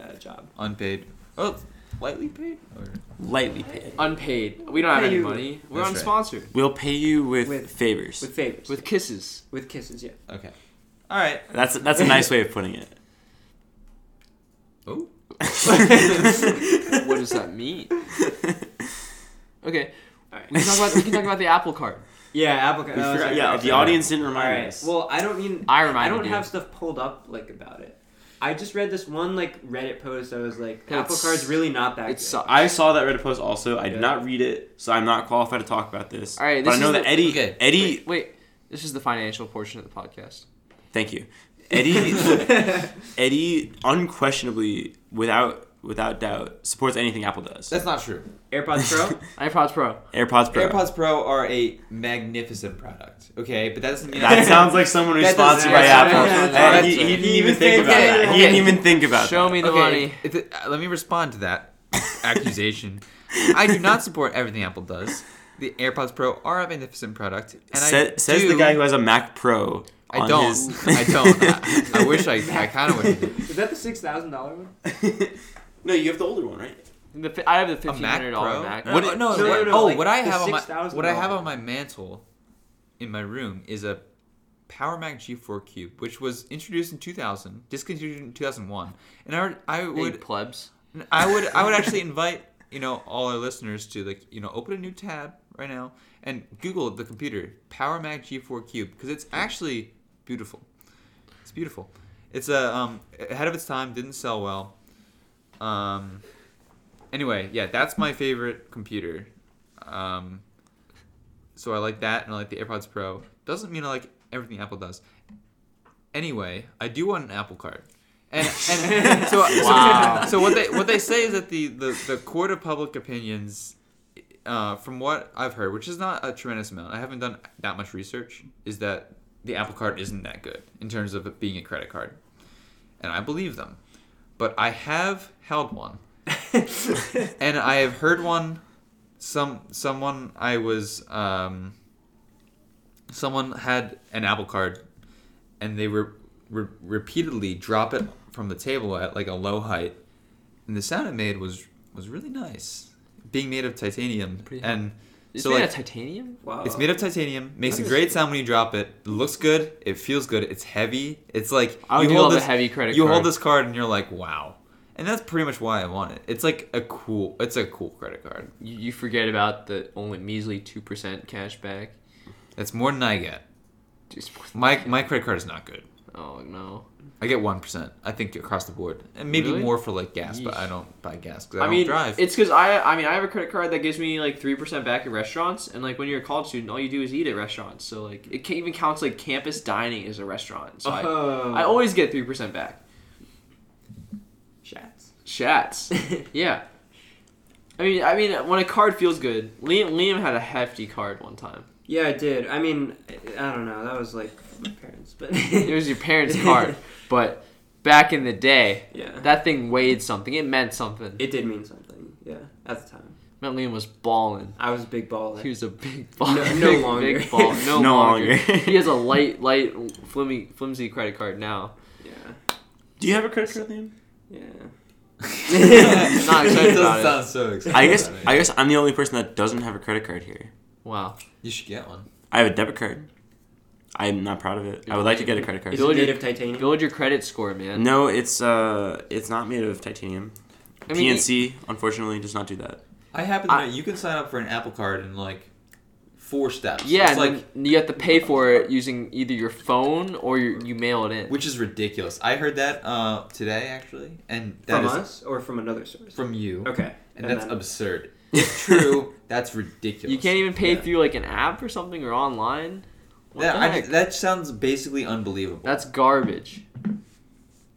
[SPEAKER 3] uh, job.
[SPEAKER 4] unpaid. Oh, lightly paid. Or,
[SPEAKER 2] Lightly paid.
[SPEAKER 5] Unpaid. We don't have
[SPEAKER 3] Hey,
[SPEAKER 5] any
[SPEAKER 3] you-
[SPEAKER 5] money. We're
[SPEAKER 4] That's
[SPEAKER 5] unsponsored.
[SPEAKER 2] We'll pay you with,
[SPEAKER 3] With-
[SPEAKER 2] favors.
[SPEAKER 3] With favors.
[SPEAKER 5] With kisses.
[SPEAKER 3] with kisses, yeah.
[SPEAKER 4] okay. All right.
[SPEAKER 2] that's that's a nice way of putting it.
[SPEAKER 4] [laughs] Oh,
[SPEAKER 5] What does that mean? Okay.
[SPEAKER 3] All right.
[SPEAKER 5] We can talk about, we can talk about the Apple Card.
[SPEAKER 3] Yeah, Apple. Card.
[SPEAKER 2] We
[SPEAKER 3] Oh,
[SPEAKER 2] forgot-
[SPEAKER 3] sorry.
[SPEAKER 2] yeah,
[SPEAKER 3] Sorry.
[SPEAKER 2] the audience didn't
[SPEAKER 3] All
[SPEAKER 2] remind
[SPEAKER 3] right.
[SPEAKER 2] us.
[SPEAKER 3] Well, I don't mean
[SPEAKER 5] I
[SPEAKER 3] I
[SPEAKER 5] reminded
[SPEAKER 3] don't
[SPEAKER 5] you.
[SPEAKER 3] have stuff pulled up like about it. I just read this one like Reddit post. I was like,
[SPEAKER 5] Yeah,
[SPEAKER 3] Apple
[SPEAKER 5] it's-
[SPEAKER 3] Card's really not that.
[SPEAKER 5] It
[SPEAKER 3] good.
[SPEAKER 5] sucks.
[SPEAKER 2] I saw that Reddit post also. I
[SPEAKER 3] Yeah.
[SPEAKER 2] did not read it, so I'm not qualified to talk about this.
[SPEAKER 5] All right,
[SPEAKER 2] but
[SPEAKER 5] this
[SPEAKER 2] I know
[SPEAKER 5] is
[SPEAKER 2] that
[SPEAKER 5] the-
[SPEAKER 2] Eddie.
[SPEAKER 4] Okay.
[SPEAKER 2] Eddie,
[SPEAKER 5] Wait, wait. This is the financial portion of the podcast.
[SPEAKER 2] thank you. [laughs] Eddie, Eddie, unquestionably, without without doubt, supports anything Apple does.
[SPEAKER 4] that's not true.
[SPEAKER 3] AirPods Pro.
[SPEAKER 5] iPods Pro.
[SPEAKER 2] AirPods Pro.
[SPEAKER 4] AirPods Pro are a magnificent product. Okay, but that doesn't mean
[SPEAKER 2] That sounds like someone who's
[SPEAKER 4] That doesn't-
[SPEAKER 2] sponsored by
[SPEAKER 4] that's
[SPEAKER 2] Apple.
[SPEAKER 4] not-
[SPEAKER 3] that's
[SPEAKER 4] not-
[SPEAKER 2] And he, he
[SPEAKER 4] that's-
[SPEAKER 2] didn't even think about
[SPEAKER 5] Okay.
[SPEAKER 2] that. He didn't even think about
[SPEAKER 5] Show
[SPEAKER 2] that.
[SPEAKER 5] me the
[SPEAKER 4] [laughs] okay,
[SPEAKER 5] money.
[SPEAKER 4] if it- uh, let me respond to that [laughs] accusation. I do not support everything Apple does. The AirPods Pro are a magnificent product, and
[SPEAKER 2] Sa-
[SPEAKER 4] I
[SPEAKER 2] says
[SPEAKER 4] do,
[SPEAKER 2] the guy who has a Mac Pro.
[SPEAKER 4] I
[SPEAKER 2] on
[SPEAKER 4] don't.
[SPEAKER 2] his-
[SPEAKER 4] [laughs]
[SPEAKER 2] [laughs]
[SPEAKER 4] I don't. I, I wish I. I kind of wish. I did.
[SPEAKER 3] Is that the six thousand dollar one?
[SPEAKER 2] no, you have the older one, right?
[SPEAKER 5] The fi- I have the
[SPEAKER 4] A
[SPEAKER 5] fifteen
[SPEAKER 4] Mac
[SPEAKER 5] hundred
[SPEAKER 4] Pro.
[SPEAKER 5] dollar Mac.
[SPEAKER 2] What-
[SPEAKER 4] oh, no,
[SPEAKER 3] no,
[SPEAKER 4] what-
[SPEAKER 3] no, no,
[SPEAKER 4] oh,
[SPEAKER 3] like
[SPEAKER 4] what I
[SPEAKER 3] the
[SPEAKER 4] have on my
[SPEAKER 3] $6,000
[SPEAKER 4] what I have on my mantle in my room is a Power Mac G4 Cube, which was introduced in 2000, discontinued in 2001, and I would I
[SPEAKER 5] Big
[SPEAKER 4] would
[SPEAKER 5] plebs.
[SPEAKER 4] I would I would actually invite you know all our listeners to like you know open a new tab right now and Google the computer Power Mac G4 Cube because it's actually beautiful. It's beautiful. It's a um, ahead of its time. Didn't sell well. Um, anyway, yeah, that's my favorite computer. Um, so I like that, and I like the AirPods Pro. Doesn't mean I like everything Apple does. Anyway, I do want an Apple Card. And, and so, so-
[SPEAKER 5] Wow.
[SPEAKER 4] so what they what they say is that the, the, the court of public opinions, uh, from what I've heard, which is not a tremendous amount, I haven't done that much research, is that the Apple Card isn't that good in terms of it being a credit card, and I believe them, but I have held one,
[SPEAKER 5] [laughs]
[SPEAKER 4] and I have heard one. Some someone I was um, someone had an Apple Card, and they were re- repeatedly drop it from the table at like a low height, and the sound it made was was really nice, being made of titanium,
[SPEAKER 5] Pretty-
[SPEAKER 4] and
[SPEAKER 5] Is
[SPEAKER 4] so
[SPEAKER 5] made
[SPEAKER 4] like
[SPEAKER 5] of titanium?
[SPEAKER 3] Wow.
[SPEAKER 4] it's made of titanium. Makes a
[SPEAKER 5] Nice.
[SPEAKER 4] great sound when you drop it. It looks good. It feels good. It's heavy. It's like
[SPEAKER 5] I
[SPEAKER 4] you
[SPEAKER 5] would
[SPEAKER 4] hold
[SPEAKER 5] love a
[SPEAKER 4] this
[SPEAKER 5] heavy credit
[SPEAKER 4] you
[SPEAKER 5] card.
[SPEAKER 4] hold this card and you're like, wow. And that's pretty much why I want it. It's like a cool. It's a cool credit card.
[SPEAKER 5] You, you forget about the only measly two percent cash back.
[SPEAKER 4] It's more than I get.
[SPEAKER 5] Just,
[SPEAKER 4] My my credit card is not good.
[SPEAKER 5] oh no.
[SPEAKER 4] I get one percent. I think across the board, and maybe
[SPEAKER 5] Really?
[SPEAKER 4] more for like gas, but
[SPEAKER 5] Yeesh.
[SPEAKER 4] I don't buy gas because I,
[SPEAKER 5] I,
[SPEAKER 4] don't
[SPEAKER 5] mean, [laughs]
[SPEAKER 4] drive. [laughs]
[SPEAKER 5] it's because I I mean I have a credit card that gives me like three percent back at restaurants, and like when you're a college student, all you do is eat at restaurants. So like it can't even counts like campus dining as a restaurant. So
[SPEAKER 4] Uh-huh.
[SPEAKER 3] Oh.
[SPEAKER 5] I, I always get three percent back.
[SPEAKER 3] Shats.
[SPEAKER 5] Shats. yeah. I mean, I mean, when a card feels good, Liam Liam had a hefty card one time.
[SPEAKER 3] yeah, I did. I mean, I don't know. That was like my parents, but
[SPEAKER 5] [laughs] It was your parents' card, but back in the day,
[SPEAKER 3] [laughs] yeah.
[SPEAKER 5] that thing weighed something. It meant something. It
[SPEAKER 3] it did mean something. Yeah, at the time,
[SPEAKER 5] meant Liam was balling.
[SPEAKER 3] I was a big ball.
[SPEAKER 5] He was a big ball. [laughs]
[SPEAKER 3] No- no
[SPEAKER 5] big,
[SPEAKER 3] longer.
[SPEAKER 5] Big ball. No,
[SPEAKER 2] No
[SPEAKER 5] longer.
[SPEAKER 2] longer.
[SPEAKER 5] he has a light, light, flimmy, flimsy credit card now.
[SPEAKER 3] yeah,
[SPEAKER 2] Do you have a credit card, Liam?
[SPEAKER 3] yeah.
[SPEAKER 5] not excited
[SPEAKER 4] It doesn't
[SPEAKER 5] about it.
[SPEAKER 4] sound so excited.
[SPEAKER 2] I guess
[SPEAKER 4] about it.
[SPEAKER 2] I guess I'm the only person that doesn't have a credit card here.
[SPEAKER 5] Wow.
[SPEAKER 4] you should get one.
[SPEAKER 2] I have a debit card. I'm not proud of it. I would like to get a credit
[SPEAKER 3] Is
[SPEAKER 2] card.
[SPEAKER 5] Is
[SPEAKER 3] it
[SPEAKER 5] it
[SPEAKER 3] made
[SPEAKER 5] your-
[SPEAKER 3] of titanium?
[SPEAKER 5] Build your credit score, man.
[SPEAKER 2] No, it's uh, it's not made of titanium.
[SPEAKER 5] I mean,
[SPEAKER 2] PNC unfortunately does not do that.
[SPEAKER 4] I happen
[SPEAKER 5] to I-
[SPEAKER 4] know you can sign up for an Apple Card in like four steps.
[SPEAKER 5] Yeah, and then you have to pay for it using either your phone or your, you mail it in.
[SPEAKER 4] which is ridiculous. I heard that uh, today actually, and that
[SPEAKER 3] from
[SPEAKER 4] is
[SPEAKER 3] us or from another source?
[SPEAKER 4] from you,
[SPEAKER 3] okay,
[SPEAKER 4] and that's
[SPEAKER 3] then-
[SPEAKER 5] [laughs]
[SPEAKER 4] absurd. If true, that's ridiculous.
[SPEAKER 5] you can't even pay
[SPEAKER 4] Yeah.
[SPEAKER 5] through like an app or something or online. What
[SPEAKER 4] That,
[SPEAKER 5] the
[SPEAKER 4] I,
[SPEAKER 5] heck?
[SPEAKER 4] that sounds basically unbelievable.
[SPEAKER 5] That's garbage.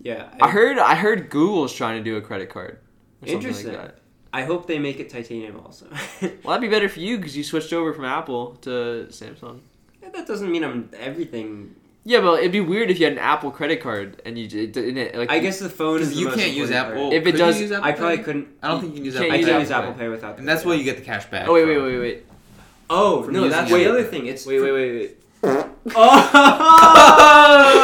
[SPEAKER 3] yeah.
[SPEAKER 5] I heard. I heard Google's trying to do a credit card. Or something
[SPEAKER 3] Interesting.
[SPEAKER 5] Like that.
[SPEAKER 3] I hope they make it titanium also. [laughs]
[SPEAKER 5] Well, that'd be better for you because you switched over from Apple to Samsung.
[SPEAKER 3] that doesn't mean I'm everything.
[SPEAKER 5] Yeah, but it'd be weird if you had an Apple credit card and you it, it, it, like
[SPEAKER 3] I guess the phone is.
[SPEAKER 4] because
[SPEAKER 3] The
[SPEAKER 4] you
[SPEAKER 3] most
[SPEAKER 4] can't use
[SPEAKER 3] important
[SPEAKER 4] Apple.
[SPEAKER 3] part.
[SPEAKER 5] If it
[SPEAKER 4] Could you
[SPEAKER 5] does-
[SPEAKER 4] use Apple
[SPEAKER 3] I probably
[SPEAKER 4] Pay?
[SPEAKER 3] couldn't.
[SPEAKER 4] I don't think you can use
[SPEAKER 5] Can't
[SPEAKER 4] Apple.
[SPEAKER 3] I
[SPEAKER 5] use
[SPEAKER 4] Pay.
[SPEAKER 3] can't
[SPEAKER 5] Apple
[SPEAKER 3] use Apple
[SPEAKER 5] Pay.
[SPEAKER 3] Pay without. [laughs]
[SPEAKER 4] And that's why you get the cash
[SPEAKER 5] [laughs]
[SPEAKER 4] back.
[SPEAKER 5] Oh wait,
[SPEAKER 4] from.
[SPEAKER 5] wait, wait, wait.
[SPEAKER 3] Oh
[SPEAKER 5] From
[SPEAKER 3] no,
[SPEAKER 5] using
[SPEAKER 3] that's
[SPEAKER 5] it.
[SPEAKER 3] the other thing. It's
[SPEAKER 5] Wait, wait,
[SPEAKER 3] [laughs]
[SPEAKER 5] wait,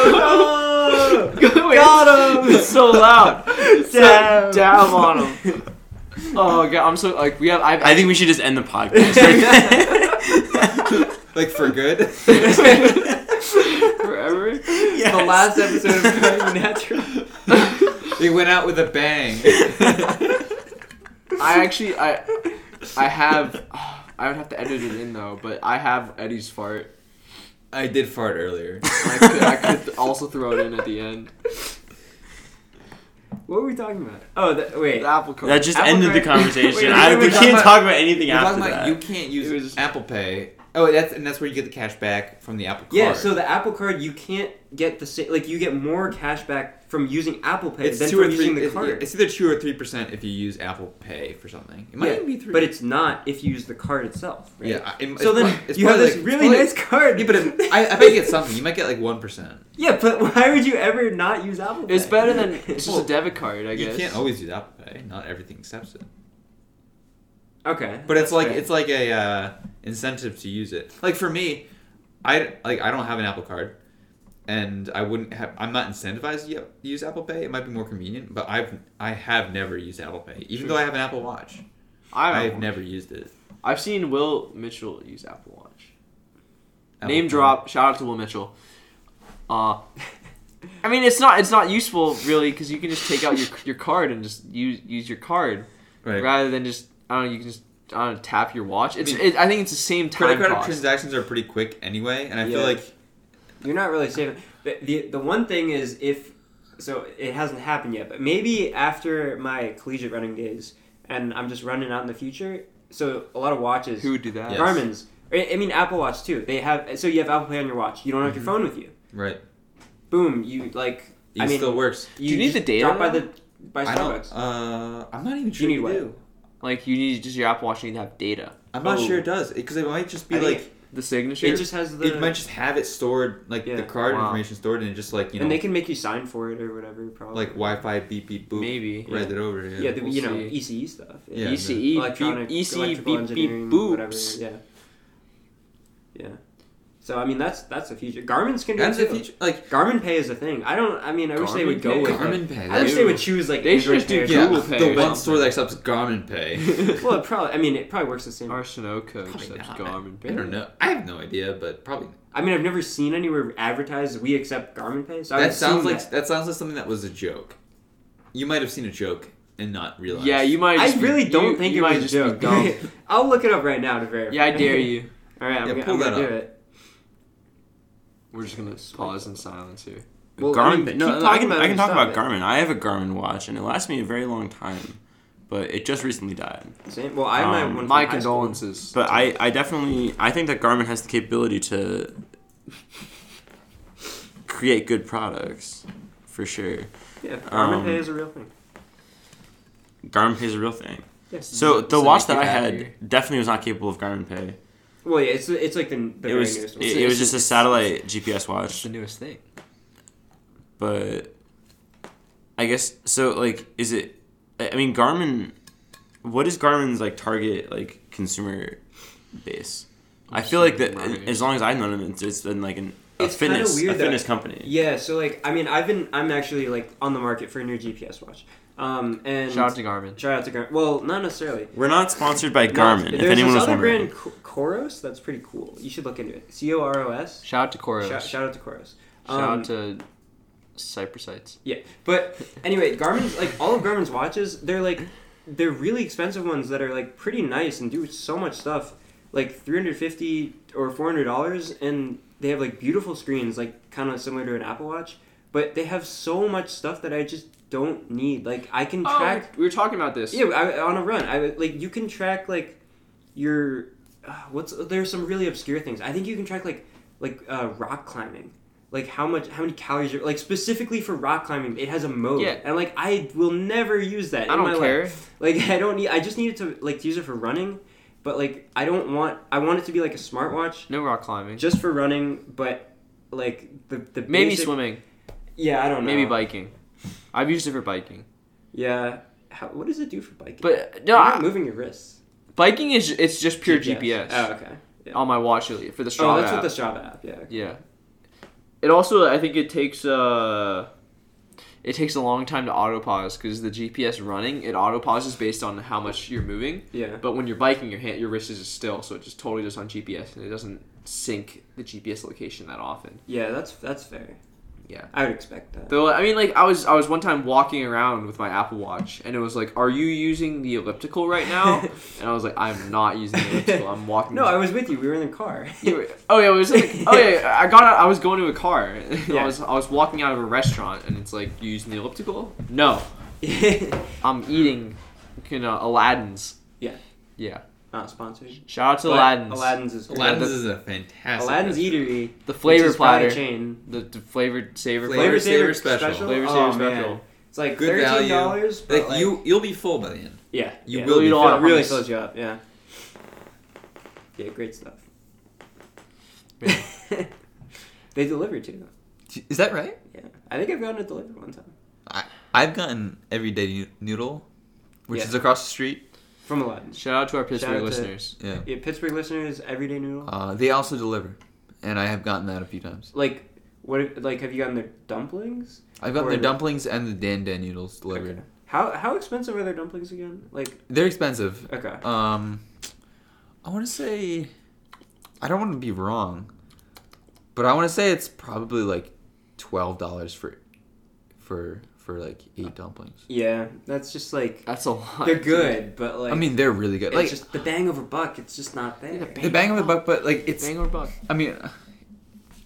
[SPEAKER 3] Oh,
[SPEAKER 5] wait. Go away.
[SPEAKER 3] Got him!
[SPEAKER 5] [laughs] It's so
[SPEAKER 3] [laughs]
[SPEAKER 5] loud.
[SPEAKER 3] Damn.
[SPEAKER 5] Dab on him.
[SPEAKER 3] [laughs]
[SPEAKER 5] Oh god, I'm so like we have. I've,
[SPEAKER 2] [laughs] I think we should just end the podcast. [laughs] right
[SPEAKER 4] [laughs] Like for
[SPEAKER 5] [laughs]
[SPEAKER 4] good.
[SPEAKER 3] [laughs]
[SPEAKER 5] forever.
[SPEAKER 2] there. Yes.
[SPEAKER 3] the last episode of Going Natural.
[SPEAKER 5] [laughs]
[SPEAKER 4] They went out with a bang.
[SPEAKER 5] I actually, I, I have. I would have to edit it in though, but I have Eddie's fart.
[SPEAKER 4] I did
[SPEAKER 5] [laughs]
[SPEAKER 4] fart
[SPEAKER 2] [laughs]
[SPEAKER 4] earlier.
[SPEAKER 5] And I could, I could also throw it in at the end.
[SPEAKER 3] What were we talking about? Oh, that, wait.
[SPEAKER 5] The apple cart.
[SPEAKER 2] That just
[SPEAKER 3] Apple
[SPEAKER 2] ended the
[SPEAKER 3] Card-
[SPEAKER 2] conversation.
[SPEAKER 3] Wait,
[SPEAKER 2] I,
[SPEAKER 3] wait,
[SPEAKER 2] we
[SPEAKER 3] wait,
[SPEAKER 2] can't
[SPEAKER 4] about-
[SPEAKER 2] talk about anything
[SPEAKER 4] We're
[SPEAKER 2] after
[SPEAKER 4] talking about
[SPEAKER 2] that.
[SPEAKER 4] you can't use
[SPEAKER 5] It was-
[SPEAKER 4] Apple Pay. Oh, that's and that's where you get the cash back from the Apple Card.
[SPEAKER 3] Yeah, so the Apple Card, you can't get the same. Like, you get more cash back from using Apple Pay
[SPEAKER 4] it's
[SPEAKER 3] than
[SPEAKER 4] two
[SPEAKER 3] from
[SPEAKER 4] or three.
[SPEAKER 3] using the
[SPEAKER 4] it's,
[SPEAKER 3] card.
[SPEAKER 4] it's either two or three percent if you use Apple Pay for something. It might
[SPEAKER 3] Yeah,
[SPEAKER 4] even be three.
[SPEAKER 3] but it's not if you use the card itself. Right?
[SPEAKER 4] yeah. I- it-
[SPEAKER 3] So
[SPEAKER 4] it's
[SPEAKER 3] then
[SPEAKER 4] prob- it's
[SPEAKER 3] you have
[SPEAKER 4] probably
[SPEAKER 3] this
[SPEAKER 4] like-
[SPEAKER 3] really
[SPEAKER 4] it's
[SPEAKER 3] nice card.
[SPEAKER 4] probably- Yeah, but it, [laughs] I, I bet you get something. You might get like one percent.
[SPEAKER 3] [laughs] yeah, but why would you ever not use Apple? Pay?
[SPEAKER 5] It's
[SPEAKER 3] [laughs]
[SPEAKER 5] better than it's just
[SPEAKER 3] Well,
[SPEAKER 5] a debit card, I
[SPEAKER 4] You
[SPEAKER 5] guess.
[SPEAKER 4] can't always use Apple Pay. Not everything accepts it.
[SPEAKER 3] okay,
[SPEAKER 4] But it's like
[SPEAKER 3] fair.
[SPEAKER 4] it's like a uh, incentive to use it. Like for me, I like I don't have an Apple Card, and I wouldn't have. I'm not incentivized to y- use Apple Pay. It might be more convenient, but I've I have never used Apple Pay, even though I have an Apple Watch.
[SPEAKER 5] I
[SPEAKER 4] I've
[SPEAKER 5] don't.
[SPEAKER 4] never used it.
[SPEAKER 5] I've seen Will Mitchell use Apple Watch.
[SPEAKER 4] Apple
[SPEAKER 5] Name
[SPEAKER 4] Pay.
[SPEAKER 5] drop. Shout out to Will Mitchell. Uh, [laughs] I mean, it's not it's not useful really because you can just take out your [laughs] your card and just use use your card
[SPEAKER 4] Right.
[SPEAKER 5] rather than just I don't know. You can just I don't know, tap your watch. It's I,
[SPEAKER 4] mean,
[SPEAKER 5] it, I think it's the same time
[SPEAKER 4] Credit card
[SPEAKER 5] cost.
[SPEAKER 4] transactions are pretty quick anyway, and I feel
[SPEAKER 3] Yeah.
[SPEAKER 4] like
[SPEAKER 3] You're not really saving. The, the the one thing is if so it hasn't happened yet, but maybe after my collegiate running days, and I'm just running out in the future. So a lot of watches, uh,
[SPEAKER 5] Who would do that?
[SPEAKER 4] Yes.
[SPEAKER 3] Garmin's, or, I mean Apple Watch too. They have so you have Apple Pay on your watch. You don't have your
[SPEAKER 4] Mm-hmm.
[SPEAKER 3] phone with you.
[SPEAKER 4] right,
[SPEAKER 3] Boom, you like.
[SPEAKER 4] it
[SPEAKER 3] I mean,
[SPEAKER 4] still works.
[SPEAKER 5] you need
[SPEAKER 3] just
[SPEAKER 5] the data
[SPEAKER 3] Drop by
[SPEAKER 5] though?
[SPEAKER 3] the by
[SPEAKER 4] I don't.
[SPEAKER 3] Starbucks.
[SPEAKER 4] Uh, I'm not even
[SPEAKER 3] You
[SPEAKER 4] sure
[SPEAKER 3] need
[SPEAKER 4] you
[SPEAKER 3] what?
[SPEAKER 4] do.
[SPEAKER 5] Like you need just your Apple Watch. You need to have data.
[SPEAKER 4] I'm not
[SPEAKER 3] Oh.
[SPEAKER 4] sure it does because it might just be
[SPEAKER 3] I think
[SPEAKER 4] like
[SPEAKER 5] The signature.
[SPEAKER 3] It just has the.
[SPEAKER 4] it might just have it stored, like
[SPEAKER 3] Yeah.
[SPEAKER 4] the card
[SPEAKER 5] Wow.
[SPEAKER 4] information stored, and it just like you know,
[SPEAKER 3] and they can make you sign for it or whatever. Probably
[SPEAKER 4] like Wi-Fi beep beep boop.
[SPEAKER 5] Maybe.
[SPEAKER 4] read it over. Yeah.
[SPEAKER 3] Yeah, the,
[SPEAKER 5] we'll
[SPEAKER 3] you know
[SPEAKER 5] see.
[SPEAKER 3] ECE stuff.
[SPEAKER 4] Yeah,
[SPEAKER 5] ECE E beep-
[SPEAKER 3] electronic,
[SPEAKER 5] ECE
[SPEAKER 3] electrical
[SPEAKER 5] beep beep
[SPEAKER 3] engineering, whatever.
[SPEAKER 5] boops.
[SPEAKER 3] Yeah, yeah. So I mean, that's that's the future. Garmin's can do
[SPEAKER 4] That's
[SPEAKER 3] it
[SPEAKER 4] the
[SPEAKER 3] too.
[SPEAKER 4] future. Like
[SPEAKER 3] Garmin Pay is a thing. I don't. I mean, I wish they would
[SPEAKER 5] Garmin
[SPEAKER 3] go
[SPEAKER 5] Pay?
[SPEAKER 3] with.
[SPEAKER 4] Garmin
[SPEAKER 3] like-
[SPEAKER 4] Pay,
[SPEAKER 3] I wish
[SPEAKER 5] they
[SPEAKER 3] they
[SPEAKER 5] would-
[SPEAKER 3] would choose like
[SPEAKER 5] they should
[SPEAKER 3] Android
[SPEAKER 5] just do
[SPEAKER 3] Pay or
[SPEAKER 4] yeah,
[SPEAKER 5] Google
[SPEAKER 3] something.
[SPEAKER 5] Pay
[SPEAKER 4] the
[SPEAKER 5] or
[SPEAKER 4] one store
[SPEAKER 5] something.
[SPEAKER 4] that accepts
[SPEAKER 3] [laughs]
[SPEAKER 4] Garmin
[SPEAKER 5] [laughs]
[SPEAKER 4] Pay.
[SPEAKER 3] Well, it probably. I mean, it probably works the same.
[SPEAKER 5] Our Sunoco
[SPEAKER 4] Probably
[SPEAKER 5] accepts
[SPEAKER 4] not.
[SPEAKER 5] Garmin Pay.
[SPEAKER 4] I don't know. I have no idea, but probably
[SPEAKER 3] I mean, I've never seen anywhere advertised we accept Garmin Pay. So I would
[SPEAKER 4] that sounds
[SPEAKER 3] assume
[SPEAKER 4] like that. sounds like something that was a joke. You might have seen a joke and not realized.
[SPEAKER 5] Yeah, you might.
[SPEAKER 3] I
[SPEAKER 5] just be-
[SPEAKER 3] really don't
[SPEAKER 5] you-
[SPEAKER 3] think
[SPEAKER 5] you
[SPEAKER 3] it
[SPEAKER 5] might
[SPEAKER 3] was
[SPEAKER 5] just
[SPEAKER 3] a
[SPEAKER 5] be
[SPEAKER 3] joke.
[SPEAKER 5] dumb.
[SPEAKER 3] [laughs] I'll look it up right now to [laughs] verify.
[SPEAKER 5] yeah, I dare you.
[SPEAKER 3] All right, I'm,
[SPEAKER 4] Yeah,
[SPEAKER 3] gonna,
[SPEAKER 4] pull
[SPEAKER 3] I'm
[SPEAKER 4] that
[SPEAKER 3] gonna
[SPEAKER 4] up.
[SPEAKER 3] do it.
[SPEAKER 5] We're just gonna pause in silence here.
[SPEAKER 3] Well, I mean,
[SPEAKER 2] Garmin.
[SPEAKER 3] keep
[SPEAKER 2] no, no, I
[SPEAKER 3] talking
[SPEAKER 2] can,
[SPEAKER 3] about
[SPEAKER 2] I can
[SPEAKER 3] other
[SPEAKER 2] talk about
[SPEAKER 3] stuff.
[SPEAKER 2] Garmin. I have a Garmin watch, and it lasts me a very long time, but it just recently died.
[SPEAKER 3] Same. Well, I have my
[SPEAKER 2] Um,
[SPEAKER 3] one. from
[SPEAKER 5] My
[SPEAKER 3] high school.
[SPEAKER 5] condolences.
[SPEAKER 2] But I, I definitely, I think that Garmin has the capability to create good products, for sure.
[SPEAKER 3] Yeah, Garmin
[SPEAKER 2] Um,
[SPEAKER 3] Pay is a real thing.
[SPEAKER 2] Garmin Pay is a real thing.
[SPEAKER 3] Yes.
[SPEAKER 2] So
[SPEAKER 5] Does
[SPEAKER 2] the
[SPEAKER 5] it
[SPEAKER 2] watch
[SPEAKER 5] make you
[SPEAKER 2] that I
[SPEAKER 5] happier?
[SPEAKER 2] had definitely was not capable of Garmin Pay.
[SPEAKER 3] Well, yeah, it's it's like the, the
[SPEAKER 2] It
[SPEAKER 3] very
[SPEAKER 2] was,
[SPEAKER 3] newest
[SPEAKER 2] it,
[SPEAKER 3] one.
[SPEAKER 2] it was just a satellite GPS watch,
[SPEAKER 5] the newest thing.
[SPEAKER 2] but I guess so. Like, is it? I I mean, Garmin. What is Garmin's like target like consumer base? I feel like that
[SPEAKER 5] Consumer market.
[SPEAKER 2] as long as I've known them, it's, it's been like an, a
[SPEAKER 3] It's kinda
[SPEAKER 2] fitness
[SPEAKER 3] weird
[SPEAKER 2] a
[SPEAKER 3] that-
[SPEAKER 2] fitness company.
[SPEAKER 3] yeah, so like I mean, I've been I'm actually like on the market for a new GPS watch. Um and
[SPEAKER 5] Shout out to Garmin.
[SPEAKER 3] shout out to Garmin. Well, not necessarily.
[SPEAKER 2] We're not sponsored by
[SPEAKER 3] No,
[SPEAKER 2] Garmin. if
[SPEAKER 3] there's
[SPEAKER 2] anyone
[SPEAKER 3] this
[SPEAKER 2] was
[SPEAKER 3] other
[SPEAKER 2] wondering,
[SPEAKER 3] brand, K- Koros. That's pretty cool. You should look into it. C O R O S.
[SPEAKER 5] Shout out to Koros.
[SPEAKER 3] Shout
[SPEAKER 5] Shout,
[SPEAKER 3] shout out to Koros. Um,
[SPEAKER 5] out to Cypressites.
[SPEAKER 3] Yeah, but anyway, Garmin's like all of Garmin's watches. They're like they're really expensive ones that are like pretty nice and do so much stuff, like three hundred fifty or four hundred dollars, and they have like beautiful screens, like kind of similar to an Apple Watch. But they have so much stuff that I just don't need. Like I can
[SPEAKER 5] Oh,
[SPEAKER 3] track.
[SPEAKER 5] we were talking about this.
[SPEAKER 3] Yeah, I, on a run, I would- like you can track like your uh, what's there's some really obscure things. I think you can track like like uh, rock climbing, like how much how many calories you're like specifically for rock climbing. It has a mode,
[SPEAKER 5] Yeah.
[SPEAKER 3] and like I will never use that.
[SPEAKER 5] I
[SPEAKER 3] in
[SPEAKER 5] don't
[SPEAKER 3] my
[SPEAKER 5] care.
[SPEAKER 3] Life. Like [laughs] I don't need. I just need it to like to use it for running, but like I don't want. I want it to be like a smartwatch
[SPEAKER 5] No rock climbing.
[SPEAKER 3] just for running, but like the the
[SPEAKER 5] maybe
[SPEAKER 3] basic-
[SPEAKER 5] swimming.
[SPEAKER 3] Yeah, I don't know.
[SPEAKER 5] Maybe biking. I've used it for biking.
[SPEAKER 3] Yeah. How, what does it do for biking?
[SPEAKER 5] But
[SPEAKER 3] you're
[SPEAKER 5] no,
[SPEAKER 3] not
[SPEAKER 5] I,
[SPEAKER 3] moving your wrists.
[SPEAKER 5] biking is it's just pure GPS.
[SPEAKER 3] Oh, okay. yeah.
[SPEAKER 5] on my watch really, for the Strava
[SPEAKER 3] oh, that's
[SPEAKER 5] app.
[SPEAKER 3] with the Strava app. Yeah.
[SPEAKER 5] Yeah. It also, I think it takes uh, it takes a long time to auto pause because the GPS running it auto pauses based on how much you're moving.
[SPEAKER 3] Yeah.
[SPEAKER 5] But when you're biking, your hand, your wrist is still, so it just totally just on GPS and it doesn't sync the GPS location that often.
[SPEAKER 3] Yeah, that's that's fair.
[SPEAKER 5] Yeah.
[SPEAKER 3] I would expect that.
[SPEAKER 5] Though I mean, like I was I was one time walking around with my Apple Watch and it was like, "Are you using the elliptical right
[SPEAKER 3] [laughs]
[SPEAKER 5] now?" and I was like, "I'm not using the elliptical. I'm walking."
[SPEAKER 3] No, I
[SPEAKER 5] [laughs]
[SPEAKER 3] was with you. We were in the car.
[SPEAKER 5] You were- oh yeah, it was like, oh yeah, I got out, I was going to a car. [laughs] I
[SPEAKER 3] Yeah.
[SPEAKER 5] was I was walking out of a restaurant and it's like you using the elliptical? No,
[SPEAKER 3] [laughs] Not
[SPEAKER 5] I'm eating, you know, Aladdin's.
[SPEAKER 3] Yeah.
[SPEAKER 5] Yeah.
[SPEAKER 3] sponsored.
[SPEAKER 5] Shout out to
[SPEAKER 3] But
[SPEAKER 5] Aladdin's.
[SPEAKER 3] Aladdin's is great.
[SPEAKER 4] Aladdin's is a fantastic.
[SPEAKER 3] Aladdin's
[SPEAKER 4] restaurant.
[SPEAKER 3] Eatery.
[SPEAKER 5] The
[SPEAKER 3] which
[SPEAKER 5] flavor
[SPEAKER 3] is probably
[SPEAKER 5] platter.
[SPEAKER 3] chain.
[SPEAKER 5] The, the flavored savor
[SPEAKER 4] Flavor
[SPEAKER 5] platter.
[SPEAKER 4] Saver
[SPEAKER 3] Saver
[SPEAKER 4] Special.
[SPEAKER 5] Flavor
[SPEAKER 3] oh,
[SPEAKER 5] Saver
[SPEAKER 3] man.
[SPEAKER 5] Special.
[SPEAKER 3] It's like
[SPEAKER 4] Good
[SPEAKER 3] thirteen
[SPEAKER 4] value.
[SPEAKER 3] dollars.
[SPEAKER 4] Like,
[SPEAKER 3] But like,
[SPEAKER 4] you, you'll be full by the end.
[SPEAKER 3] yeah,
[SPEAKER 4] you
[SPEAKER 3] yeah.
[SPEAKER 4] will
[SPEAKER 5] be
[SPEAKER 3] It
[SPEAKER 5] full.
[SPEAKER 3] really
[SPEAKER 5] hummus.
[SPEAKER 3] fills you up. Yeah, yeah, great stuff.
[SPEAKER 5] Yeah.
[SPEAKER 3] [laughs] they deliver too.
[SPEAKER 4] Is that right?
[SPEAKER 3] Yeah, I think I've gotten it delivered one time
[SPEAKER 4] I've gotten everyday Noo- noodle, which
[SPEAKER 3] Yeah.
[SPEAKER 4] is across the street.
[SPEAKER 3] from Aladdin's.
[SPEAKER 5] Shout out to our
[SPEAKER 3] out
[SPEAKER 5] Pittsburgh
[SPEAKER 3] to-
[SPEAKER 5] listeners.
[SPEAKER 4] Yeah.
[SPEAKER 3] Yeah, Pittsburgh listeners, everyday noodle.
[SPEAKER 4] Uh, they also deliver, and I have gotten that a few times.
[SPEAKER 3] like, what? Like, have you gotten their dumplings?
[SPEAKER 4] I've gotten
[SPEAKER 3] Or
[SPEAKER 4] their
[SPEAKER 3] the-
[SPEAKER 4] dumplings and the dan dan noodles delivered.
[SPEAKER 3] Okay. How how expensive are their dumplings again? Like,
[SPEAKER 4] They're expensive.
[SPEAKER 3] okay,
[SPEAKER 4] Um, I want to say, I don't want to be wrong, but I want to say it's probably like twelve dollars for, for for like eight dumplings.
[SPEAKER 3] yeah, that's just like
[SPEAKER 5] That's a lot.
[SPEAKER 3] they're good, but like
[SPEAKER 4] I mean, they're really good.
[SPEAKER 3] it's
[SPEAKER 4] Like
[SPEAKER 3] just the bang of a buck. It's just not there.
[SPEAKER 4] the bang of the buck, but like it's.
[SPEAKER 5] Bang or buck.
[SPEAKER 4] I mean,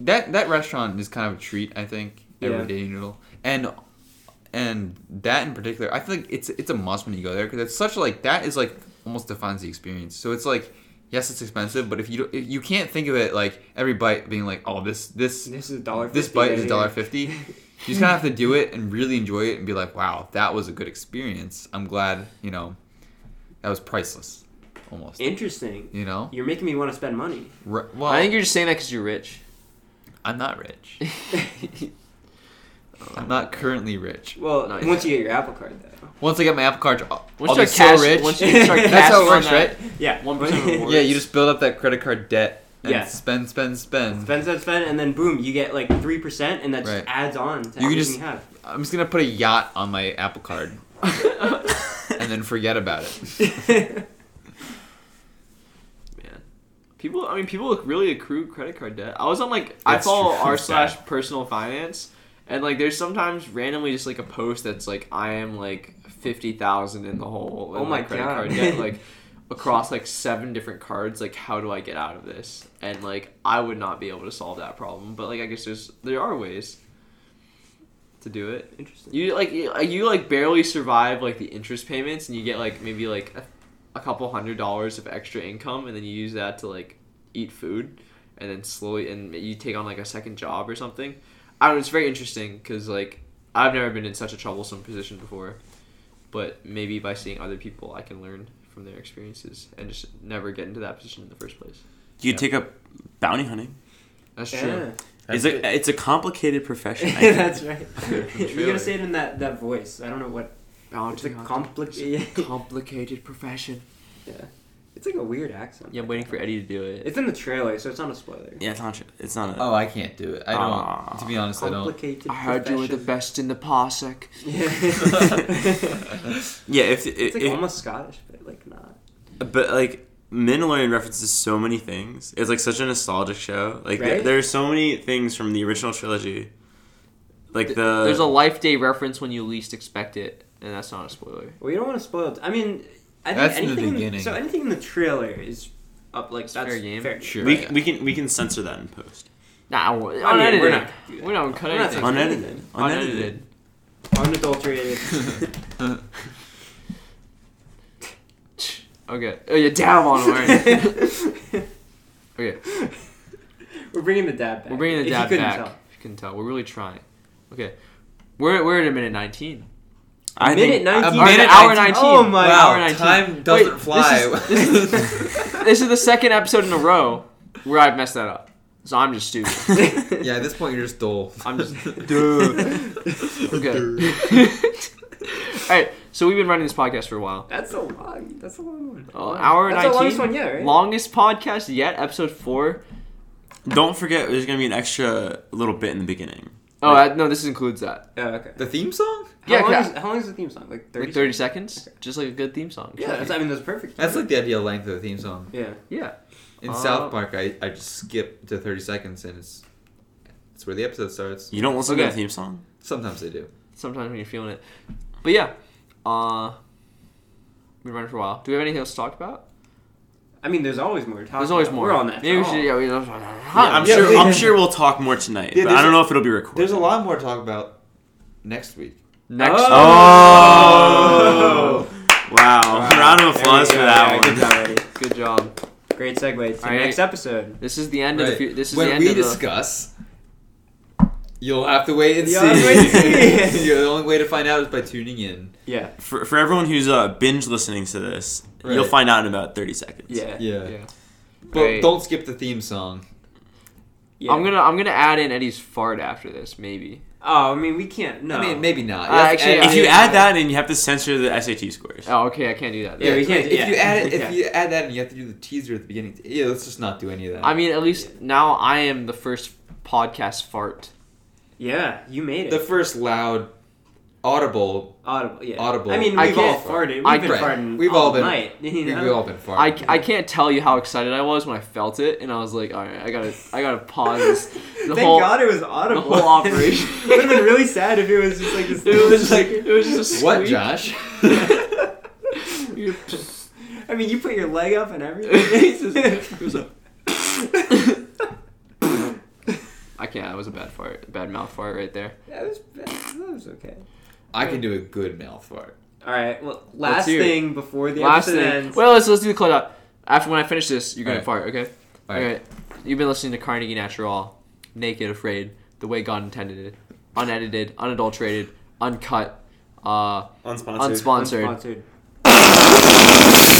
[SPEAKER 4] that that restaurant is kind of a treat. I think
[SPEAKER 3] Yeah.
[SPEAKER 4] everyday noodle and and that in particular, I feel like it's it's a must when you go there because it's such like that is like almost defines the experience. So it's like yes, it's expensive, but if you don't, if you can't think of it like every bite being like oh this this
[SPEAKER 3] This is a dollar.
[SPEAKER 4] this
[SPEAKER 3] fifty
[SPEAKER 4] bite
[SPEAKER 3] right
[SPEAKER 4] is
[SPEAKER 3] here.
[SPEAKER 4] dollar
[SPEAKER 3] [laughs]
[SPEAKER 4] fifty. You just kind of have to do it and really enjoy it and be like wow that was a good experience. I'm glad you know that was priceless almost.
[SPEAKER 3] Interesting.
[SPEAKER 4] you know,
[SPEAKER 3] You're making me want to spend
[SPEAKER 4] [laughs]
[SPEAKER 3] money. [laughs]
[SPEAKER 4] Re- well,
[SPEAKER 5] I think you're just saying that because you're rich.
[SPEAKER 4] I'm not rich. I'm not currently rich.
[SPEAKER 3] Well,
[SPEAKER 5] Nice.
[SPEAKER 3] once you get your Apple Card, though.
[SPEAKER 4] Once I get my Apple Card, I'll,
[SPEAKER 5] Once
[SPEAKER 4] I'll
[SPEAKER 5] you
[SPEAKER 4] be
[SPEAKER 5] start cash,
[SPEAKER 4] so rich.
[SPEAKER 5] Once you
[SPEAKER 4] [laughs]
[SPEAKER 5] start
[SPEAKER 3] That's
[SPEAKER 4] That's
[SPEAKER 5] cash
[SPEAKER 4] how it works, right?
[SPEAKER 3] Yeah, [laughs]
[SPEAKER 5] 1% reward.
[SPEAKER 4] Yeah, you just build up that credit card debt and
[SPEAKER 3] Yeah.
[SPEAKER 4] spend, spend, spend.
[SPEAKER 3] spend, spend, spend, and then boom, you get like three percent, and that just
[SPEAKER 4] Right.
[SPEAKER 3] adds on to
[SPEAKER 4] You
[SPEAKER 3] everything
[SPEAKER 4] can just-
[SPEAKER 3] you have.
[SPEAKER 4] I'm just gonna put a yacht on my Apple Card and then forget about it.
[SPEAKER 5] [laughs]
[SPEAKER 4] [laughs]
[SPEAKER 5] man. People, I mean, people really accrue credit card debt. I was on like I
[SPEAKER 4] That's
[SPEAKER 5] follow
[SPEAKER 4] true.
[SPEAKER 5] r
[SPEAKER 4] [laughs] Yeah.
[SPEAKER 5] slash personal finance, and like there's sometimes randomly just like a post that's like I am like fifty thousand in the hole. in
[SPEAKER 3] Oh my
[SPEAKER 5] credit
[SPEAKER 3] God. [laughs]
[SPEAKER 5] card debt, like across like seven different cards. Like how do I get out of this? And like I would not be able to solve that problem, but like I guess there's there are ways to do it.
[SPEAKER 3] [laughs] Interesting.
[SPEAKER 5] You like you uh, you, like barely survive like the interest payments, and you get like maybe like a, a couple hundred dollars of extra income, and then you use that to like eat food, and then slowly and you take on like a second job or something. I don't know. It's very interesting because like I've never been in such a troublesome position before, but maybe by seeing other people, I can learn from their experiences and just never get into that position in the first place.
[SPEAKER 2] You
[SPEAKER 4] Yeah.
[SPEAKER 2] take up bounty hunting.
[SPEAKER 5] That's true.
[SPEAKER 3] Yeah,
[SPEAKER 2] It's a it's a complicated
[SPEAKER 3] [laughs]
[SPEAKER 2] profession. I think.
[SPEAKER 3] that's
[SPEAKER 4] [laughs]
[SPEAKER 3] right. you
[SPEAKER 4] Trailer.
[SPEAKER 3] gotta say it in that, that voice. I don't know what. It's a
[SPEAKER 5] Balancing act.
[SPEAKER 3] complicated. [laughs]
[SPEAKER 5] complicated profession.
[SPEAKER 3] yeah, it's like a weird accent.
[SPEAKER 5] Yeah, I'm waiting for Eddie to do it.
[SPEAKER 3] It's in the trailer, so it's not a spoiler.
[SPEAKER 2] Yeah, it's not. It's not a.
[SPEAKER 4] Oh, I can't do it. I don't.
[SPEAKER 2] Aw.
[SPEAKER 4] to be honest, I don't.
[SPEAKER 3] Complicated.
[SPEAKER 5] I heard you were the best in the parsec. [laughs]
[SPEAKER 3] profession. Yeah.
[SPEAKER 2] Yeah, if, if,
[SPEAKER 3] it's like
[SPEAKER 2] if-
[SPEAKER 3] almost Scottish, but like not.
[SPEAKER 2] but like Mandalorian references so many things. It's like such a nostalgic show. Like there,
[SPEAKER 3] Right?
[SPEAKER 2] there are so many things from the original trilogy. Like
[SPEAKER 5] Th-
[SPEAKER 2] the
[SPEAKER 5] There's a Life Day reference when you least expect it, and that's not a spoiler.
[SPEAKER 3] Well, you don't want to spoil. it. I mean, I think
[SPEAKER 4] That's in the
[SPEAKER 3] anything
[SPEAKER 4] beginning.
[SPEAKER 3] so anything in the trailer is up like that's
[SPEAKER 5] fair game.
[SPEAKER 4] Sure.
[SPEAKER 2] we, we can we can censor that in post.
[SPEAKER 5] Nah, we're,
[SPEAKER 3] I mean,
[SPEAKER 5] unedited.
[SPEAKER 3] we're
[SPEAKER 5] we're
[SPEAKER 3] not
[SPEAKER 5] not.
[SPEAKER 3] gonna do
[SPEAKER 5] We're not gonna cut
[SPEAKER 3] We're not
[SPEAKER 5] anything.
[SPEAKER 3] touching
[SPEAKER 2] Unedited.
[SPEAKER 3] Unedited.
[SPEAKER 2] Unedited.
[SPEAKER 4] [laughs]
[SPEAKER 3] Unadulterated.
[SPEAKER 5] Okay. Oh yeah, dab on him. [laughs] okay,
[SPEAKER 3] [laughs] We're bringing the dab back.
[SPEAKER 5] we're bringing
[SPEAKER 3] If
[SPEAKER 5] the
[SPEAKER 3] you
[SPEAKER 5] dab
[SPEAKER 3] couldn't
[SPEAKER 5] back.
[SPEAKER 3] tell.
[SPEAKER 5] If you couldn't tell, we're really trying. Okay, we're we're at a minute nineteen.
[SPEAKER 2] I
[SPEAKER 3] Minute
[SPEAKER 2] think
[SPEAKER 4] A
[SPEAKER 3] nineteen.
[SPEAKER 5] Or an
[SPEAKER 4] minute
[SPEAKER 5] hour
[SPEAKER 4] 19.
[SPEAKER 5] nineteen.
[SPEAKER 3] Oh my-
[SPEAKER 5] An hour
[SPEAKER 4] Wow,
[SPEAKER 5] 19.
[SPEAKER 4] time
[SPEAKER 5] Wait,
[SPEAKER 4] doesn't
[SPEAKER 5] this
[SPEAKER 4] fly.
[SPEAKER 5] is-
[SPEAKER 4] [laughs]
[SPEAKER 5] This is the second episode in a row where I've messed that up. So I'm just
[SPEAKER 3] [laughs]
[SPEAKER 5] stupid.
[SPEAKER 4] yeah, at this point you're just [laughs] dull.
[SPEAKER 3] Oh
[SPEAKER 4] [laughs]
[SPEAKER 5] I'm just
[SPEAKER 2] Duh.
[SPEAKER 3] [laughs]
[SPEAKER 5] okay. [laughs] All right, So we've been running this podcast for a while.
[SPEAKER 3] That's a long. That's a long one.
[SPEAKER 5] Oh, hour and
[SPEAKER 3] That's the
[SPEAKER 5] 19?
[SPEAKER 3] longest one yet, right?
[SPEAKER 5] Longest podcast yet, episode four.
[SPEAKER 2] [laughs] Don't forget, there's gonna be an extra little bit in the beginning.
[SPEAKER 5] Oh, I, no, this includes that.
[SPEAKER 3] Oh, okay.
[SPEAKER 4] The theme song?
[SPEAKER 3] How
[SPEAKER 5] Yeah,
[SPEAKER 3] long
[SPEAKER 5] yeah.
[SPEAKER 3] is, how long is the theme song? Like thirty.
[SPEAKER 5] Like 30 seconds? Just like a good theme song.
[SPEAKER 3] Yeah, that's, I mean that's perfect.
[SPEAKER 4] That's like the ideal length of a theme song.
[SPEAKER 3] yeah.
[SPEAKER 5] Yeah.
[SPEAKER 4] In
[SPEAKER 5] Uh,
[SPEAKER 4] South Park, I, I just skip to 30 seconds and it's it's where the episode starts.
[SPEAKER 2] You don't listen to
[SPEAKER 5] Okay.
[SPEAKER 2] the theme song?
[SPEAKER 4] Sometimes they do.
[SPEAKER 5] Sometimes when you're feeling it. But yeah. Uh, we've been running for a while. Do we have anything else to talk about?
[SPEAKER 3] I mean, there's always more. to talk
[SPEAKER 5] There's always
[SPEAKER 3] about.
[SPEAKER 5] more.
[SPEAKER 3] Uh, We're on that.
[SPEAKER 5] Maybe we
[SPEAKER 3] for
[SPEAKER 5] should.
[SPEAKER 3] all.
[SPEAKER 5] Yeah, we, yeah,
[SPEAKER 2] Yeah, I'm
[SPEAKER 6] Yeah,
[SPEAKER 2] sure.
[SPEAKER 6] we-
[SPEAKER 2] I'm sure we'll talk more tonight,
[SPEAKER 6] Yeah,
[SPEAKER 2] but I
[SPEAKER 6] there's
[SPEAKER 2] don't
[SPEAKER 6] a-
[SPEAKER 2] know if it'll be recorded.
[SPEAKER 4] There's a lot more to talk about next week.
[SPEAKER 5] Next.
[SPEAKER 2] Oh! wow! [laughs] Round of
[SPEAKER 3] There
[SPEAKER 2] applause
[SPEAKER 3] we
[SPEAKER 2] for
[SPEAKER 3] go.
[SPEAKER 2] that
[SPEAKER 3] Yeah,
[SPEAKER 2] one.
[SPEAKER 3] Good job, Eddie.
[SPEAKER 5] Good job.
[SPEAKER 3] Great segue to the
[SPEAKER 5] All right.
[SPEAKER 3] next episode.
[SPEAKER 5] This is the end of the.
[SPEAKER 4] Right.
[SPEAKER 5] Fu- this is
[SPEAKER 4] when
[SPEAKER 5] the end
[SPEAKER 4] we
[SPEAKER 5] of the.
[SPEAKER 4] discuss, you'll have to wait and
[SPEAKER 3] You'll
[SPEAKER 4] see.
[SPEAKER 3] have to wait and
[SPEAKER 4] [laughs]
[SPEAKER 3] see.
[SPEAKER 4] the only way to find out is by tuning in.
[SPEAKER 3] Yeah.
[SPEAKER 2] For, for everyone who's uh, binge listening to this, you'll
[SPEAKER 4] Right.
[SPEAKER 2] find out in about 30 seconds.
[SPEAKER 3] Yeah.
[SPEAKER 4] Yeah.
[SPEAKER 5] Yeah.
[SPEAKER 4] But
[SPEAKER 5] Right.
[SPEAKER 4] don't skip the theme song.
[SPEAKER 3] yeah.
[SPEAKER 5] I'm gonna. I'm gonna add in Eddie's fart after this. Maybe.
[SPEAKER 3] Oh, I mean, we can't. No.
[SPEAKER 4] I mean, maybe not.
[SPEAKER 5] Uh,
[SPEAKER 4] You have to
[SPEAKER 5] actually,
[SPEAKER 4] add-
[SPEAKER 2] If you
[SPEAKER 5] Yeah.
[SPEAKER 2] add that and you have to censor the SAT scores.
[SPEAKER 5] Oh, okay. I can't do that.
[SPEAKER 3] Yeah, we
[SPEAKER 4] if-
[SPEAKER 3] can't-
[SPEAKER 4] If
[SPEAKER 3] yeah.
[SPEAKER 4] you add it, if
[SPEAKER 3] Yeah.
[SPEAKER 4] you add that, and you have to do the teaser at the beginning. Yeah, let's just not do any of that.
[SPEAKER 5] I mean, at least now I am the first podcast fart.
[SPEAKER 3] Yeah, you made it.
[SPEAKER 4] the first loud, audible.
[SPEAKER 3] audible. Yeah.
[SPEAKER 4] Audible.
[SPEAKER 3] I mean, we've
[SPEAKER 5] I
[SPEAKER 3] all
[SPEAKER 5] can't-
[SPEAKER 3] farted. We've
[SPEAKER 5] I
[SPEAKER 3] been
[SPEAKER 5] can't-
[SPEAKER 3] farting.
[SPEAKER 4] We've all
[SPEAKER 3] all
[SPEAKER 4] been-
[SPEAKER 3] Night. [laughs] you
[SPEAKER 4] We've
[SPEAKER 3] know?
[SPEAKER 4] all been farting.
[SPEAKER 5] I, I can't tell you how excited I was when I felt it, and I was like, all right, I gotta I gotta
[SPEAKER 3] [laughs]
[SPEAKER 5] pause this. The
[SPEAKER 3] Thank
[SPEAKER 5] whole,
[SPEAKER 3] God it was audible.
[SPEAKER 5] whole operation.
[SPEAKER 3] [laughs] it would have been really sad if it was just like this.
[SPEAKER 5] It was just like it was just a
[SPEAKER 4] what,
[SPEAKER 5] squeak. [laughs]
[SPEAKER 4] Josh?
[SPEAKER 3] I mean, you put your leg up and
[SPEAKER 5] [laughs]
[SPEAKER 3] everything. It's just- [laughs]
[SPEAKER 5] It was a- I can't. That was a bad fart, bad mouth fart right there.
[SPEAKER 3] that was bad. That was okay.
[SPEAKER 4] I can do a good mouth fart.
[SPEAKER 3] All right. Well, last
[SPEAKER 5] hear it.
[SPEAKER 3] thing before the
[SPEAKER 5] Last
[SPEAKER 3] episode
[SPEAKER 5] thing.
[SPEAKER 3] ends.
[SPEAKER 5] Well, let's let's do the close out. After when I finish this, you're gonna
[SPEAKER 4] Alright.
[SPEAKER 5] fart, okay?
[SPEAKER 4] All right.
[SPEAKER 5] You've been listening to Carnegie Natural, naked, afraid, the way God intended it, unedited, unadulterated, uncut, uh,
[SPEAKER 6] Unsponsored.
[SPEAKER 5] unsponsored.
[SPEAKER 3] Unsponsored.